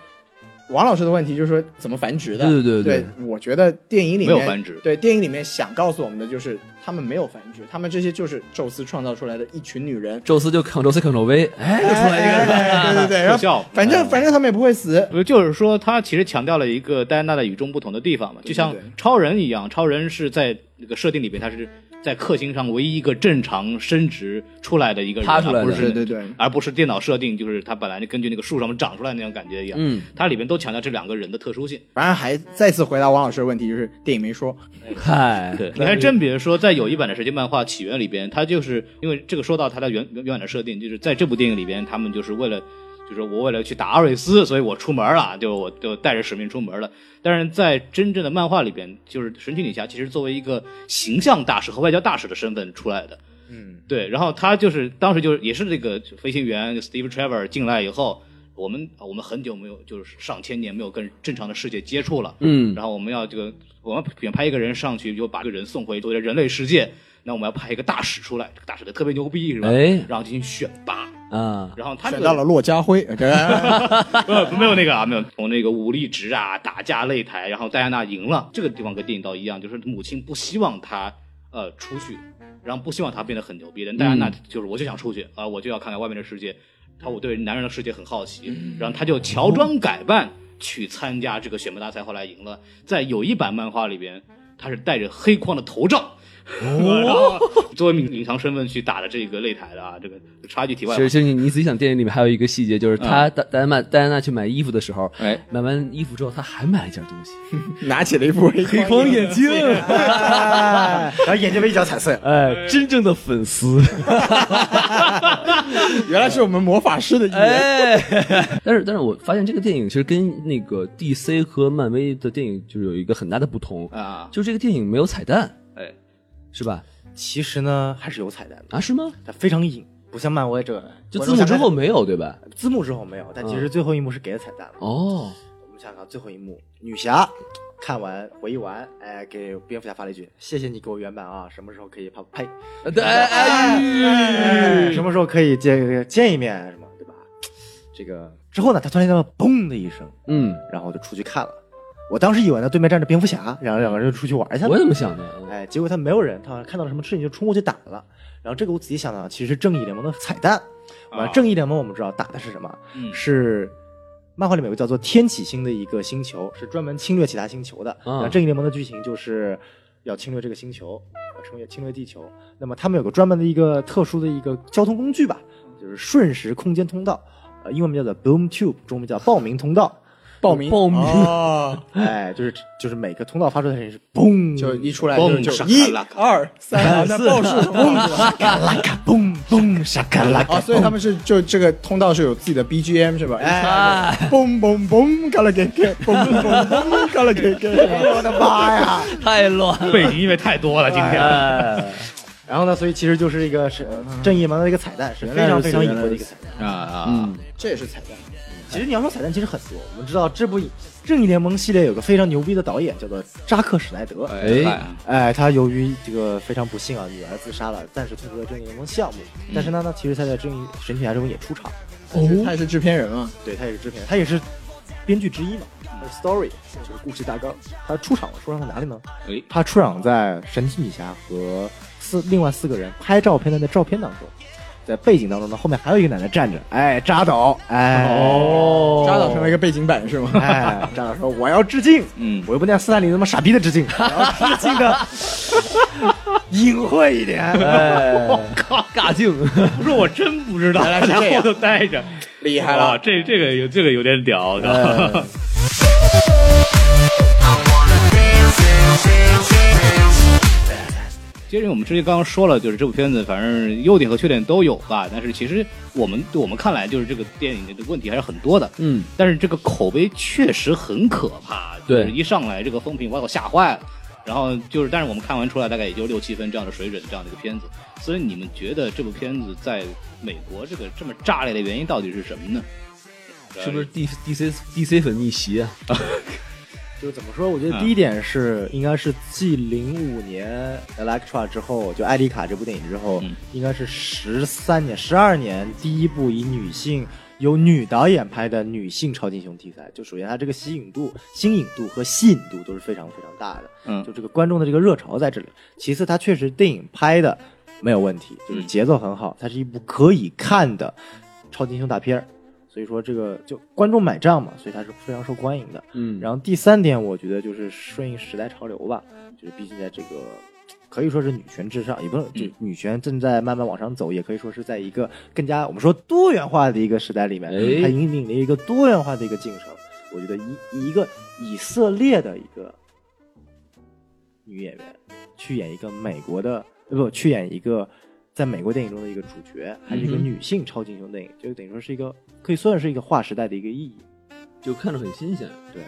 王老师的问题就是说怎么繁殖的？对对对对，我觉得电影里面没有繁殖对电影里面想告诉我们的就是他们没有繁殖，他们这些就是宙斯创造出来的一群女 人。宙斯就 c 宙斯 ctrl v，哎，又出来一个人了。哎对对对，然特效后反正反正他们也不会死。不就是说，他其实强调了一个戴安娜的与众不同的地方嘛，就像对对超人一样，超人是在那个设定里边，他是在氪金上唯一一个正常升值出来的一个人，爬出来的而不是对对对而不是电脑设定，就是他本来就根据那个树上面长出来那种感觉一样。嗯，它里边都强调这两个人的特殊性。反正还再次回答王老师的问题，就是电影没说。嗨，对，你还真别说，在有一版的《神奇漫画起源》里边，它就是因为这个说到它的原原版的设定，就是在这部电影里边，他们就是为了，就是我为了去打阿瑞斯，所以我出门了，就我就带着使命出门了。但是在真正的漫画里边，就是神奇女侠其实作为一个形象大使和外交大使的身份出来的。嗯，对，然后他就是当时就是也是这个飞行员 Steve Trevor 进来以后，我们我们很久没有就是上千年没有跟正常的世界接触了，嗯，然后我们要这个，我们选派一个人上去，就把这个人送回作为人类世界。那我们要派一个大使出来，这个大使得特别牛逼，是吧？哎然后进行选拔，啊，然后他这选个到了骆家辉，呃 不没有那个啊，没有从那个武力值啊、打架擂台，然后戴安娜赢了，这个地方跟电影到一样，就是母亲不希望她呃出去，然后不希望她变得很牛逼，但戴安娜就是我就想出去啊、我就要看看外面的世界，她我对男人的世界很好奇，然后她就乔装改扮去参加这个选拔大赛，后来赢了，在有一版漫画里边，她是戴着黑框的头罩。 然后作为隐藏身份去打的这个擂台的啊，这个插句题外其话实，，其实你你仔细想，电影里面还有一个细节，就是嗯他戴戴安娜戴安娜去买衣服的时候，哎，买完衣服之后，他还买了一件东西，拿起了一副黑框眼镜，然后眼睛被一脚踩碎了。哎，真正的粉丝，原来是我们魔法师的意人。哎， 但是但是我发现这个电影其实跟那个 DC 和漫威的电影就是有一个很大的不同，啊，就这个电影没有彩蛋，哎，是吧？其实呢，还是有彩蛋的，啊，是吗？但非常隐，不像漫威这个。就我字幕之后，没有对吧？字幕之后没有，但其实最后一幕是给了彩蛋了。哦，我们想想最后一幕，女侠看完回忆完，哎，给蝙蝠侠发了一句：“谢谢你给我原版啊，什么时候可以拍？呸，对，哎，什么时候可以见见一面什么，对吧？”这个之后呢，他突然听到嘣的一声，嗯，然后我就出去看了。我当时以为呢，对面站着蝙蝠侠，然后两个人就出去玩去了。我也这么想的，哎，结果他没有人，他好像看到了什么事情就冲过去打了。然后这个我仔细想想，其实正义联盟的彩蛋，啊，啊正义联盟我们知道打的是什么？嗯是漫画里面有个叫做天启星的一个星球，是专门侵略其他星球的。嗯然后正义联盟的剧情就是要侵略这个星球，要成为侵略地球。那么他们有个专门的一个特殊的一个交通工具吧，就是瞬时空间通道，呃，英文名叫做 Boom Tube，中文叫报名通道。报名报名哦，哎，就是就是每个通道发出的声音是嘣，就一出来嘣就沙就卡一拉卡二三，啊那 报数嘣沙嘎啦嘎嘣嘣沙嘎啦嘎啊，所以他们是就这个通道是有自己的 BGM 是吧？哎，嘣嘣嘣，嘎啦给给，嘣嘣嘣，嘎啦给给，我的妈呀！太乱，背景音乐太多了，今 天。然后呢，所以其实就是一个是呃嗯正义联盟的一个彩蛋，是非常非常隐晦的一个彩蛋。啊啊！这也是彩蛋，其实你要说彩蛋，其实很多。我们知道这部正义联盟系列有个非常牛逼的导演，叫做扎克史奈德。哎，哎，他由于这个非常不幸啊，女儿自杀了，暂时退出了正义联盟项目。但是呢，呢，其实他在正义神奇侠中也出场，哦，他也是制片人嘛，对他也是制片，他也是编剧之一嘛。他是 story 就是故事大纲，他出场了，出场在哪里呢？哎他出场在神奇女侠和四另外四个人拍照片的那照片当中，在背景当中呢，后面还有一个奶奶站着，哎，扎导，哎，哦扎导成为一个背景板是吗？哎，扎导说我要致敬，嗯我又不像斯坦李那么傻逼的致敬，我要致敬的隐晦一点，哎，靠，尬镜！不是我真不知道，在后头待着，厉害啊，了，这这个有这个有点屌，知道吧？ 其实我们之前刚刚说了，就是这部片子反正优点和缺点都有吧，但是其实我们对我们看来，就是这个电影的问题还是很多的。嗯，但是这个口碑确实很可怕，对就是一上来这个风评把我吓坏了。然后就是，但是我们看完出来大概也就六七分这样的水准，这样的一个片子。所以你们觉得这部片子在美国这个这么炸裂的原因到底是什么呢？是不是 D D C D C 粉逆袭啊？就怎么说？我觉嗯得第一点是，应该是继零五年《Electra》之后，就《艾丽卡》这部电影之后，嗯应该是十三年、十二年第一部以女性由女导演拍的女性超级英雄题材。就首先它这个吸引度、新颖度和吸引度都是非常非常大的。嗯就这个观众的这个热潮在这里。其次，它确实电影拍的没有问题，嗯就是节奏很好，它是一部可以看的超级英雄大片儿。所以说这个就观众买账嘛，所以它是非常受欢迎的。嗯然后第三点，我觉得就是顺应时代潮流吧，就是毕竟在这个可以说是女权至上，也不能就嗯女权正在慢慢往上走，也可以说是在一个更加我们说多元化的一个时代里面，哎它引领了一个多元化的一个进程。我觉得以以一个以色列的一个女演员去演一个美国的，呃不，去演一个在美国电影中的一个主角，还是一个嗯哼女性超级英雄电影，就等于说是一个可以算是一个划时代的一个意义。就看着很新鲜。哎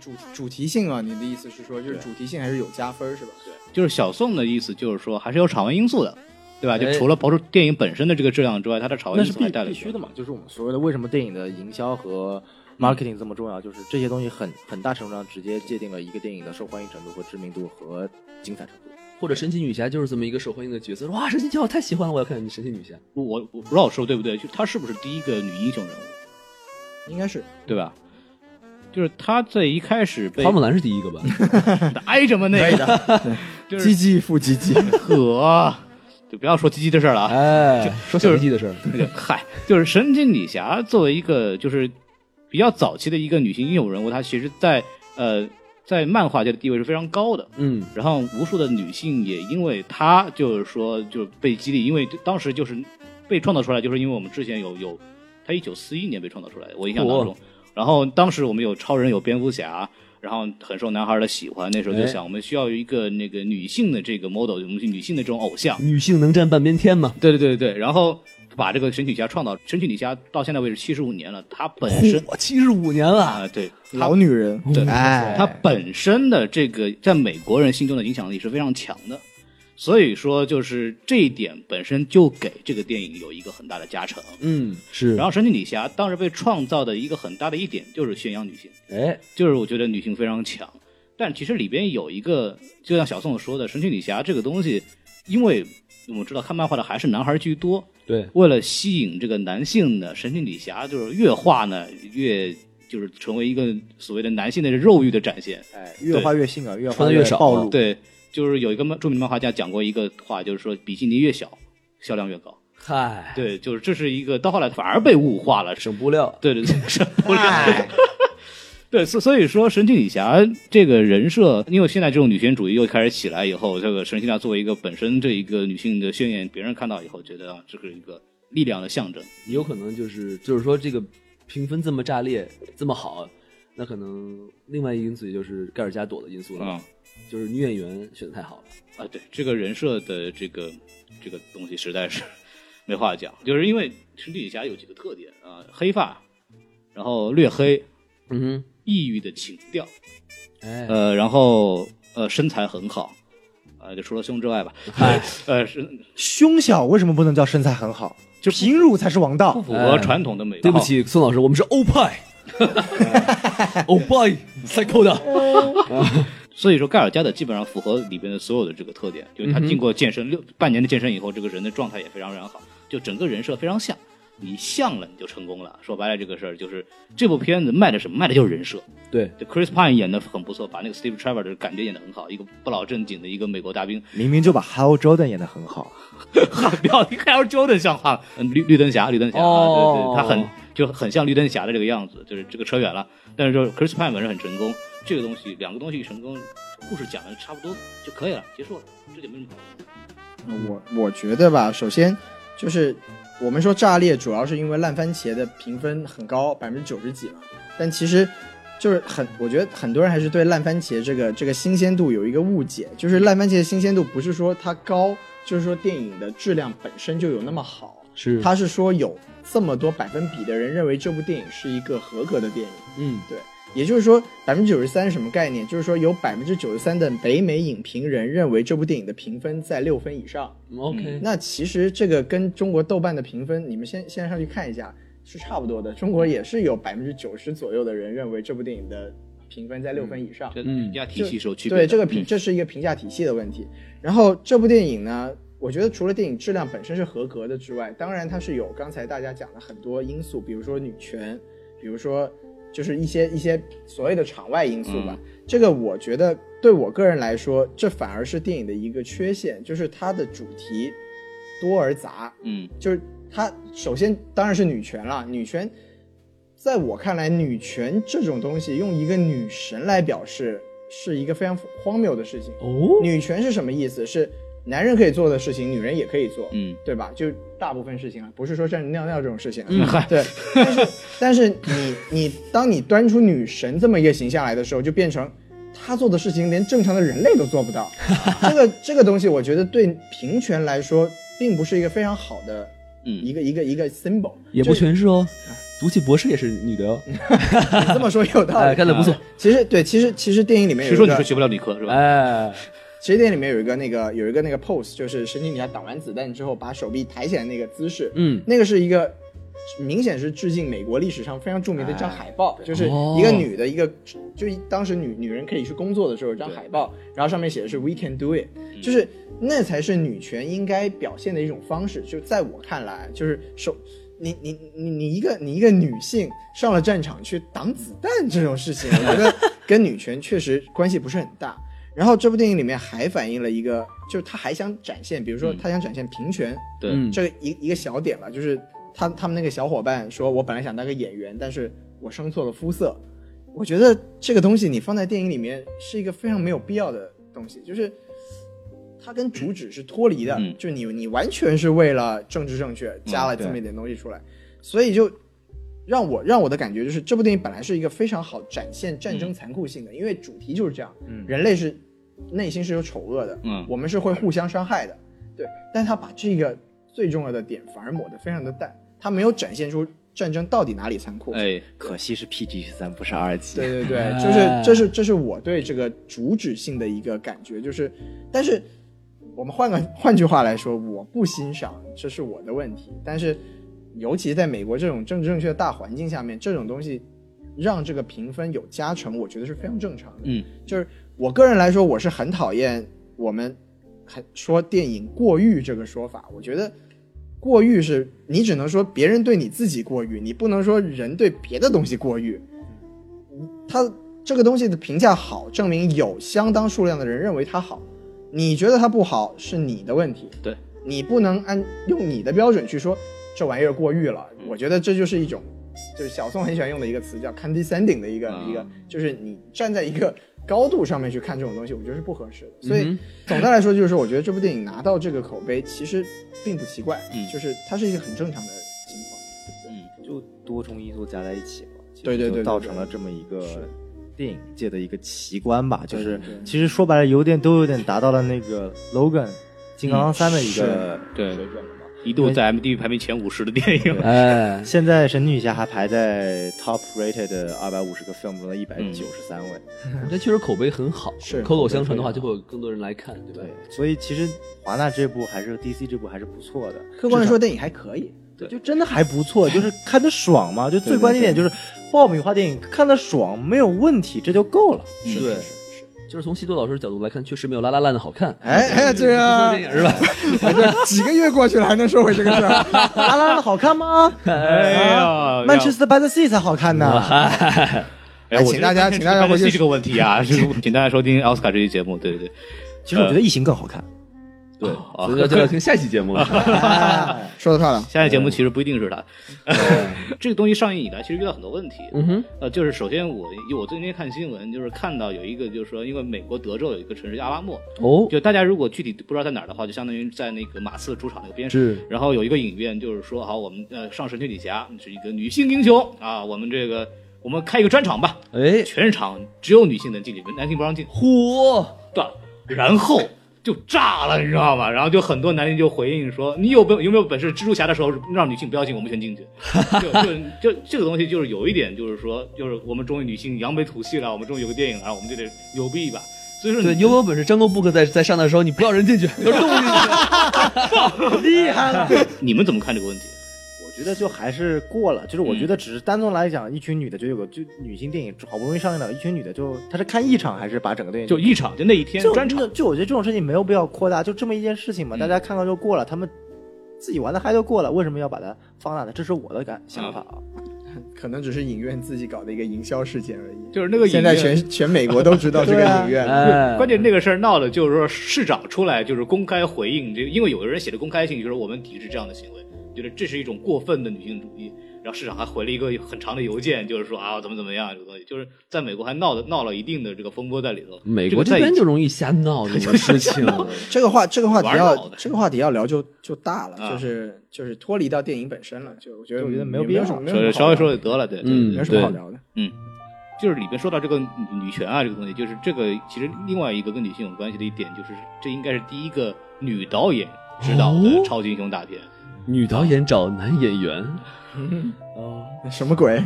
主主题性啊，你的意思是说，就是主题性还是有加分是吧？对。就是小宋的意思，就是说还是有场外因素的，对吧？就哎除了刨出电影本身的这个质量之外，它的场外那因是素必还带了哦必一须些的嘛，就是我们所谓的为什么电影的营销和 marketing 这么重要，就是这些东西很很大程度上直接界定了一个电影的受欢迎程度和知名度和精彩程度。或者神奇女侠就是这么一个受欢迎的角色，哇，神奇女侠我太喜欢了，我要看神奇女侠。我我我不知道我说的对不对，就她是不是第一个女英雄人物，应该是对吧？就是她在一开始被花木兰是第一个吧？挨着嘛那个， 就是唧唧复唧唧， 可，就不要说鸡鸡的事儿了啊。 哎，说小鸡的事儿，那个嗨，就是神奇女侠作为一个就是比较早期的一个女性英雄人物，她其实在呃在漫画界的地位是非常高的。嗯，然后无数的女性也因为她就是说就被激励，因为当时就是被创造出来，就是因为我们之前有有她一九四一年被创造出来的，我印象当中。然后当时我们有超人，有蝙蝠侠。然后很受男孩的喜欢，那时候就哎想，我们需要有一个那个女性的这个 model，我们女性的这种偶像。女性能站半边天嘛？对对对对，然后把这个神奇女侠创造，神奇女侠到现在为止七十五年了，她本身我七十五年啊、了，嗯对她老女人，对哎，她本身的这个在美国人心中的影响力是非常强的，所以说就是这一点本身就给这个电影有一个很大的加成。嗯，是然后神奇女侠当时被创造的一个很大的一点就是宣扬女性，哎，就是我觉得女性非常强，但其实里边有一个，就像小宋说的，神奇女侠这个东西，因为我们知道看漫画的还是男孩居多，对，为了吸引这个男性呢，神奇女侠就是越画呢越就是成为一个所谓的男性的肉欲的展现。哎，越对画越性感，越穿画得越少暴露。对，就是有一个漫著名漫画家讲过一个话，就是说比基尼越小，销量越高。嗨，对，就是这是一个到后来反而被物化了。省布料，对对对，是不是哎 对，所所以说神奇女侠这个人设，因为现在这种女权主义又开始起来以后，这个神奇女侠作为一个本身这一个女性的宣言，别人看到以后觉得啊，这是一个力量的象征。也有可能就是就是说这个评分这么炸裂，这么好，那可能另外一个因素也就是盖尔加朵的因素了，嗯就是女演员选的太好了。啊，对这个人设的这个这个东西实在是没话讲，就是因为神奇女侠有几个特点啊，黑发，然后略黑，嗯抑郁的情调，哼，哎，呃，然后呃身材很好，呃，就除了胸之外吧，呃是胸小为什么不能叫身材很好？就平乳才是王道不。符合传统的美貌。呃对不，起，宋老师，我们是欧派， 欧派赛扣的，所以说盖尔加德基本上符合里边的所有的这个特点，就是他嗯经过健身六半年的健身以后，这个人的状态也非常非常好，就整个人设非常像。你像了，你就成功了。说白了，这个事儿就是这部片子卖的什么？卖的就是人设。对，对，Chris Pine 演的很不错，把那个 Steve Trevor 的感觉演的很好，一个不老正经的一个美国大兵。 明明就把 Hal Jordan 演得很好，不要你还要 Jordan 像话了，嗯绿绿灯侠，绿灯侠，哦啊对对，他很就很像绿灯侠的这个样子，就是这个扯远了。但是就是 Chris Pine 本身很成功，这个东西两个东西一成功，故事讲的差不多就可以了，结束了，这就没什么好。我我觉得吧，首先就是我们说炸裂，主要是因为烂番茄的评分很高，百分之九十几嘛。但其实就是很，我觉得很多人还是对烂番茄这个这个新鲜度有一个误解，就是烂番茄的新鲜度不是说它高，就是说电影的质量本身就有那么好，是它是说有这么多百分比的人认为这部电影是一个合格的电影。嗯，也就是说，百分之九十三是什么概念？就是说有百分之九十三的北美影评人认为这部电影的评分在六分以上。 OK，那其实这个跟中国豆瓣的评分，你们先先上去看一下，是差不多的。中国也是有百分之九十左右的人认为这部电影的评分在六分以上。这嗯评价体系是有区别的。嗯对，这个评这是一个评价体系的问题。然后这部电影呢，我觉得除了电影质量本身是合格的之外，当然它是有刚才大家讲的很多因素，比如说女权，比如说就是一些一些所谓的场外因素嗯吧。这个我觉得对我个人来说，这反而是电影的一个缺陷，就是它的主题多而杂。嗯，就是它首先当然是女权了，女权在我看来，女权这种东西用一个女神来表示是一个非常荒谬的事情。哦，女权是什么意思？是男人可以做的事情，女人也可以做，嗯，对吧？就大部分事情啊，不是说像尿尿这种事情啊，嗯对。但是但是你你当你端出女神这么一个形象来的时候，就变成。她做的事情连正常的人类都做不 到，这个这个东西，我觉得对平权来说，并不是一个非常好的嗯一个一个一个 symbol。也不全是哦，毒气博士也是女 的哦，你这么说有道 哎，理。干得不错，其实对，其实其实电影里面有谁一说个，你是学不了理科是吧？哎，其实电影里面有一个那个有一个那个 pose，就是神奇女侠挡完子弹之后把手臂抬起来那个姿势，嗯，那个是一个明显是致敬美国历史上非常著名的一张海报，就是哎哦一个女的一个，就是当时女女人可以去工作的时候有一张海报，然后上面写的是 “We can do it”，就是嗯那才是女权应该表现的一种方式。就在我看来，就是手。你你你你一个你一个女性上了战场去挡子弹这种事情，我觉得跟女权确实关系不是很大。然后这部电影里面还反映了一个，就是他还想展现，比如说他想展现平权，对，嗯这个一一个小点吧，就是他他们那个小伙伴说，我本来想当个演员，但是我生错了肤色。我觉得这个东西你放在电影里面是一个非常没有必要的东西，就是它跟主旨是脱离的，嗯就你你完全是为了政治正确加了这么一点东西出来，所以就让我让我的感觉就是这部电影本来是一个非常好展现战争残酷性的，因为主题就是这样，人类是内心是有丑恶的，嗯我们是会互相伤害的，对，但他把这个最重要的点反而抹得非常的淡，他没有展现出战争到底哪里残酷。哎，可惜是 PG 十三，不是 R 级。对对对，就是这是这是我对这个主旨性的一个感觉，就是，但是我们换个换句话来说，我不欣赏，这是我的问题。但是，尤其在美国这种政治正确的大环境下面，这种东西让这个评分有加成，我觉得是非常正常的。嗯，就是我个人来说，我是很讨厌我们很说电影过誉这个说法，我觉得。过誉是你只能说别人对你自己过誉，你不能说人对别的东西过誉。它这个东西的评价好，证明有相当数量的人认为它好。你觉得它不好是你的问题，对你不能按用你的标准去说这玩意儿过誉了。嗯我觉得这就是一种，就是小宋很喜欢用的一个词叫 condescending 的一个、啊一个，就是你站在一个高度上面去看这种东西，我觉得是不合适的。所以、嗯哼总的来说，就是我觉得这部电影拿到这个口碑其实并不奇怪，嗯就是它是一个很正常的情况。就多重因素加在一起嘛，其实对对对就对造对成了这么一个是电影界的一个奇观吧，就对是对对其实说白了有点都有点达到了那个 Logan 金刚三的一嗯个对水准了嘛。一度在 MDB 排名前五十的电影，哎，现在神女侠还排在 top rated 的二百五十个 film 中的一百九十三位，这确实口碑很好，是口口相传的话，就会有更多人来看，对吧？对，所以其实华纳这部还是 DC 这部还是不错的，客观来说，电影还可以，对，就真的还不 错，就是看得爽嘛，就最对关键点就是爆米花电影看得爽没有问题，这就够了。对，就是从西多老师的角度来看，确实没有拉拉烂的好看，哎哎，这这部电个 影是吧？几个月过去了还能说回这个事儿，拉拉的好看吗？ 哎呀，曼彻斯特 by the sea 才好看呢。哎，哎我请大家请大家回去这个问题啊， 是请大家收听奥斯卡这期节目，对对 其实我觉得异形更好看。对所啊 以。要就要听下期节目了。说的漂亮。下一节嗯目其实不一定是他， 这个东西上映以来，其实遇到很多问题。嗯哼，呃，就是首先我我最近看新闻，就是看到有一个，就是说，因为美国德州有一个城市叫阿拉莫，哦，就大家如果具体不知道在哪儿的话，就相当于在那个马刺主场那个边上。是然后有一个影院，就是说，好，我们呃上神奇女侠是一个女性英雄啊，我们这个我们开一个专场吧，哎，全场只有女性能进去，男性不让进。嚯，对，然后就炸了，你知道吗？然后就很多男性就回应说：“你有没有有没有本事？蜘蛛侠的时候让女性不要进，我们全进去。就”就就这个东西就是有一点，就是说，就是我们终于女性扬眉吐气了，我们终于有个电影了，我们就得牛逼一把。所以说对，你你有没有本事张够 book 在在上的时候，你不要人进去，有动物进去。你们怎么看这个问题？我觉得就还是过了，就是我嗯觉得只是单从来讲，一群女的就有个就女性电影好不容易上映了，一群女的就她是看一场还是把整个电影就一场就那一天就专场，就就我觉得这种事情没有必要扩大，就这么一件事情嘛，嗯大家看看就过了，他们自己玩的嗨就过了，为什么要把它放大呢？这是我的感想法啊。可能只是影院自己搞的一个营销事件而已。就是那个现在影院全全美国都知道这个对啊影院了，哎关键这个事儿闹的，就是说市长出来就是公开回应这个，因为有的人写的公开信就是我们抵制这样的行为，觉得这是一种过分的女性主义。然后市长还回了一个很长的邮件，就是说啊怎么怎么样这个东西，就是在美国还闹的闹了一定的这个风波在里头。美国这这个在边就容易瞎闹这种事情，这个话这个话题玩脑要的这个话题要聊就就大了，啊就是就是脱离到电影本身了，就我觉得就我觉得没没有必要什么没有什稍么稍好聊微说就得了，对，对嗯没有什么好对聊的。就是里边说到这个女女权啊这个东西，就是这个其实另外一个跟女性有关系的一点，就是这应该是第一个女导演执导的哦超级英雄大片。女导演找男演员，嗯哦什么鬼？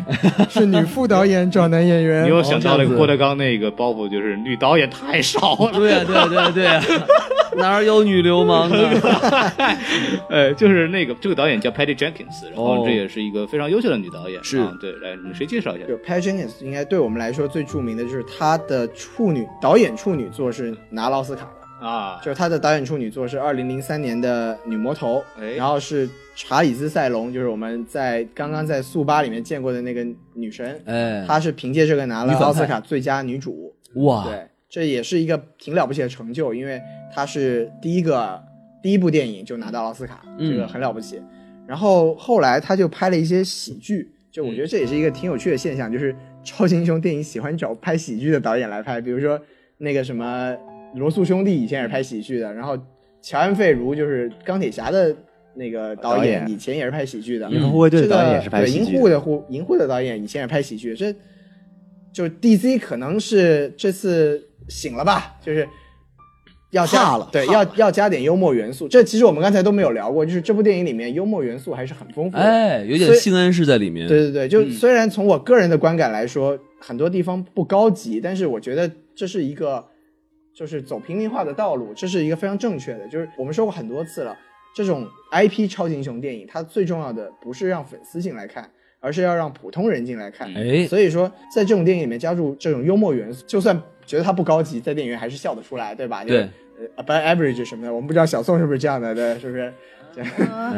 是女副导演找男演员你？又想到哦这了样子郭德纲那个包袱，就是女导演太少了。 对呀、啊、对呀、啊、对呀、啊、对呀、啊，哪有女流氓啊？呃，就是那个这个导演叫 Patty Jenkins，然后哦这也是一个非常优秀的女导演。是啊，对，来，你谁介绍一下？就 Pat Jenkins 应该对我们来说最著名的就是她的处女导演处女作是拿了奥斯卡的，啊，就是她的导演处女作是二零零三年的《女魔头》，哎然后是查理兹·塞隆，就是我们在刚刚在速八里面见过的那个女神，哎，她是凭借这个拿了女啊反派奥斯卡最佳女主。哇，对，这也是一个挺了不起的成就，因为它是第一个第一部电影就拿到奥斯卡，嗯这个很了不起。然后后来他就拍了一些喜剧，就我觉得这也是一个挺有趣的现象，就是超级英雄电影喜欢找拍喜剧的导演来拍，比如说那个什么罗素兄弟以前也是拍喜剧的，然后乔恩·费如就是钢铁侠的那个导呃导演演以前也是拍喜剧的，嗯银河护卫队的导演也是拍对喜剧银的护的护银护的导演以前也拍喜剧，这就是 DC 可能是这次醒了吧，就是要加怕了对，要要加点幽默元素。这其实我们刚才都没有聊过，就是这部电影里面幽默元素还是很丰富的。哎，有点所以性暗示在里面。对对对，就虽然从我个人的观感来说，很多地方不高级，但是我觉得这是一个，就是走平民化的道路，这是一个非常正确的。就是我们说过很多次了，这种 IP 超级英雄电影，它最重要的不是让粉丝进来看，而是要让普通人进来看。哎，所以说，在这种电影里面加入这种幽默元素，就算觉得它不高级，在电影院还是笑得出来，对吧？ 对，呃，above average 什么的，我们不知道小宋是不是这样的，对，是不是？嗯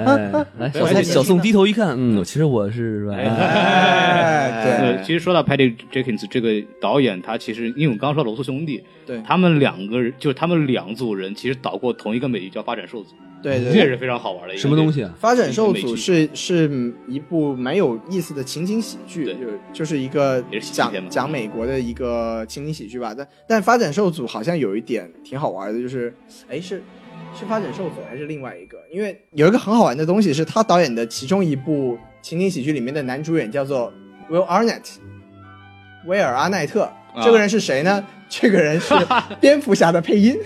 哎， 来，小我还宋，年小宋低头一看，嗯，其实我是呃哎哎，呃，其实说到 Patty Jenkins 这个导演，他其实因为我们刚刚说罗素兄弟，对他们两个人就是他们两组人，其实导过同一个美剧叫《发展受组》，对对这对也。是非常好玩的一个什么东西啊？发展受阻是是一部蛮有意思的情景喜剧，对就就是一个也是喜剧讲片嘛讲美国的一个情景喜剧吧。但但发展受阻好像有一点挺好玩的，就是哎是是发展受阻还是另外一个？因为有一个很好玩的东西是他导演的其中一部情景喜剧里面的男主演叫做 Will Arnett，威尔阿奈特。啊这个人是谁呢？这个人是 蝙蝠侠的配音，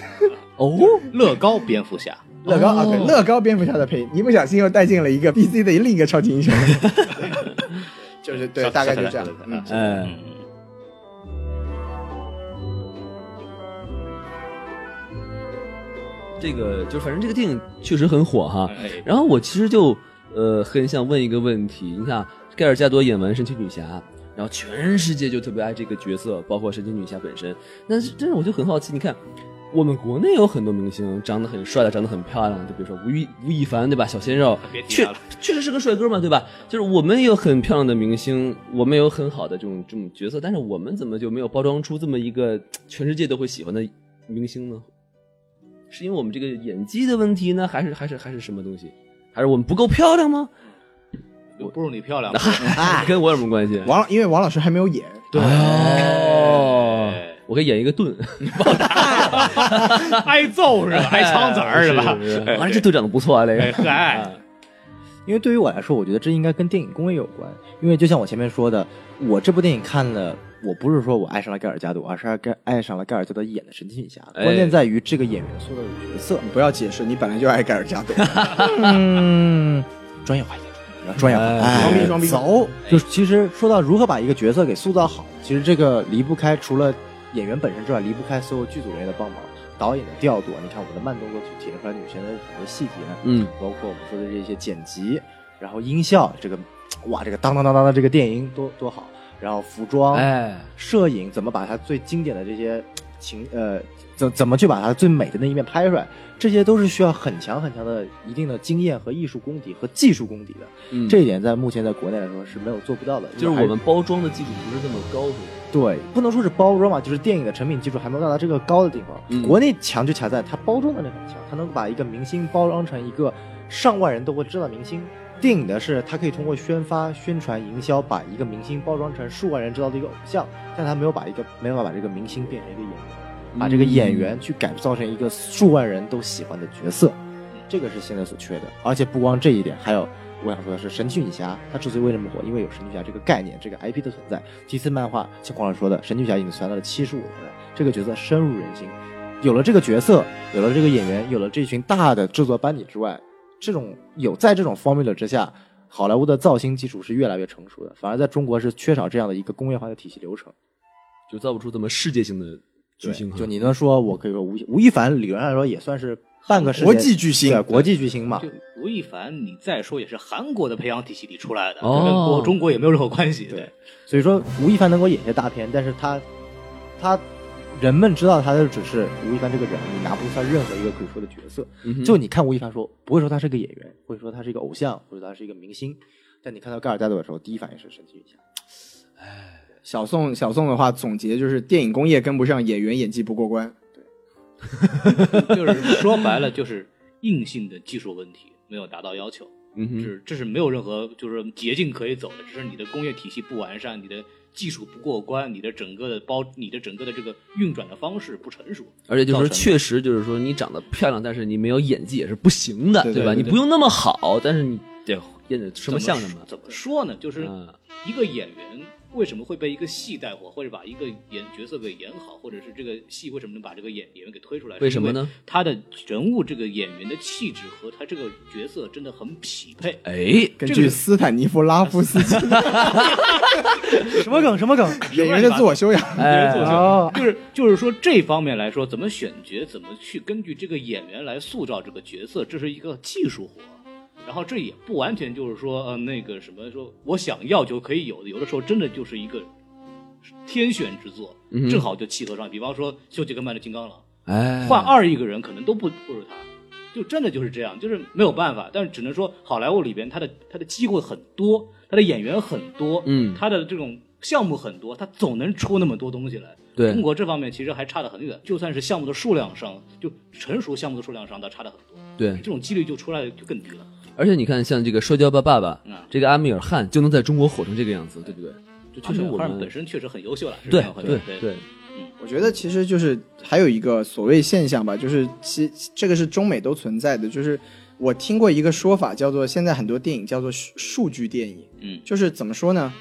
哦，乐高蝙蝠侠，乐高啊，对，哦乐高蝙蝠侠的配音，一不小心又带进了一 个 DC 的另一个超级英雄， 就是对，小大概就小这样小小。嗯，哎，这个就反正这个电影确实很火哈。哎然后我其实就呃很想问一个问题，你看啊盖尔加朵演完神奇女侠，然后全世界就特别爱这个角色，包括神奇女侠本身。但是但是我就很好奇，你看我们国内有很多明星长得很帅的，长得很漂亮的，就比如说吴亦吴亦凡对吧？小鲜肉啊别，提确他了确实是个帅哥嘛对吧？就是我们也有很漂亮的明星，我们有很好的这种这种角色，但是我们怎么就没有包装出这么一个全世界都会喜欢的明星呢？是因为我们这个演技的问题呢，还是还是还是什么东西？还是我们不够漂亮吗？不如你漂 亮，哎跟哎我有什么关系？王老因为王老师还没有演，对哦，我可以演一个盾，挨揍是吧？挨枪子儿哎是吧？完了，这盾长得不错啊，这哎，个。嗨。因为对于我来说，我觉得这应该跟电影工业有关。因为就像我前面说的，我这部电影看了，我不是说我爱上了盖尔加朵，而是盖爱上了盖尔加朵演的神奇女侠。哎关键在于这个演员塑造的角色，你不要解释，你本来就爱盖尔 加朵。嗯，专业化一点，专业化，哎装逼装逼走。就是其实说到如何把一个角色给塑造好，其实这个离不开除了演员本身之外，离不开所有剧组人员的帮忙，导演的调度。你看我们的慢动作组体现出来女神的很多细节，嗯，包括我们说的这些剪辑，然后音效这个，哇，这个当当当当的这个电音多多好，然后服装，哎，摄影怎么把它最经典的这些情呃，怎怎么去把它最美的那一面拍出来，这些都是需要很强很强的一定的经验和艺术功底和技术功底的。嗯这一点在目前在国内来说是没有做不到的，就是因为还我们包装的技术不是那么高明。对不能说是包装吧，就是电影的成品技术还没有到达这个高的地方。嗯国内强就强在它包装能力很强，它能把一个明星包装成一个上万人都会知道的明星。电影的是，它可以通过宣发、宣传、营销，把一个明星包装成数万人知道的一个偶像，但它没有把一个没有办法把这个明星变成一个演员，把这嗯个演员去改造成一个数万人都喜欢的角色，这个是现在所缺的。而且不光这一点，还有我想说的是，神奇女侠它之所以为什么火，因为有神奇女侠这个概念、这个 IP 的存在。DC 漫画像黄老师说的，神奇女侠已经存在了七十五年了，这个角色深入人心。有了这个角色，有了这个演员，有了这群大的制作班底之外，这种有在这种 formula 之下，好莱坞的造星技术是越来越成熟的，反而在中国是缺少这样的一个工业化的体系流程。就造不出这么世界性的啊巨嗯星哈。就你能说，我可以说吴亦吴亦凡理论上来说也算是半个世界国际巨星对国际巨星嘛啊就。吴亦凡，你再说也是韩国的培养体系里出来的，哦跟国中国也没有任何关系。对，所以说吴亦凡能够演些大片，但是他他人们知道他的只是吴亦凡这个人，你拿不出他任何一个可以说的角色。嗯就你看吴亦凡说，不会说他是个演员，会说他是一个偶像，或者他是一个明星。但你看到盖尔加朵的时候，第一反应是神奇女侠。小宋小宋的话总结就是：电影工业跟不上，演员演技不过关。就是说白了，就是硬性的技术问题没有达到要求，嗯哼，是这是没有任何就是捷径可以走的，只是你的工业体系不完善，你的技术不过关，你的整个的包，你的整个的这个运转的方式不成熟。而且就是造成确实就是说，你长得漂亮，但是你没有演技也是不行的，对对吧？对你不用那么好，但是你对，演的什么像什么。怎么说呢？就是嗯一个演员为什么会被一个戏带火，或者把一个演角色给演好，或者是这个戏为什么能把这个演演员给推出来？为什么呢？他的人物这个演员的气质和他这个角色真的很匹配。哎，根据斯坦尼夫拉夫 斯基什么梗？什么梗？演员的自我修养，哦，就是就是说这方面来说，怎么选角，怎么去根据这个演员来塑造这个角色，这是一个技术活。然后这也不完全就是说，呃，那个什么，说我想要就可以有的，有的时候真的就是一个天选之作，嗯哼正好就契合上。比方说休·杰克曼的《金刚狼》，哎，换二亿个人可能都不不如他，就真的就是这样，就是没有办法。但是只能说好莱坞里边他的他的机会很多，他的演员很多，嗯他的这种项目很多，他总能出那么多东西来。对中国这方面其实还差得很远，就算是项目的数量上，就成熟项目的数量上，它差得很多，对这，种几率就出来就更低了。而且你看，像这个《摔跤吧，爸爸》嗯，这个阿米尔汗就能在中国火成这个样子，对不对？就确阿实米尔我汗们本身确实很优秀了，是对吧对对对，我觉得其实就是还有一个所谓现象吧，就是其这个是中美都存在的，就是我听过一个说法，叫做现在很多电影叫做数数据电影，嗯就是怎么说呢？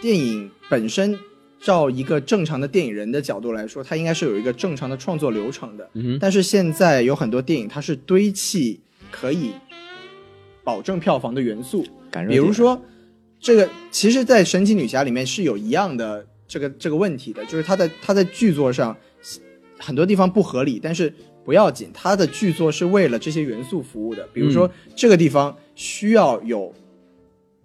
电影本身照一个正常的电影人的角度来说，它应该是有一个正常的创作流程的，嗯哼，但是现在有很多电影它是堆砌可以保证票房的元素，感比如说，这个其实，在神奇女侠里面是有一样的这个这个问题的，就是它在它在剧作上很多地方不合理，但是不要紧，它的剧作是为了这些元素服务的。比如说，嗯这个地方需要有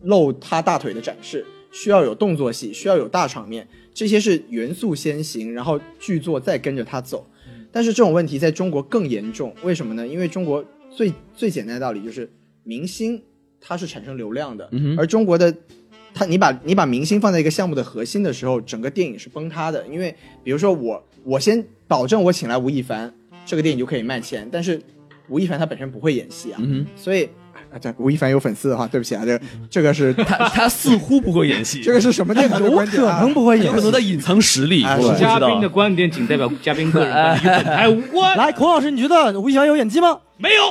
露她大腿的展示，需要有动作戏，需要有大场面，这些是元素先行，然后剧作再跟着它走。但是这种问题在中国更严重，为什么呢？因为中国最最简单的道理就是明星它是产生流量嗯的，哼而中国的它你把你把明星放在一个项目的核心的时候，整个电影是崩塌的。因为比如说我我先保证我请来吴亦凡，这个电影就可以卖钱，但是吴亦凡他本身不会演戏啊，嗯所以啊这吴亦凡有粉丝的话，对不起啊，这个这个是 哼，他他似乎不会演戏，这个是什么电台的有观点可啊？能不会演有可能在隐藏实力，哎我不知嘉道宾的。观点仅代表嘉宾个人观点，与本台无关。来，孔老师，你觉得吴亦凡有演技吗？没有，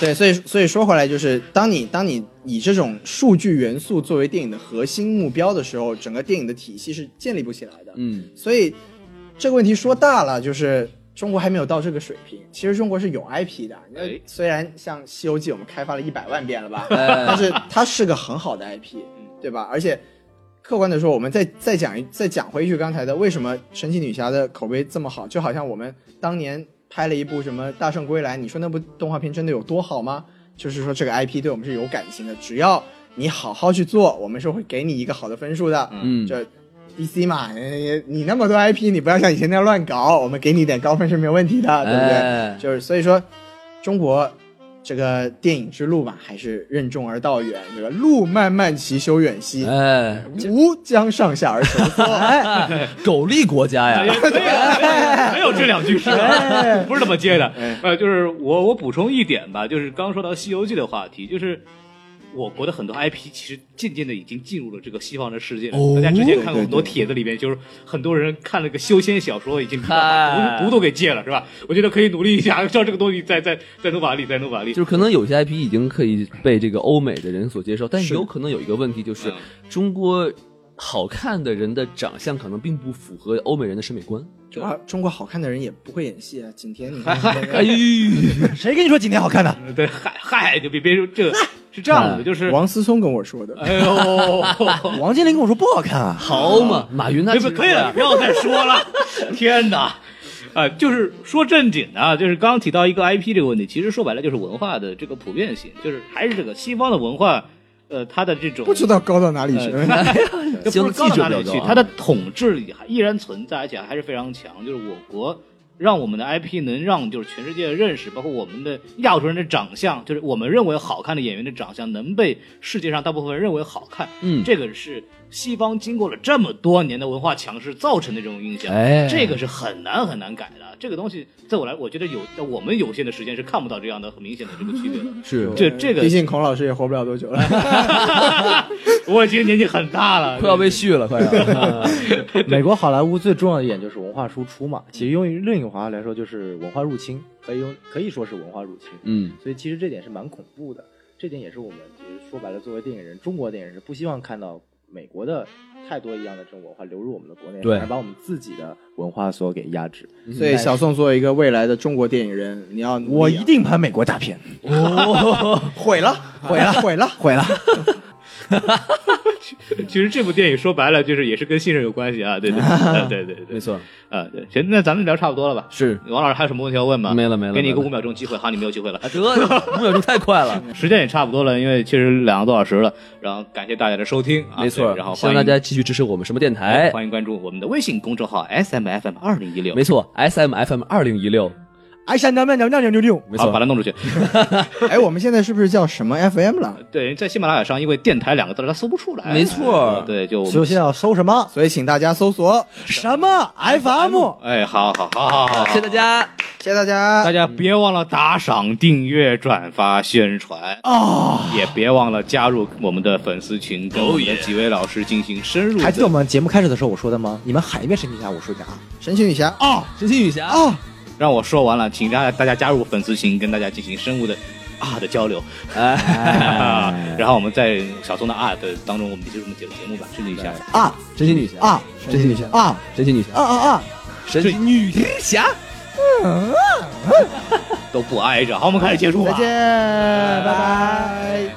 对，所以所以说回来就是，当你当你以这种数据元素作为电影的核心目标的时候，整个电影的体系是建立不起来的。嗯，所以这个问题说大了，就是中国还没有到这个水平。其实中国是有 IP 的，那哎虽然像《西游记》我们开发了一百万遍了吧，哎但是它是个很好的 IP，对吧？而且客观的说，我们再再讲一再讲回去刚才的，为什么神奇女侠的口碑这么好？就好像我们当年拍了一部什么《大圣归来》，你说那部动画片真的有多好吗？就是说这个 IP 对我们是有感情的，只要你好好去做，我们是会给你一个好的分数的。嗯这 DC 嘛，呃你那么多 IP，你不要像以前那样乱搞，我们给你一点高分是没有问题的，对不对？哎就是所以说，中国这个电影之路吧，还是任重而道远，这个路漫漫其修远兮，哎，吾将上下而求索。哎，狗利国家呀， 没有这两句是吧？ 不是这么接的哎。呃，就是我我补充一点吧，就是刚说到《西游记》的话题，就是我国的很多 IP 其实渐渐的已经进入了这个西方的世界了。哦大家之前看过对很多帖子里面，就是很多人看了个修仙小说，已经把嗨毒毒都给戒了，是吧？我觉得可以努力一下，照这个东西再再再努把力，再努把力。就是可能有些 IP 已经可以被这个欧美的人所接受，但是有可能有一个问题就是嗯，中国好看的人的长相可能并不符合欧美人的审美观。主要中国好看的人也不会演戏啊，景甜，你看那个哎呦，谁跟你说今天好看的？呃对，嗨嗨，就别别说这个是这样子的，就是王思聪跟我说的，哎呦，王健林跟我说不好看啊，好嘛，马云他不可以啊了，你不要再说了。天哪！啊、就是说正经的啊，就是刚刚提到一个 IP 这个问题，其实说白了就是文化的这个普遍性，就是还是这个西方的文化，呃，它的这种不知道高到哪里去。就不是高到哪里经去济指标，它的统治力还依然存在，而且还是非常强。就是我国让我们的 IP 能让就是全世界认识，包括我们的亚洲人的长相，就是我们认为好看的演员的长相能被世界上大部分人认为好看，嗯这个是西方经过了这么多年的文化强势造成的这种印象，哎这个是很难很难改的。这个东西在我来，我觉得有在我们有限的时间是看不到这样的很明显的这个区别 的。是 这这个毕竟孔老师也活不了多久了。我已经年纪很大了，快要被续了，快 要。美国好莱坞最重要的一点就是文化输出嘛，其实用于另一个话来说就是文化入侵，可以用可以说是文化入侵。嗯，所以其实这点是蛮恐怖的，这点也是我们其实说白了，作为电影人，中国电影人是不希望看到美国的太多一样的这种文化流入我们的国内，对反而把我们自己的文化所给压制。所以小宋作为一个未来的中国电影人，你要努我力啊一定拍美国大片，毁了，毁了， 毁了。毁了。 其实这部电影说白了就是也是跟信任有关系啊， 对对呃对对对没，错，啊对，行，那咱们聊差不多了吧？是王老师还有什么问题要问吗？没了没了给你一个没了五秒钟机会，好，你没有机会了呃啊，。得五秒钟太快了，时间也差不多了，因为其实两个多小时了，然后感谢大家的收听啊，没错。对然后希欢望迎哎大家继续支持我们什么电台？欢迎关注我们的微信公众号 S M F M 二零一六没，错，S M F M 二零一六，哎，想当面聊聊聊聊聊，没好，错把，它弄出去。 哎，我们现在是不是叫什么 FM 了？对，在喜马拉雅上，因为电台两个字它搜不出来，呃没错对，就所以我现在要搜什么所以请大家搜索，什么 FM，哎，好好好好好，谢谢大家。谢谢大家大。家别忘了打赏、订阅、转发、宣传啊！哦也别忘了加入我们的粉丝群，跟我们的几位老师进行深入哎还记得我的，们节目开始的时候我说的吗？你们喊一遍神奇侠，我说一遍啊。神奇女侠啊，神奇女侠，让我说完了，请大家大家加入粉丝群，跟大家进行深入的啊的交流。哎， 然后我们在小松的啊的当中，我们就是我们节节目吧，顺利一下。啊神奇女侠，啊！神奇女侠啊神奇女侠，啊啊啊！神奇女侠，都不挨着。好，我们开始结束吧。再见，拜拜。